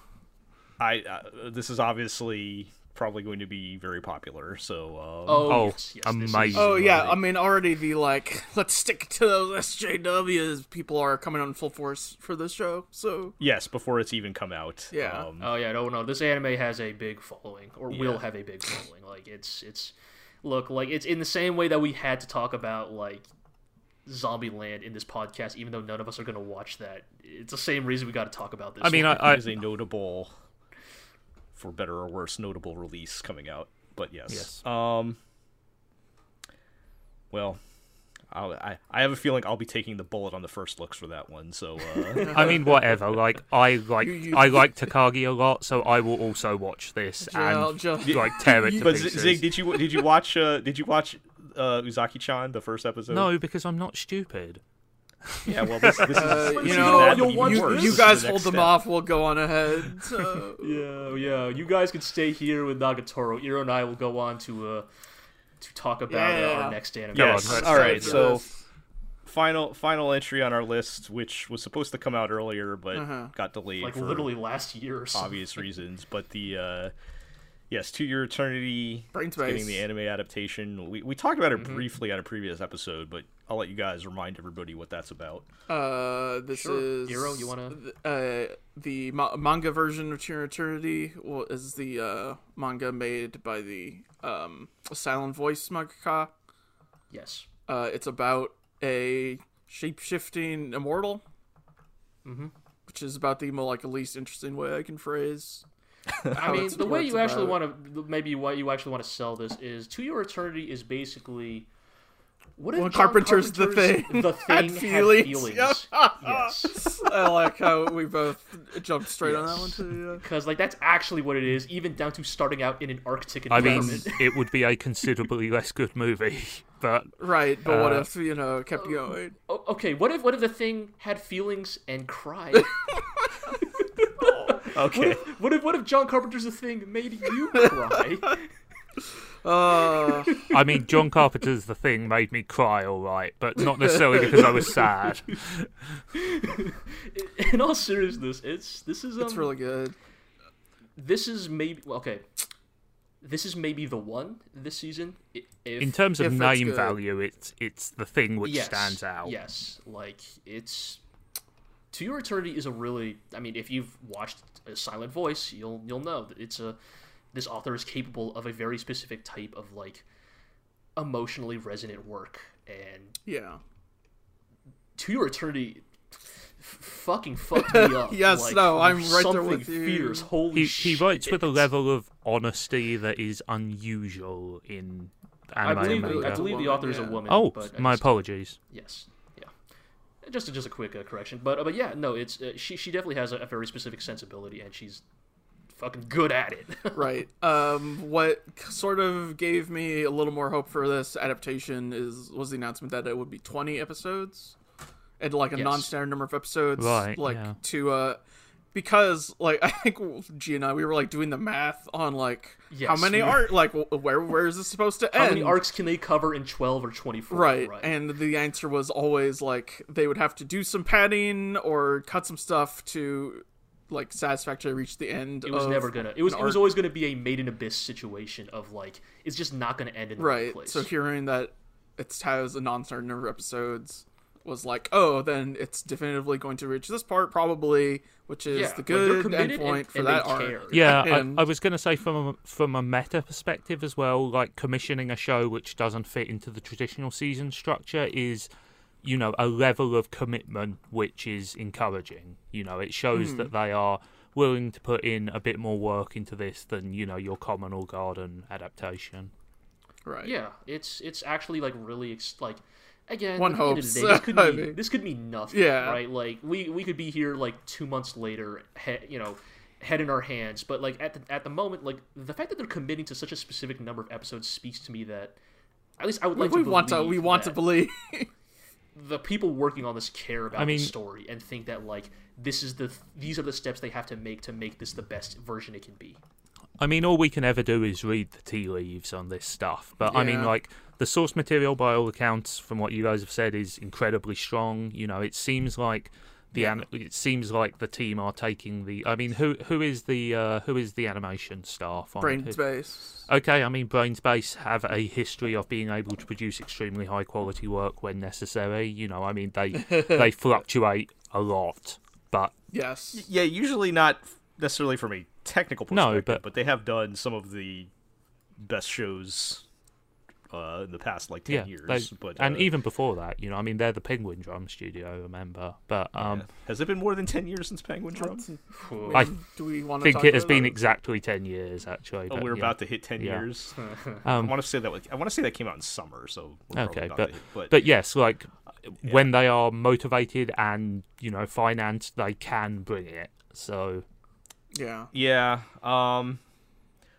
A: I uh, this is obviously probably going to be very popular. So um,
B: oh,
C: Oh,
B: yes, yes, this is-
C: amazing.
D: Oh yeah, I mean already the like let's stick to those SJWs people are coming on full force for this show. So
A: yes, before it's even come out.
D: Yeah.
C: Uh,
A: Um,
B: Oh yeah, no, no. This anime has a big following, or will have a big following. Like it's it's, look, like it's in the same way that we had to talk about like Zombieland in this podcast, even though none of us are gonna watch that. It's the same reason we got to talk about this.
C: I mean, I,
B: one.
C: I
A: it is a notable, for better or worse, notable release coming out. But yes.
C: Yes.
A: Um. Well, I'll, I I have a feeling I'll be taking the bullet on the first looks for that one. So uh,
C: I mean, whatever. Like, I like
D: you-
C: I like Takagi a lot, so I will also watch this
D: Joe,
C: and
D: Joe.
C: like tear it to
A: but Z-
C: pieces.
A: Zig, did you did you watch uh, did you watch uh, Uzaki-chan the first episode?
C: no, because I'm not stupid.
A: Yeah. Well, this, this is
D: Uh,
A: this
D: you
A: is
D: know,
A: that, but
B: you'll
A: even
B: watch-
A: worse. This
D: you, you
A: is the
D: guys
A: next
D: hold them
A: step.
D: off, we'll go on ahead. So
B: yeah, yeah. You guys can stay here with Nagatoro. Iro and I will go on to uh to talk about uh,
D: Yeah.
B: our next anime.
A: Yes.
C: Go on,
A: All right.
D: Let's do
A: So
D: this.
A: final final entry on our list, which was supposed to come out earlier but got delayed
B: like
A: for
B: literally last year or something.
A: obvious reasons. But the uh, yes, to your eternity,
D: Brain
A: it's getting
D: Space.
A: the anime adaptation. We we talked about it briefly on a previous episode, but I'll let you guys remind everybody what that's about.
D: Uh, this
B: Sure.
D: is
B: Hero, you wanna-
D: th- uh the ma- manga version of Cheer Eternity well, is the uh, manga made by the um, Silent Voice mangaka.
B: Yes.
D: Uh, it's about a shapeshifting immortal, mm-hmm. which is about the mo- like least interesting way I can phrase.
B: I mean,
D: it's-
B: the
D: what
B: way
D: it's
B: you actually
D: about.
B: want to maybe what you actually want to sell this is to your eternity is basically what if
D: Well,
B: John
D: Carpenter's The Thing
B: the thing had
D: had feelings.
B: feelings.
D: Yeah.
B: yes,
D: I like how we both jumped straight on that one too.
B: because like that's actually what it is, even down to starting out in an Arctic
C: I mean,
B: environment.
C: it would be a considerably less good movie, but
D: Yeah. Right, but what
C: Uh,
D: if you know kept going?
B: O- okay, what if what if the thing had feelings and cried?
A: Okay,
B: what if what if John Carpenter's the thing made you cry?
D: Uh,
C: I mean, John Carpenter's The Thing made me cry, all right, but not necessarily because I was sad.
B: in all seriousness, it's this is um,
D: it's really good.
B: this is maybe well, okay. This is maybe the one this season. i- If,
C: In terms of
D: If it's
C: name
D: good.
C: value, it's it's the thing which
B: yes,
C: stands out.
B: Yes, like it's To Your Eternity is a really. I mean, if you've watched a Silent Voice, you'll you'll know that it's a. This author is capable of a very specific type of like emotionally resonant work, and
D: Yeah.
B: To Your Eternity. f- Fucking fucked me up.
D: Yes,
B: like,
D: no, I'm right there
B: something
D: with you.
B: Fierce. Holy
C: He, he
B: shit.
C: writes with a level of honesty that is unusual in
B: I
C: anime
B: believe,
C: and
B: I
C: manga.
B: believe the
D: woman,
B: author is a
D: yeah.
B: woman.
C: Oh,
B: but I
C: my
B: just-
C: apologies.
B: Yes. Yeah. Just just a quick uh, correction, but uh, but yeah, no, it's uh, she she definitely has a, a very specific sensibility, and she's fucking good at it.
D: Right. Um, what k- sort of gave me a little more hope for this adaptation is was the announcement that it would be 20 episodes, and like a
B: Yes.
D: non-standard number of episodes,
C: Right,
D: like
C: yeah.
D: to uh, because like I think G and I we were like doing the math on like how
B: Yes,
D: many
B: we were-
D: arc like wh- where where is this supposed to
B: How
D: end?
B: many arcs can they cover in 12 or 24?
D: Right. And the answer was always like they would have to do some padding or cut some stuff to like satisfactorily reach the end.
B: it was
D: of
B: never gonna. It was.
D: an
B: It was
D: arc.
B: always gonna be a made in abyss situation of like it's just not gonna end in the right,
D: right.
B: place.
D: So hearing that it's has a non-starter number of episodes was like, oh, then it's definitively going to reach this part probably, which is
B: yeah,
D: the
B: like, they're
D: good
B: committed
D: endpoint
B: and,
D: for
B: and
D: that
B: they
D: arc.
B: care.
C: Yeah,
D: And-
C: I, I was going to say from a, from a meta perspective as well, like commissioning a show which doesn't fit into the traditional season structure is, you know, a level of commitment which is encouraging. You know, it shows that they are willing to put in a bit more work into this than you know your common or garden adaptation.
D: Right.
B: Yeah, it's it's actually like really ex- like again.
D: One
B: at the end of
D: hopes,
B: the day, this could
D: I
B: mean
D: mean.
B: this could mean nothing.
D: Yeah.
B: right. Like we we could be here like two months later, he, you know, head in our hands. But like at the at the moment, like the fact that they're committing to such a specific number of episodes speaks to me that at least I would like
D: we
B: to
D: want to we
B: believe
D: want to
B: that
D: believe
B: the people working on this care about
C: I mean-
B: the story and think that like this is the these are the steps they have to make to make this the best version it can be.
C: I mean, all we can ever do is read the tea leaves on this stuff. But I mean,
D: Yeah.
C: like, the source material, by all accounts, from what you guys have said, is incredibly strong. You know, it seems like the an- it seems like the team are taking the. I mean, who who is the uh, who is the animation staff? On
D: brain
C: who-
D: space.
C: Okay, I mean, Brainspace have a history of being able to produce extremely high quality work when necessary. You know, I mean, they they fluctuate a lot, but
D: Yes.
A: Yeah, usually not necessarily from a technical
C: No,
A: perspective,
C: but-
A: but... they have done some of the best shows uh, in the past like ten
C: yeah,
A: years.
C: they-
A: but
C: and
A: uh,
C: even before that, you know, I mean, they're the Penguin Drum Studio, remember? But um,
A: has it been more than ten years since Penguin Drum?
C: I
D: Do we want to
C: think it has been exactly ten years actually.
A: Oh,
C: but
A: we're
C: yeah.
A: about to hit ten
C: Yeah.
A: years. I
C: Um,
A: want to say that. I want to say that came out in summer, so we're probably
C: okay,
A: about
C: but,
A: to hit,
C: but yes, like when they are motivated and you know financed, they can bring it. So
D: Yeah.
A: Yeah. Um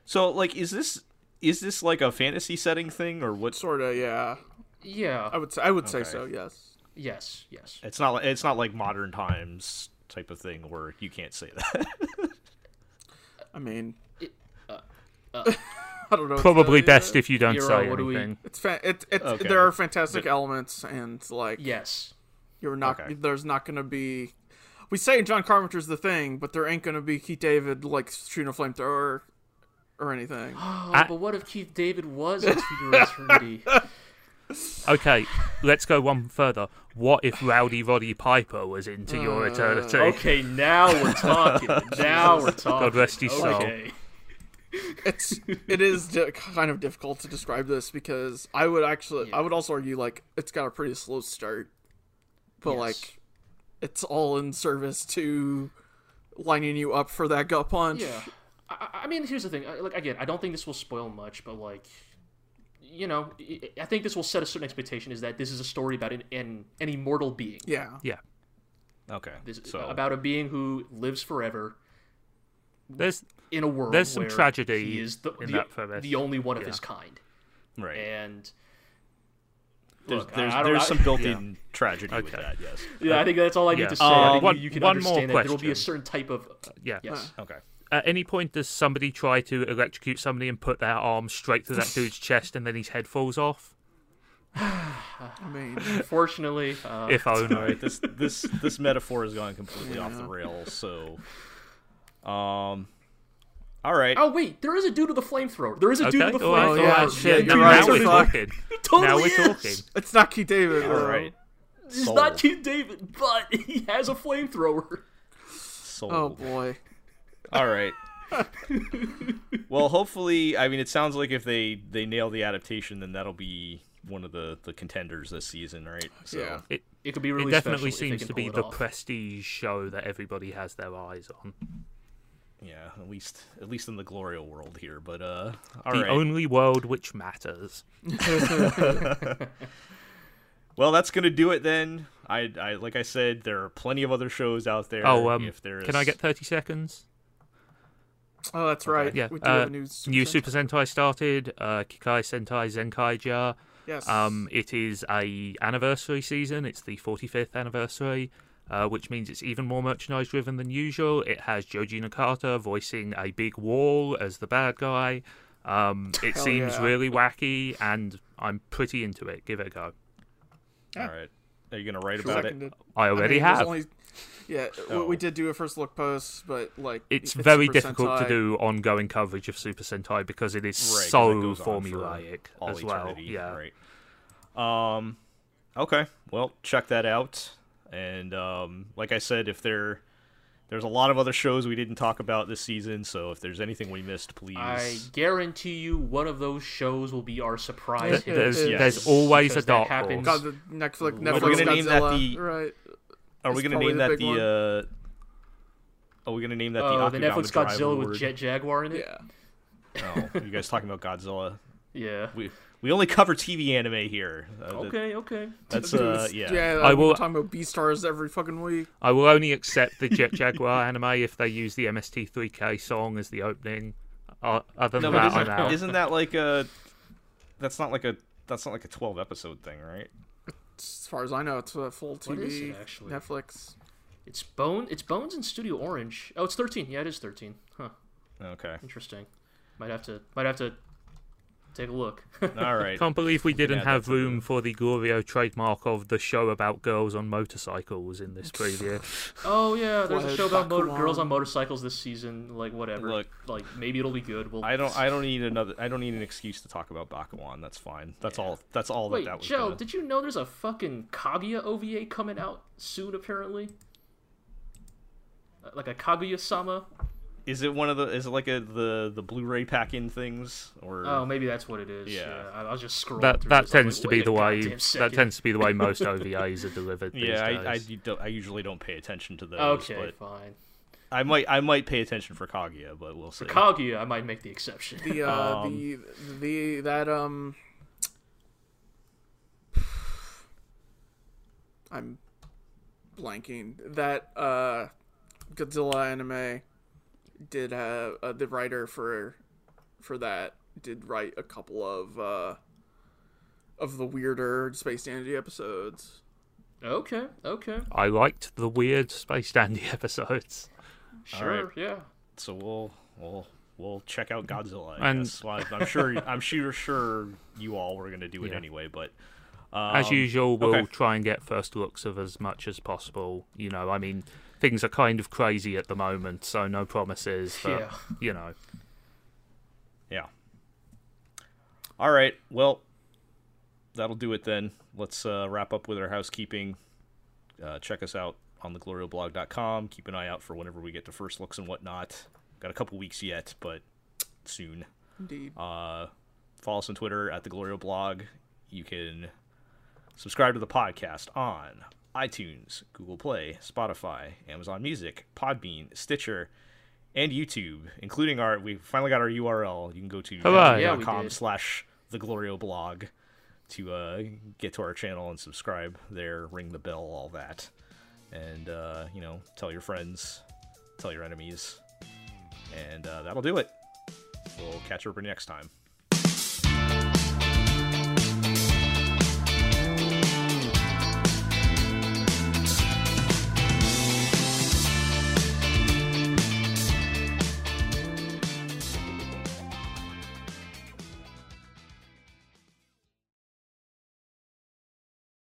A: so like is this is this like a fantasy setting thing or what
D: Sort of, yeah.
B: Yeah.
D: I would say I would say
A: Okay.
D: so, yes.
B: yes. Yes.
A: it's not like it's not like modern times type of thing where you can't say that.
D: I mean,
B: It- uh,
D: I don't know.
C: probably
D: It's, uh,
C: best if you don't
B: Euro,
C: say
B: what do we-
C: anything.
D: It's fa- it, it's
A: Okay.
D: there are fantastic elements and like
B: Yes.
D: you're not
A: Okay.
D: there's not going to be we say John Carpenter's the thing, but there ain't going to be Keith David like shooting a flamethrower or anything.
B: Oh,
C: I-
B: but what if Keith David was a Tudor eternity?
C: Okay, let's go one further. What if Rowdy Roddy Piper was into your
A: Uh,
C: eternity?
B: okay, now we're talking. Now we're talking.
C: rest his soul.
B: Okay.
D: it's it is di- kind of difficult to describe this because I would actually I would also argue like it's got a pretty slow start, but
B: Yes.
D: like it's all in service to lining you up for that gut punch.
B: Yeah. I, I- I mean, here's the thing. I- Like again, I don't think this will spoil much, but like, you know, I- I think this will set a certain expectation: is that this is a story about an an, an immortal being,
D: Yeah.
C: Yeah,
A: Okay.
B: this,
A: so
B: about a being who lives forever
C: there's
B: in a world.
C: There's some
B: where
C: tragedy
B: He is the,
C: in
B: the,
C: that premise.
B: the only one of his kind,
A: right.
B: and
A: there's
B: look, I-
A: there's,
B: I don't-
A: there's
B: I-
A: some built-in tragedy with
C: Okay.
A: that, yes.
B: Yeah, I think that's all I need
C: Yeah.
B: to say.
A: Uh,
B: I think
C: one-
B: you, you can
C: one more
B: understand that there will be a
C: question.
B: certain type of uh,
C: yeah.
B: yes.
A: Okay.
C: At any point, does somebody try to electrocute somebody and put their arm straight through that dude's chest, and then his head falls off?
D: I mean,
B: Unfortunately, uh,
C: If only.
A: All right. This this this metaphor has gone completely off the rails, so um all right.
B: oh wait, there is a dude with a flamethrower. There is a dude
C: Okay. Oh,
B: with a
C: all right, all
B: flamethrower.
D: yeah,
C: right.
D: shit,
C: Now,
D: you're
C: now
D: right,
C: we're
D: fuck.
C: talking.
B: Totally
C: now we're
B: is.
C: talking.
D: it's not Keith David.
A: all
D: though.
A: right.
B: He's
A: Sold.
B: not Keith David, but he has a flamethrower.
A: Sold.
D: Oh boy.
A: All right. well, hopefully, I mean, it sounds like if they they nail the adaptation, then that'll be one of the the contenders this season, right? So,
D: Yeah.
C: It,
B: It could be really
C: it definitely
B: special if they
C: seems
B: can
C: to
B: pull
C: be
B: it
C: the
B: off.
C: prestige show that everybody has their eyes on.
A: yeah, at least at least in the Gloria world here. But uh, all right.
C: the only world which matters.
A: Well, that's gonna do it then. I, I like I said, there are plenty of other shows out there.
C: Oh, um,
A: if there is,
C: can I get thirty seconds?
D: Oh, that's right.
C: Yeah,
D: We do
C: uh,
D: have a new Super
C: new
D: Sentai.
C: Super Sentai started. Uh, Kikai Sentai Zenkai Ja.
D: Yes.
C: Um, it is a anniversary season. It's the 45th anniversary, uh, which means it's even more merchandise driven than usual. It has Joji Nakata voicing a big wall as the bad guy. Um, it
D: Hell
C: seems
D: yeah.
C: really wacky, and I'm pretty into it. Give it a go.
A: All right. Are you gonna write about it?
D: Seconded.
C: I
D: I mean,
C: already
D: it was
C: have.
D: only- yeah, we- we did do a first look post, but like
C: It's
D: if
C: very
D: Super
C: difficult to
D: Sentai-
C: do ongoing coverage of Super Sentai because it is
A: Right, 'cause
C: so
A: that goes on for
C: formulaic
A: all
C: as well.
A: eternity,
C: Yeah.
A: Right. Um. Okay. Well, check that out. And um, like I said, if there there's a lot of other shows we didn't talk about this season, so if there's anything we missed, please.
B: I guarantee you, one of those shows will be our surprise.
D: There-
B: hit.
C: There's,
D: Yes.
C: there's always a
B: Because that
C: dark
B: happens-
D: God,
C: horse.
D: the Netflix,
A: Are we
D: Netflix
A: gonna name that
D: Godzilla,
A: the-
D: right?
A: Are we
D: It's
A: gonna
D: probably
A: name
D: the
A: that
D: big
A: the?
D: one.
A: Uh, are we gonna name that
B: Oh, the
A: the?
B: Netflix
A: Akudama Drive
B: Godzilla with
A: Award?
B: Jet Jaguar in it.
D: Yeah,
A: Oh, you guys talking about Godzilla?
B: Yeah.
A: We we only cover TV anime here. Uh, that-
B: Okay. Okay.
A: That's uh
D: Dude,
A: yeah.
D: yeah.
C: I
D: I
C: will-
D: will talking about B stars every fucking week.
C: I will only accept the Jet Jaguar anime if they use the MST3K song as the opening. O- Other
A: No, but
C: than that, I'm
A: isn't,
C: out.
A: isn't that like a? That's not like a. That's not like a twelve episode thing, right?
D: As far as I know, it's a full TV
B: is it, actually?
D: Netflix.
B: It's Bone. It's Bones in Studio Orange. Oh, it's thirteen. Yeah, it is thirteen. Huh.
A: Okay.
B: Interesting. Might have to. Might have to take a look.
A: All right.
C: Can't believe we didn't
A: Yeah,
C: have
A: that's a
C: room for the Glorio trademark of the show about girls on motorcycles in this preview.
B: oh yeah, there's
D: Why
B: a show about
D: fuck
B: motor- girls
D: along?
B: on motorcycles this season. Like whatever.
A: Look.
B: like maybe it'll be good. We'll.
A: I don't. I don't need another. I don't need an excuse to talk about Bakuwan. That's fine. That's all. That's all that
B: Wait,
A: that was.
B: Joe,
A: gonna-
B: did you know there's a fucking Kaguya OVA coming out soon? Apparently, Uh, like a Kaguya sama.
A: Is it one of the? Is it like a the the Blu-ray pack-in things or?
B: Oh, maybe that's what it is.
A: Yeah.
B: Yeah, I, I was just scrolling.
C: that
B: through
C: that
B: this, I
C: tends
B: was
C: to
B: like,
C: be
B: wait
C: the
B: a
C: way
B: goddamn
C: that
B: second.
C: tends to be the way most OVAs are delivered these
A: yeah, I, I,
C: days.
A: don't- I usually don't pay attention to those,
B: Okay,
A: but
B: fine.
A: I might I might pay attention for Kaguya, but we'll see.
B: Kaguya, I might make the exception.
D: The uh, the the that um. I'm blanking. That uh, Godzilla anime did uh, uh the writer for for that did write a couple of uh of the weirder Space Dandy episodes.
B: okay, okay,
C: I liked the weird Space Dandy episodes.
B: sure, yeah.
A: so we'll we'll we'll check out Godzilla. I
C: And-
A: guess. Well, I'm sure I'm sure sure you all were gonna do it
C: Yeah.
A: anyway, but
C: as
A: um,
C: usual, we'll
A: okay.
C: try and get first looks of as much as possible. You know, I mean, things are kind of crazy at the moment, so no promises. But,
B: Yeah.
C: You know,
A: Yeah. All right. Well, that'll do it then. Let's uh, wrap up with our housekeeping. Uh, check us out on theglorioblog.com. Keep an eye out for whenever we get to first looks and whatnot. Got a couple weeks yet, but soon.
D: Indeed.
A: Uh, follow us on Twitter at the Glorio Blog. You can subscribe to the podcast on iTunes, Google Play, Spotify, Amazon Music, Podbean, Stitcher, and YouTube, including our. We finally got our URL. You can go to
C: Hooray.
B: Yeah, we
A: youtube.com
B: did.
A: slash the Glorio Blog to uh, get to our channel and subscribe there. Ring the bell, all that, and uh, you know, tell your friends, tell your enemies, and uh, that'll do it. We'll catch everybody next time.